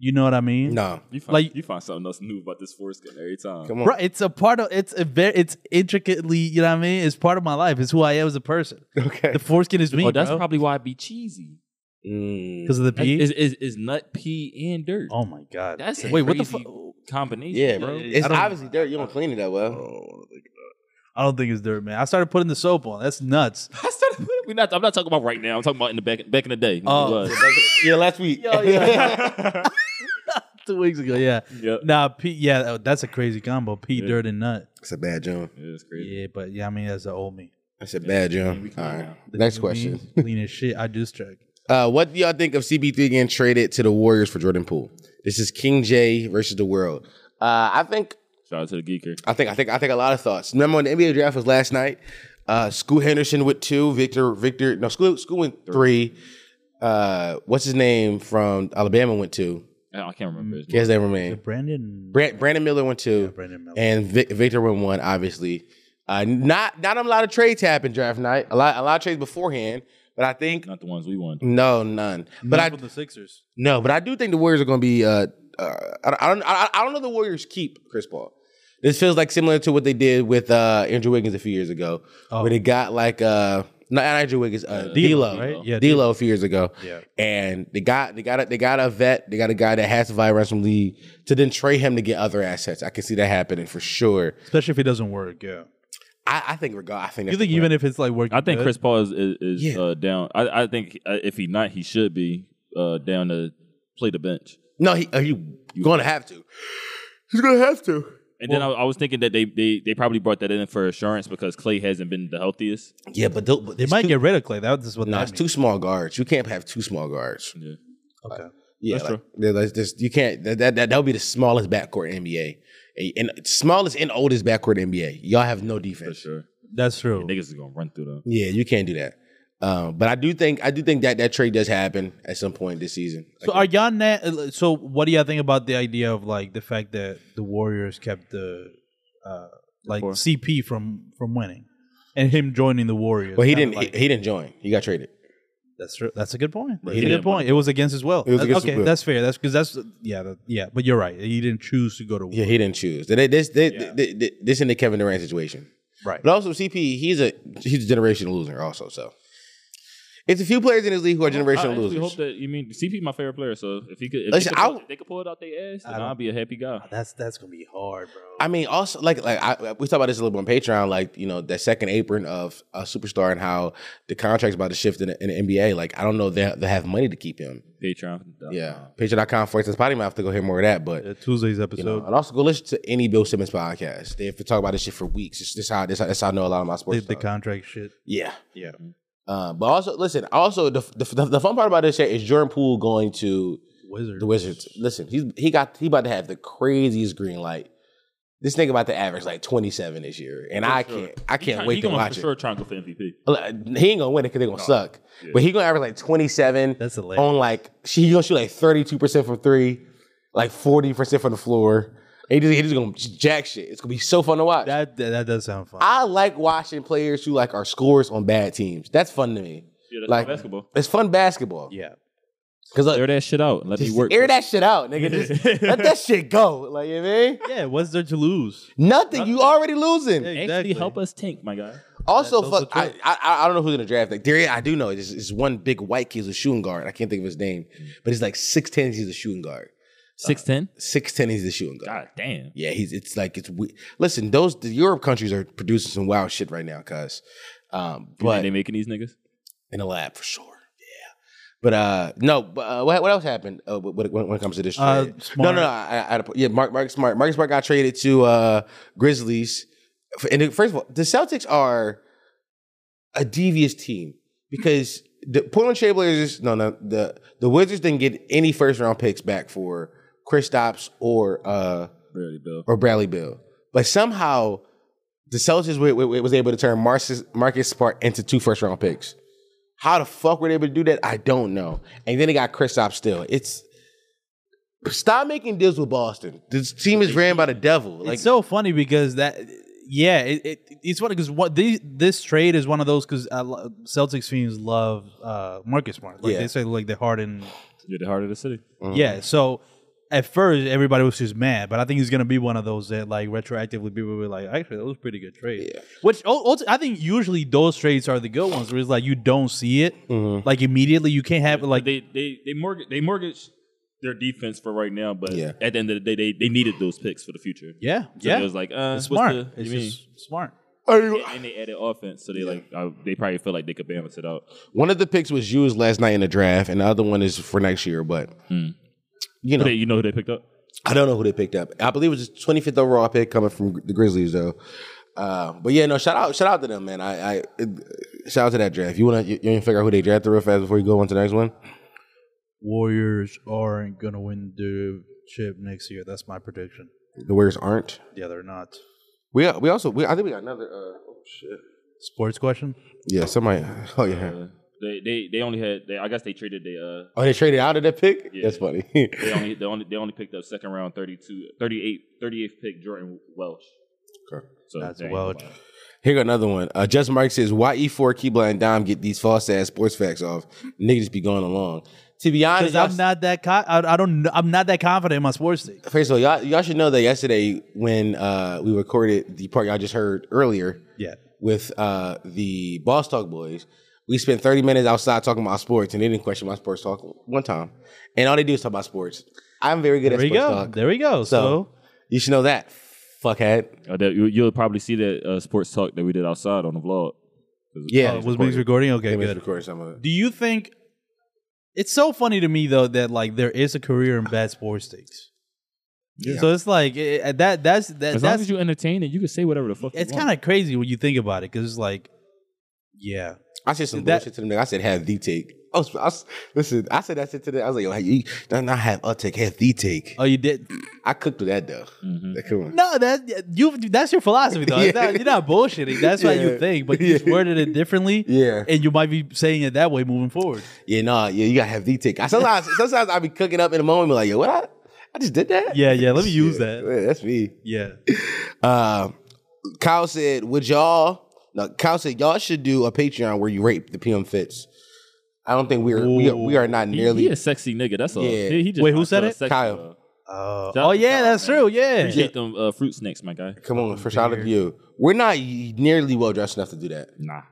You know what I mean? No, You find, Like- you find something else new about this foreskin every time. come on. Bro, it's a part of it's a very it's intricately, you know what I mean? It's part of my life. It's who I am as a person. Okay. The foreskin is me, oh, that's bro, probably why I be cheesy. Mm. because of the pee. Is is is nut pee and dirt? oh my god. that's a Wait, what the crazy fuck? combination. Yeah, Oh. bro. It's I don't- obviously dirt. You don't clean it that well. I don't think it's dirt, man. I started putting the soap on. That's nuts. [laughs] I started, we not, I'm not talking about right now. I'm talking about in the back back in the day. Oh. [laughs] It was. yeah, last week. [laughs] two weeks ago. Yeah. Yep. Nah, P, yeah, oh, that's a crazy combo. P Dirt and Nut. That's a bad jump. Yeah, it's crazy. Yeah, but yeah, I mean that's the old me. That's a bad jump. All right. Next question. [laughs] Me, Clean as shit. I do check. Uh, what do y'all think of CB3 getting traded to the Warriors for Jordan Poole? This is King J versus the world. Uh, I think Shout out to the geeker. I think I think I think a lot of thoughts. Remember when the NBA draft was last night? Uh Scoot Henderson with two, Victor, Victor, no, Scoot Scoot went three. Uh what's his name from Alabama went two. I can't remember his name. Can't his name remain. Brandon. Brand, Brandon Miller went two. Brandon Miller. And Vic, Victor went one, obviously. Uh not not a lot of trades happened draft night. A lot a lot of trades beforehand, but I think Not the ones we won. no, none. But I With the Sixers. no, but I do think the Warriors are going to be. Uh, uh, I, don't- I don't. I, I don't know. if The Warriors keep Chris Paul. This feels like similar to what they did with uh, Andrew Wiggins a few years ago, where they got like uh, not Andrew Wiggins, uh, D'Lo, right? Yeah, Oh. Yeah, D'Lo a few years ago. Yeah. and they got they got a, they got a vet, they got a guy that has to violate ransom league to then trade him to get other assets. I can see that happening for sure. Especially if it doesn't work. Yeah. I, I think regard. I think You that's think the even if it's like working, I think good, Chris Paul is is, is Yeah. uh, down. I, I think uh, if he not, he should be uh, down to play the bench. no, he, uh, you going to have to. He's going to have to. And then I, I was thinking that they, they they probably brought that in for assurance because Clay hasn't been the healthiest. Yeah, but, they'll- but they might get rid of Clay. That's what No, that it's two small guards. You can't have two small guards. Yeah. Okay. Yeah, like, yeah, that's just- you can't. That that that would be the smallest backcourt in NBA, and, and smallest and oldest backcourt in NBA. Y'all have no defense. Sure, That's true. niggas is gonna run through them. Yeah, you can't do that. Um, but I do think I do think that that trade does happen at some point this season. So are y'all na- So what do y'all think about the idea of like the fact that the Warriors kept the uh, like Four. CP from from winning, and him joining the Warriors? Well, he Kinda didn't. like- he, he didn't join. He got traded. that's true. That's a good point. That's he a good didn't point. It was against his will. It was against his okay, will. that's fair. That's because that's yeah, that, yeah. But you're right. He didn't choose to go to war. Yeah, he didn't choose. They- This this this, this, this in the Kevin Durant situation. Right. But also CP, he's a he's a generational loser. Also, so it's a few players in his league who are I generational actually losers. hope that you mean CP my favorite player. So if he could, if Listen, they, could I- pull, if they could pull it out their ass, then I'd be a happy guy. That's that's gonna be hard, bro. I mean, also like like I, we talk about this a little bit on Patreon, like you know that second apron of a superstar and how the contract's about to shift in, the- in the NBA. Like I don't know they they have money to keep him. Patreon. Yeah, Patreon.com for instance, potty mouth to go hear more of that. But Uh, Tuesday's episode. you know, and also go listen to any Bill Simmons podcast. They have to talk about this shit for weeks. It's this how this how, this how I know a lot of my sports. the, the stuff. contract shit. yeah, Yeah. uh, but also listen. Also, the, the the fun part about this shit is Jordan Poole going to Wizard. the Wizards. Listen, he's he got he about to have the craziest green light. This nigga about to average like twenty seven this year, and I can't I can't wait he to gonna watch for it. sure try and go for MVP. Like, He ain't gonna win it because they gonna suck, but he gonna average like twenty seven. That's hilarious. on like she gonna shoot like thirty two percent from three, like forty percent from the floor. And he just, he just gonna jack shit. It's gonna be so fun to watch. That, that that does sound fun. I like watching players who like are scores on bad teams. That's fun to me. Yeah, that's Like- like, basketball. It's fun basketball. yeah. Cause Air look, that shit out. and Let me just work. air that shit out, [laughs] nigga. Just let that shit go. Like you know what I mean. Yeah. What's there to lose? Nothing. You already losing. Actually, help us tank, my Uh, guy. Also, That's fuck. also I, true. I I don't know who's in the draft. Like there, I do know it's, it's one big white kid who's a shooting guard. I can't think of his name, Mm. but he's like six ten. He's a shooting guard. Six ten. Six ten. He's a shooting guard. God damn. Yeah, he's. It's like it's. We- Listen, those the Europe countries are producing some wild shit right now, cuz. Um, But but they making these niggas. in the lab for sure. Yeah. But uh, no. But uh, what, what else happened? Uh, when, when when it comes to this Uh, trade? No, Smart. no, no. I, I, I- yeah, Mark, Mark Smart. Mark Smart got traded to uh, Grizzlies. And then, first of all, the Celtics are a devious team because the Portland Trailblazers, no, no, the the Wizards didn't get any first round picks back for Chris Stops or uh, Really, Bill. or Bradley Bill, but somehow the Celtics wa- wa- was able to turn Marcus Marcus Smart into two first round picks. How the fuck were they able to do that? I don't know. And then they got Kristaps still. It's stop making deals with Boston. This team is ran by the devil. Like it's so funny because that yeah it, it, it's funny because what these, this trade is one of those because Celtics fans love uh, Marcus Smart like Yeah. they say like the [laughs] Harden You're the heart of the city. yeah so at first everybody was just mad but I think he's gonna be one of those that like retroactively people were like actually that was a pretty good trade yeah. which ul- ul- I think usually those trades are the good ones where it's like you don't see it Mm-hmm. like immediately you can't have like Like they they they mortgage they mortgage their defense for right now, but Yeah. at the end of the day, they, they needed those picks for the future. yeah So yeah it was like, uh, it's what's smart the- it's you mean? just smart and they added offense, so they like uh, they probably feel like they could balance it out. one of the picks was Mm. used last night in the draft, and the other one is for next year. But you know, They- you know who they picked up? I don't know who they picked up. I believe it was just 25th overall pick coming from the Grizzlies though. Uh, but yeah, no, shout out, shout out to them, man. I, I shout out to that draft. You wanna you, you wanna figure out who they drafted real fast before you go on to the next one? Warriors aren't gonna win the chip next year. That's my prediction. The Warriors aren't. Yeah, they're not. We uh, we also we, I think we got another. Uh, oh shit. Sports question. Yeah, somebody. [laughs] Oh yeah. Uh, they, they they only had they, I guess they traded they uh Oh, they traded out of that pick. Yeah. That's funny. [laughs] they only they only they only picked up second round 32 38 38th pick Jordan Welsh. Okay. So That's there you Welch. go. Here go another one. Uh, Just Mark says, "Why E4 Keebler and Dom get these false ass sports facts off? Niggas be going along." To be honest, Because y'all, I'm not that. Co- I, I don't. kn- I'm not that confident in my sports team. first of all, y'all, y'all should know that yesterday when uh, we recorded the part y'all just heard earlier Yeah. with uh, the Boss Talk Boys, we spent thirty minutes outside talking about sports, and they didn't question my sports talk one time. And all they do is talk about sports. I'm very good There at we sports go. talk. There we go. So, So- You should know that, fuckhead. Uh, that- you, you'll probably see that uh, sports talk that we did outside on the vlog. Yeah, Oh, was Migs recording? Okay, Let's good. record some of it. Do you think it's so funny to me though that like there is a career in bad sports takes? So it's like eh, that. That's that, As long that's. as you entertain it, you can say whatever the fuck. it's kind of crazy when you think about it because it's like, yeah, I said some That- bullshit to them. nigga. I said have the take. I was, I was- listen. I said that shit to them. I was like, yo, you don't not have a take, have the take. oh, you did. I cooked with that though. Mm-hmm. Like, come on. Mm-hmm. No, that you. That's your philosophy, though. It's Yeah. not- you're not bullshitting. That's what Yeah. you think, but you just Yeah. worded it differently. Yeah. and you might be saying it that way moving forward. Yeah, nah, yeah, you gotta have the take. I, sometimes, sometimes I be cooking up in the moment, be like, yo, what I, I just did that. Yeah, yeah. Let me use Yeah, that. yeah, that's me. Yeah, Uh, Kyle said, would y'all? No, Kyle said y'all should do a Patreon where you rate the PM fits. I don't think we're we are, we are not He- nearly. He, a sexy nigga. That's all. Yeah. He, he just Wait, who not said so it? sexy, Kyle. though. Oh, Shout out oh to yeah, Kyle, that's man. true. Yeah. Appreciate them uh, fruit snakes, my guy. Come on, for shout out to you. We're not nearly well dressed enough to do that. Nah,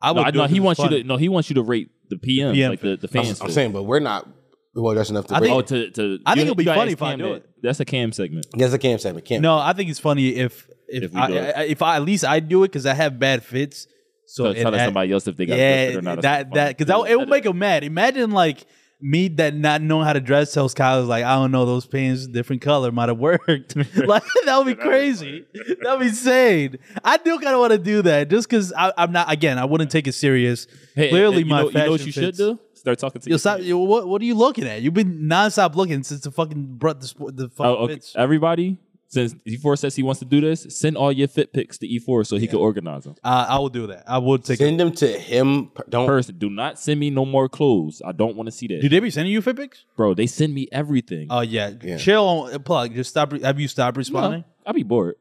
I no, I- do it no, 'cause he it's wants funny. you to no, he wants you to rate the PMs, PM like the, the I'm, fans. I'm do. saying, but we're not well dressed enough to I rate. think- oh, to, to I think you- it'll be you gotta funny ask if I Cam do that. it. That's a Cam segment. That's a cam segment. Cam. No, I think it's funny if if, If we I, do it. I- if I at least I do it because I have bad fits. So So it tell that add- somebody else if they got yeah, it or not. That's that funny. that because it will That make them mad. Imagine like me that not knowing how to dress tells Kyle like I don't know those pants different color might have worked. [laughs] like that would be crazy. that would be insane. I do kind of want to do that just because I'm not again. I wouldn't take it serious. Hey, Clearly, you my know, you know what fashion you should fits- do? Start talking to Yo, your stop! fans. Yo, what what are you looking at? You've been nonstop looking since the fucking brought the sp- the fucking Oh, okay. fits. Everybody, since E4 says he wants to do this, send all your fit pics to E4 so he can organize them. Uh, I will do that. I will take. Send them to him. Don't. [laughs] Person, do not send me no more clothes. I don't want to see that, Do they be sending you fit pics? bro. They send me everything. Oh yeah. chill on plug. Just stop. Re- have you stopped responding? I'll be bored.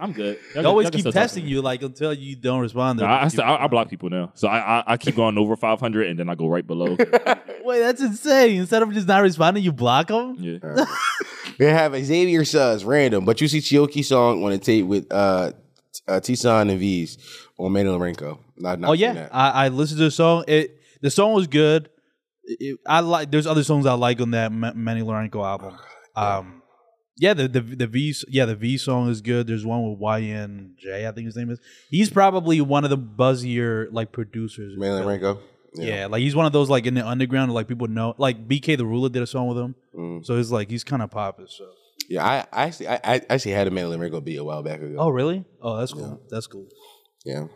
I'm They good. Y'all can- always y'all can keep still talk to testing me. you like until you don't respond. Nah, I, I, still- I, I block people now, so I, I I keep going over 500 and then I go [laughs] right below. Wait, that's insane. Instead of just not responding, you block them. yeah. They have Xavier Suggs, random, but you see Chioki song on a tape with uh, t- uh Tisan and V's on Manuel Renko. Not, not Oh seen yeah, that. I, I listened to the song. It the song was good. It- it- I like. There's other songs I like on that Ma- Manny Lorenco album. Um, yeah, the the the V yeah the V song is good. There's one with YNJ, I think his name is. He's probably one of the buzzier like producers. Manuel Renko. Yeah. like he's one of those like in the underground, like people know. Like BK the Ruler did a song with him, Mm. so it's like he's kind of popular. So. Yeah, I, I actually I, I actually had a Manuel Renko beat a while back ago. Oh really? Oh, that's cool. That's cool. Yeah.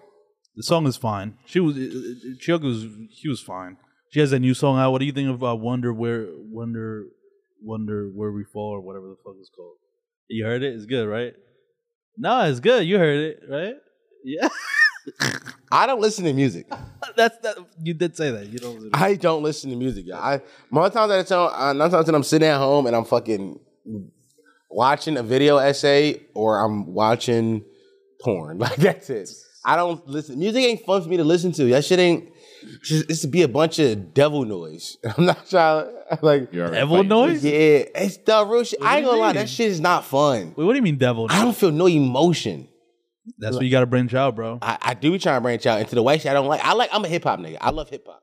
The song is fine. She was Chiyoko was she was fine. She has a new song out. What do you think of uh, Wonder Where Wonder Wonder Where We Fall or whatever the fuck it's called? You heard it? It's good, right? No, it's good. You heard it, right? Yeah. [laughs] I don't listen to music. That's that you did say that. You don't I don't listen to music. y'all. I most times at a time, uh, nine times when I'm sitting at home and I'm fucking watching a video essay or I'm watching porn. [laughs] Like that's it. I don't listen. Music ain't fun for me to listen to. That shit ain't. It's, just- it's be a bunch of devil noise. [laughs] I'm not trying. [laughs] Like You're all right. Devil Fight. noise? Wait, yeah, it's the real shit. I ain't do gonna you lie. mean? That shit is not fun. what do you mean devil I noise? don't feel no emotion. That's what you gotta branch out, bro. I, I do be trying to branch out into the white shit I don't like. I like I'm a hip hop nigga. I love hip hop.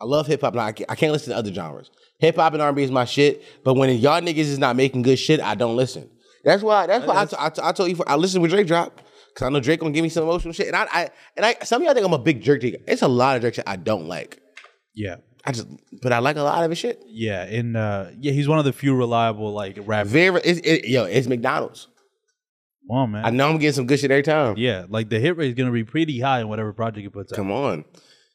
I love hip hop. Now I can't, I can't listen to other genres. Hip hop and R&B is my shit. But when y'all niggas is not making good shit, I don't listen. That's why. That's why I t- I, t- I told you. I listen when Drake drop because I know Drake gonna give me some emotional shit. And I, I and I some of y'all think I'm a big jerk. Digger. It's a lot of jerk shit I don't like. Yeah. I just, but I like a lot of his shit. Yeah, and uh, yeah, he's one of the few reliable like rap. Very, it's, it, yo, it's McDonald's. Come on, man. I know I'm getting some good shit every time. Yeah, like the hit rate is gonna be pretty high in whatever project he puts out. Come on.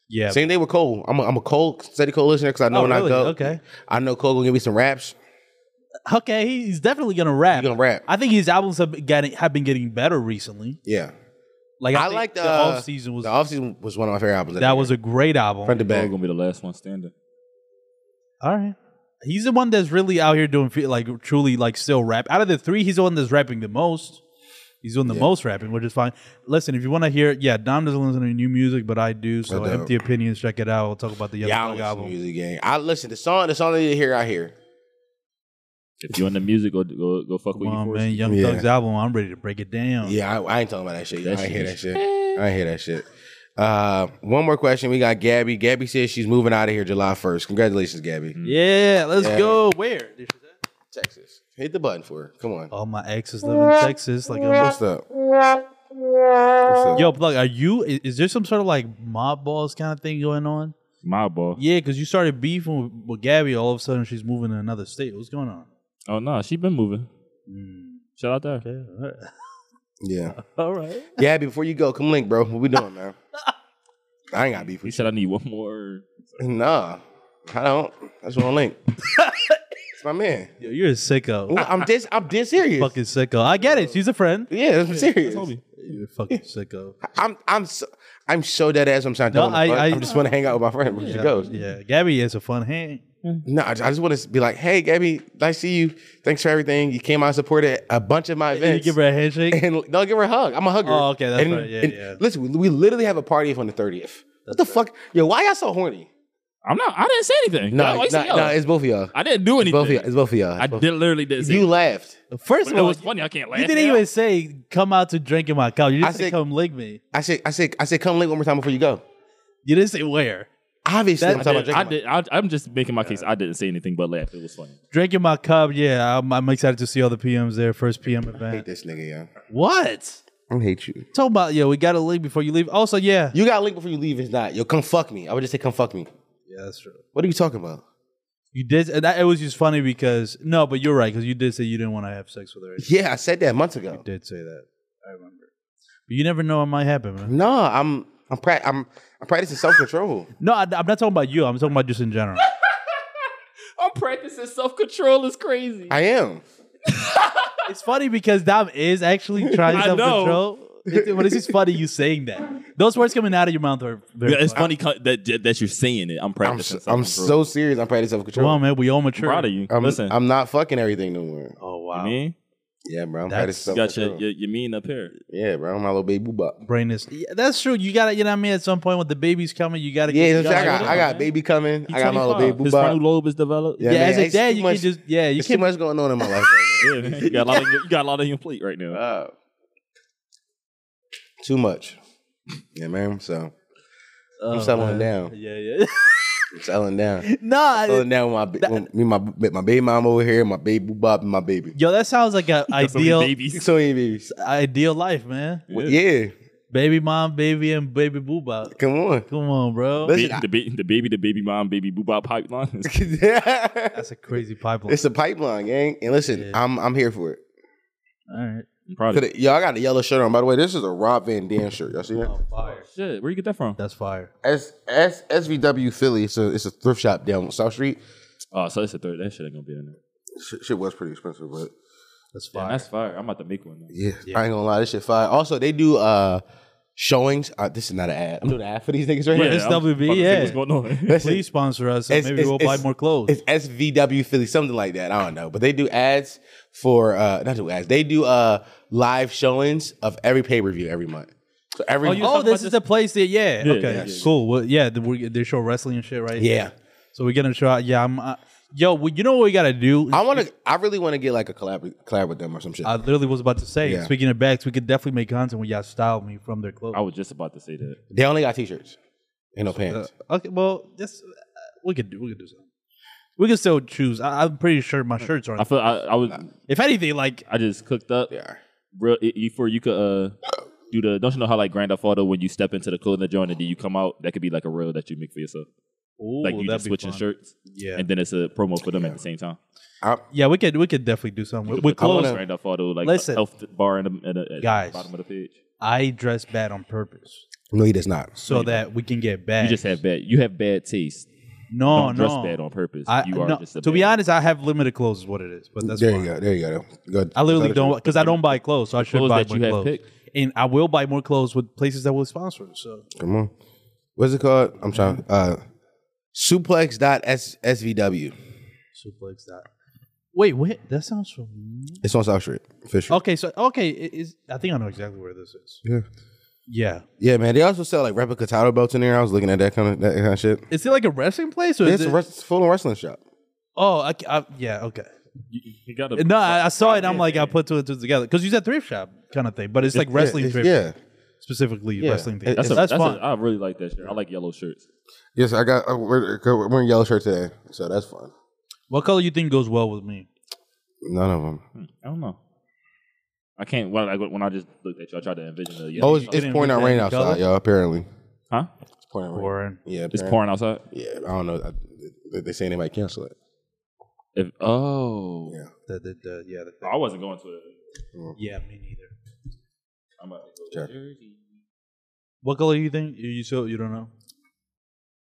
Yeah, Same day with Cole. I'm a, I'm a Cole, steady Cole listener because I know Oh, when really? I go. Okay. I know Cole gonna give me some raps. okay, he's definitely gonna rap. He gonna rap. I think his albums have been getting have been getting better recently. Yeah. Like I I, think like the, the uh, off season was The offseason was one of my favorite albums. that was a great album. front to Dog back. gonna be the last one standing. All right. He's the one that's really out here doing fe- like truly like still rap. Out of the three, he's the one that's rapping the most. He's doing the most rapping, which is fine. Listen, if you want to hear, yeah, Dom doesn't listen to new music, but I do. So I don't. empty opinions, check it out. We'll talk about the Young uh, Yeah, I don't listen to Thug album. music gang. I listen the song. The song that you hear, I hear. If you in the music, go go, go fuck Come with on, you. man, Young Yeah. Thug's album. I'm ready to break it down. Yeah, I, I ain't talking about that shit. That I ain't shit hear is- that shit. I ain't hear that shit. Uh, one more question. We got Gabby. Gabby says she's moving out of here July 1st. Congratulations, Gabby. Mm-hmm. Yeah, let's Yeah. go. Where? Texas. Hit the button for her. Come on. All my exes live in Texas. Like, I'm What's up? What's up? yo, plug. Are you? i- Is there some sort of like mob balls kind of thing going on? My ball. Yeah, because you started beefing with, with Gabby. All of a sudden, she's moving to another state. What's going on? Oh no, she been moving. Mm. Shout out there. Yeah. [laughs] All right. Gabby, before you go, come link, bro. [laughs] What we doing, man? I ain't got beef He with said I need one more. you. Nah. I don't. I just want to [laughs] link. it's my man. Yo, you're a sicko. I'm dis I'm dead serious. fucking sicko. I get it. She's a friend. Yeah, I'm serious. You're a [laughs] fucking sicko. I'm I'm so, I'm so dead ass. I'm trying to. No, No, I, I- I- just want to hang out with my friend when she goes. Yeah, Gabby is a fun hand. No, I, I just want to be like, hey, Gabby, nice to see you. Thanks for everything. You came out and supported a bunch of my You events. give her a [laughs] handshake. and no, give her a hug. I'm a hugger. Oh, okay, that's and, right. Yeah, and yeah. Listen, we, we literally have a party on the 30th. What the fuck, yo? Why y'all so horny? I'm not. I didn't say anything. No, Why no, you say, yo? no, it's both of y'all. I didn't do It's both of anything. y'all. It's both of y'all. I It's both- did literally did. You laughed. First But of it all, was funny. I can't laugh. you didn't now. even say come out to drink in my couch. You I just said said- come lick me. I said, I said, I said, come link one more time before you go. You didn't say where. Obviously, That- I'm I talking did, I about drinking. did, I, I'm just making my case. I didn't say anything but laugh. It was funny. Drink in my cup. Yeah, I'm, I'm excited to see all the PMs there. First PM I hate event. this nigga, yo. What? I hate you. Talk about yo. We got to leave before you leave. Also, yeah. You got a link before you leave. It's not. Yo, come fuck me. I would just say, come fuck me. Yeah, that's true. What are you talking about? You did. And that, it was just funny because no, but you're right because you did say you didn't want to have sex [laughs] with her. You Yeah, I said that months ago. did say that. I remember. But you never know what might happen, man. No, I'm I'm pra- I'm I'm practicing self control. No, I, am not talking about you. I'm talking about just [laughs] in general. I'm practicing self control is crazy. I am. it's funny because Dom is actually [laughs] trying I self know. control. It, but it's just funny you saying that. Those words coming out of your mouth are very Yeah, it's funny. funny co- that that you're saying it. I'm I'm practicing. so, I'm self-control. so serious. I'm practicing self Come control. on, man. We all mature. proud of you. I'm, Listen, I'm not fucking everything no more. Oh you wow. mean Yeah, bro. I'm That's- practicing self you got your, control. your your mean up here. Yeah, bro. I'm my little baby bop. Brain is. Yeah, that's true. You got to. You know what I mean. At some point, when the baby's coming, you got to. Yeah, you know get, what I'm saying? I got gotta get I it. got baby coming. I got my little baby His bop. frontal lobe [laughs] is developed. Yeah, as a it's dad, too you much- can just. Yeah, you There's too can. much going on in my life. Right Yeah, man. you got a lot on your, you got a lot on your plate right now. now. Uh, too much. Yeah, man. So I'm settling down. Oh, Yeah, yeah. [laughs] I'm settling down. no, Other than I, that, when my, when me, and my, with my baby mom over here, my baby bop, and my baby. yo, that sounds like a So we ideal babies. So many babies. ideal life, man. Yeah. Baby mom, baby, and baby booba. come on. Come on, bro. Listen, Ba- the, ba- the baby, the baby mom, baby boo bop pipeline. [laughs] That's a crazy [laughs] pipeline. it's a pipeline, gang. And listen, Yeah. I'm I'm here for it. All right. I'm proud of Coulda- Yo, I got a yellow shirt on. By the way, this is a Rob Van Dam shirt. Y'all see that? Fire. you. Shit, where you get that from? That's fire. S, S, SVW Philly. It's a it's a thrift shop down South Street. Oh, so that's a third. That shit ain't gonna be in there. Shit, shit was pretty expensive, but That's Damn, fire. that's fire. I'm about to make one. Now. yeah, I ain't gonna lie, this shit fire. Also, they do uh showings. Uh, this is not an ad. I'm doing an ad for these niggas right Yeah, here. it's I'm about to WB, see yeah. What's going on? Listen, Please sponsor us. and It's- maybe it's- we'll buy it's- more clothes. It's SVW Philly, something like that. I don't know, but they do ads for uh not do ads. They do uh live showings of every pay per view every month. So every oh, this is the place that yeah. Yeah, okay, yeah, yeah. cool. Well, yeah, the, we they show wrestling and shit, right? yeah. So we're gonna try. Yeah, I'm. Uh, yo, well, you know what we gotta do? I want to. I really want to get like a collab, collab with them or some shit. I literally was about to say. Yeah. Speaking of bags, we could definitely make content when y'all style me from their clothes. I was just about to say that. they only got t-shirts and no pants. Uh, okay, well, that's uh, we could do. We could do something. We could still choose. I, I'm pretty sure my shirts I aren't. feel I, I was If anything, like I just cooked up. They are. real i- before you could uh do the don't you know how like Grand Theft Auto when you step into the clothing joint and then you come out that could be like a reel that you make for yourself. Ooh, like you that'd just be switching fun. shirts, Yeah. and then it's a promo for them at the same time. yeah, we could we could definitely do something with, with Put the clothes. brand up for the, like Listen. health bar in the, at the, at Guys. the bottom of the page. I dress bad on purpose No, he does not. so that we can get bad. You just have bad. You have bad taste. no, Don't Oh, no. dress bad on purpose. I, you are no, just a to be bad- honest, I have limited clothes. Is what it is, but that's there fine. you go. There you go. Good. I literally don't because I don't buy clothes, so I should clothes buy that more you have clothes. picked. And I will buy more clothes with places that will sponsor. us, So Come on. What's it called? I'm trying. Uh, suplex.svw. suplex that. Wait, wait, that sounds familiar. It's on South Street. Fisher. Okay, so okay, it is I think I know exactly where this is. Yeah. Yeah, Yeah, man. They also sell like replica title belts in there. I was looking at that kind of that kind of shit. is it like a wrestling place or It's is a it? rest, full on wrestling shop. oh, I, I, yeah, okay. You got No, I, I saw it. I'm like, I put two and two together because you said thrift shop kind of thing, but it's like wrestling yeah, thrift, Yeah. specifically wrestling thing. That's, That's, a, that's, fun. A, I really like that shirt. I like yellow shirts. Yes, I got. uh, I'm wearing I'm wearing a yellow shirt today, so that's fun. what color you think goes well with me? None of them. I don't know. I can't. Well, I, when I just looked at you, I tried to envision the yellow. Oh, it's, shirts. it's pouring out with rain that outside, color? y'all. Apparently, huh? it's pouring out rain. Warren. Yeah, It's apparently. pouring outside. Yeah, I don't know. I, they- they saying they might cancel it. If, oh, Yeah. The, the, the, yeah, the, I wasn't going to it. yeah, me neither. I'm about to go. Okay. What color you think? You, you so you don't know?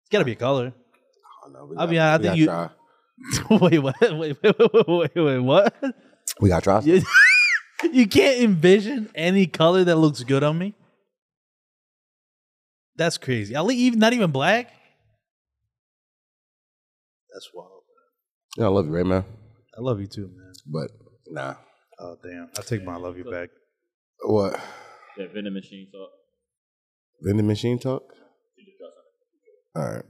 It's gotta be a color. I [laughs] don't know. We I'll got- be honest, I we think gotta wait, what? [laughs] Wait, wait, wait, wait, wait, what? try. We got to try. You, [laughs] you can't envision any color that looks good on me. That's crazy. I'll even not even black. That's wild. Yeah, I love you, right, man? I love you too, man. But nah. Oh damn, I take my love you back. What? That vending machine talk. Vending machine talk. All right.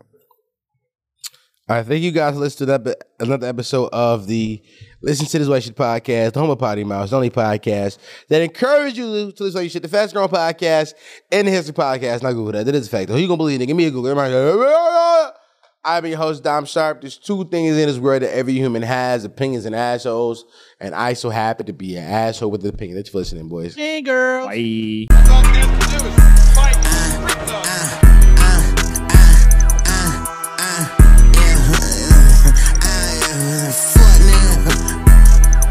All right, thank you guys for listening to that, another episode of the Listen to This Way Shit podcast, the home of Potty Mouse, the only podcast that encourages you to listen to your shit, the fast growing podcast and the history podcast. Not Google that. That is a fact. Who you gonna believe? Nigga, me a Google. Everybody go, I've been your host, Dom Sharp. There's two things in this world that every human has opinions and assholes. And I so happen to be an asshole with an opinion. Thanks for listening, boys. Hey, girl. Fuck nigga.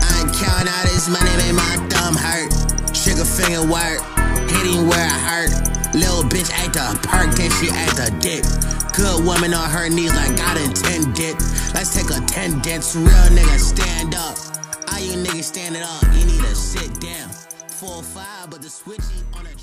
I count all this money, made my thumb hurt. Trigger finger work, hitting where I hurt. Little bitch ate the perk, then she ate the dick. Good woman on her knees like God intended. Let's take a ten dance, real nigga stand up. All you niggas standing up, you need to sit down. Four five, but the switchy on a.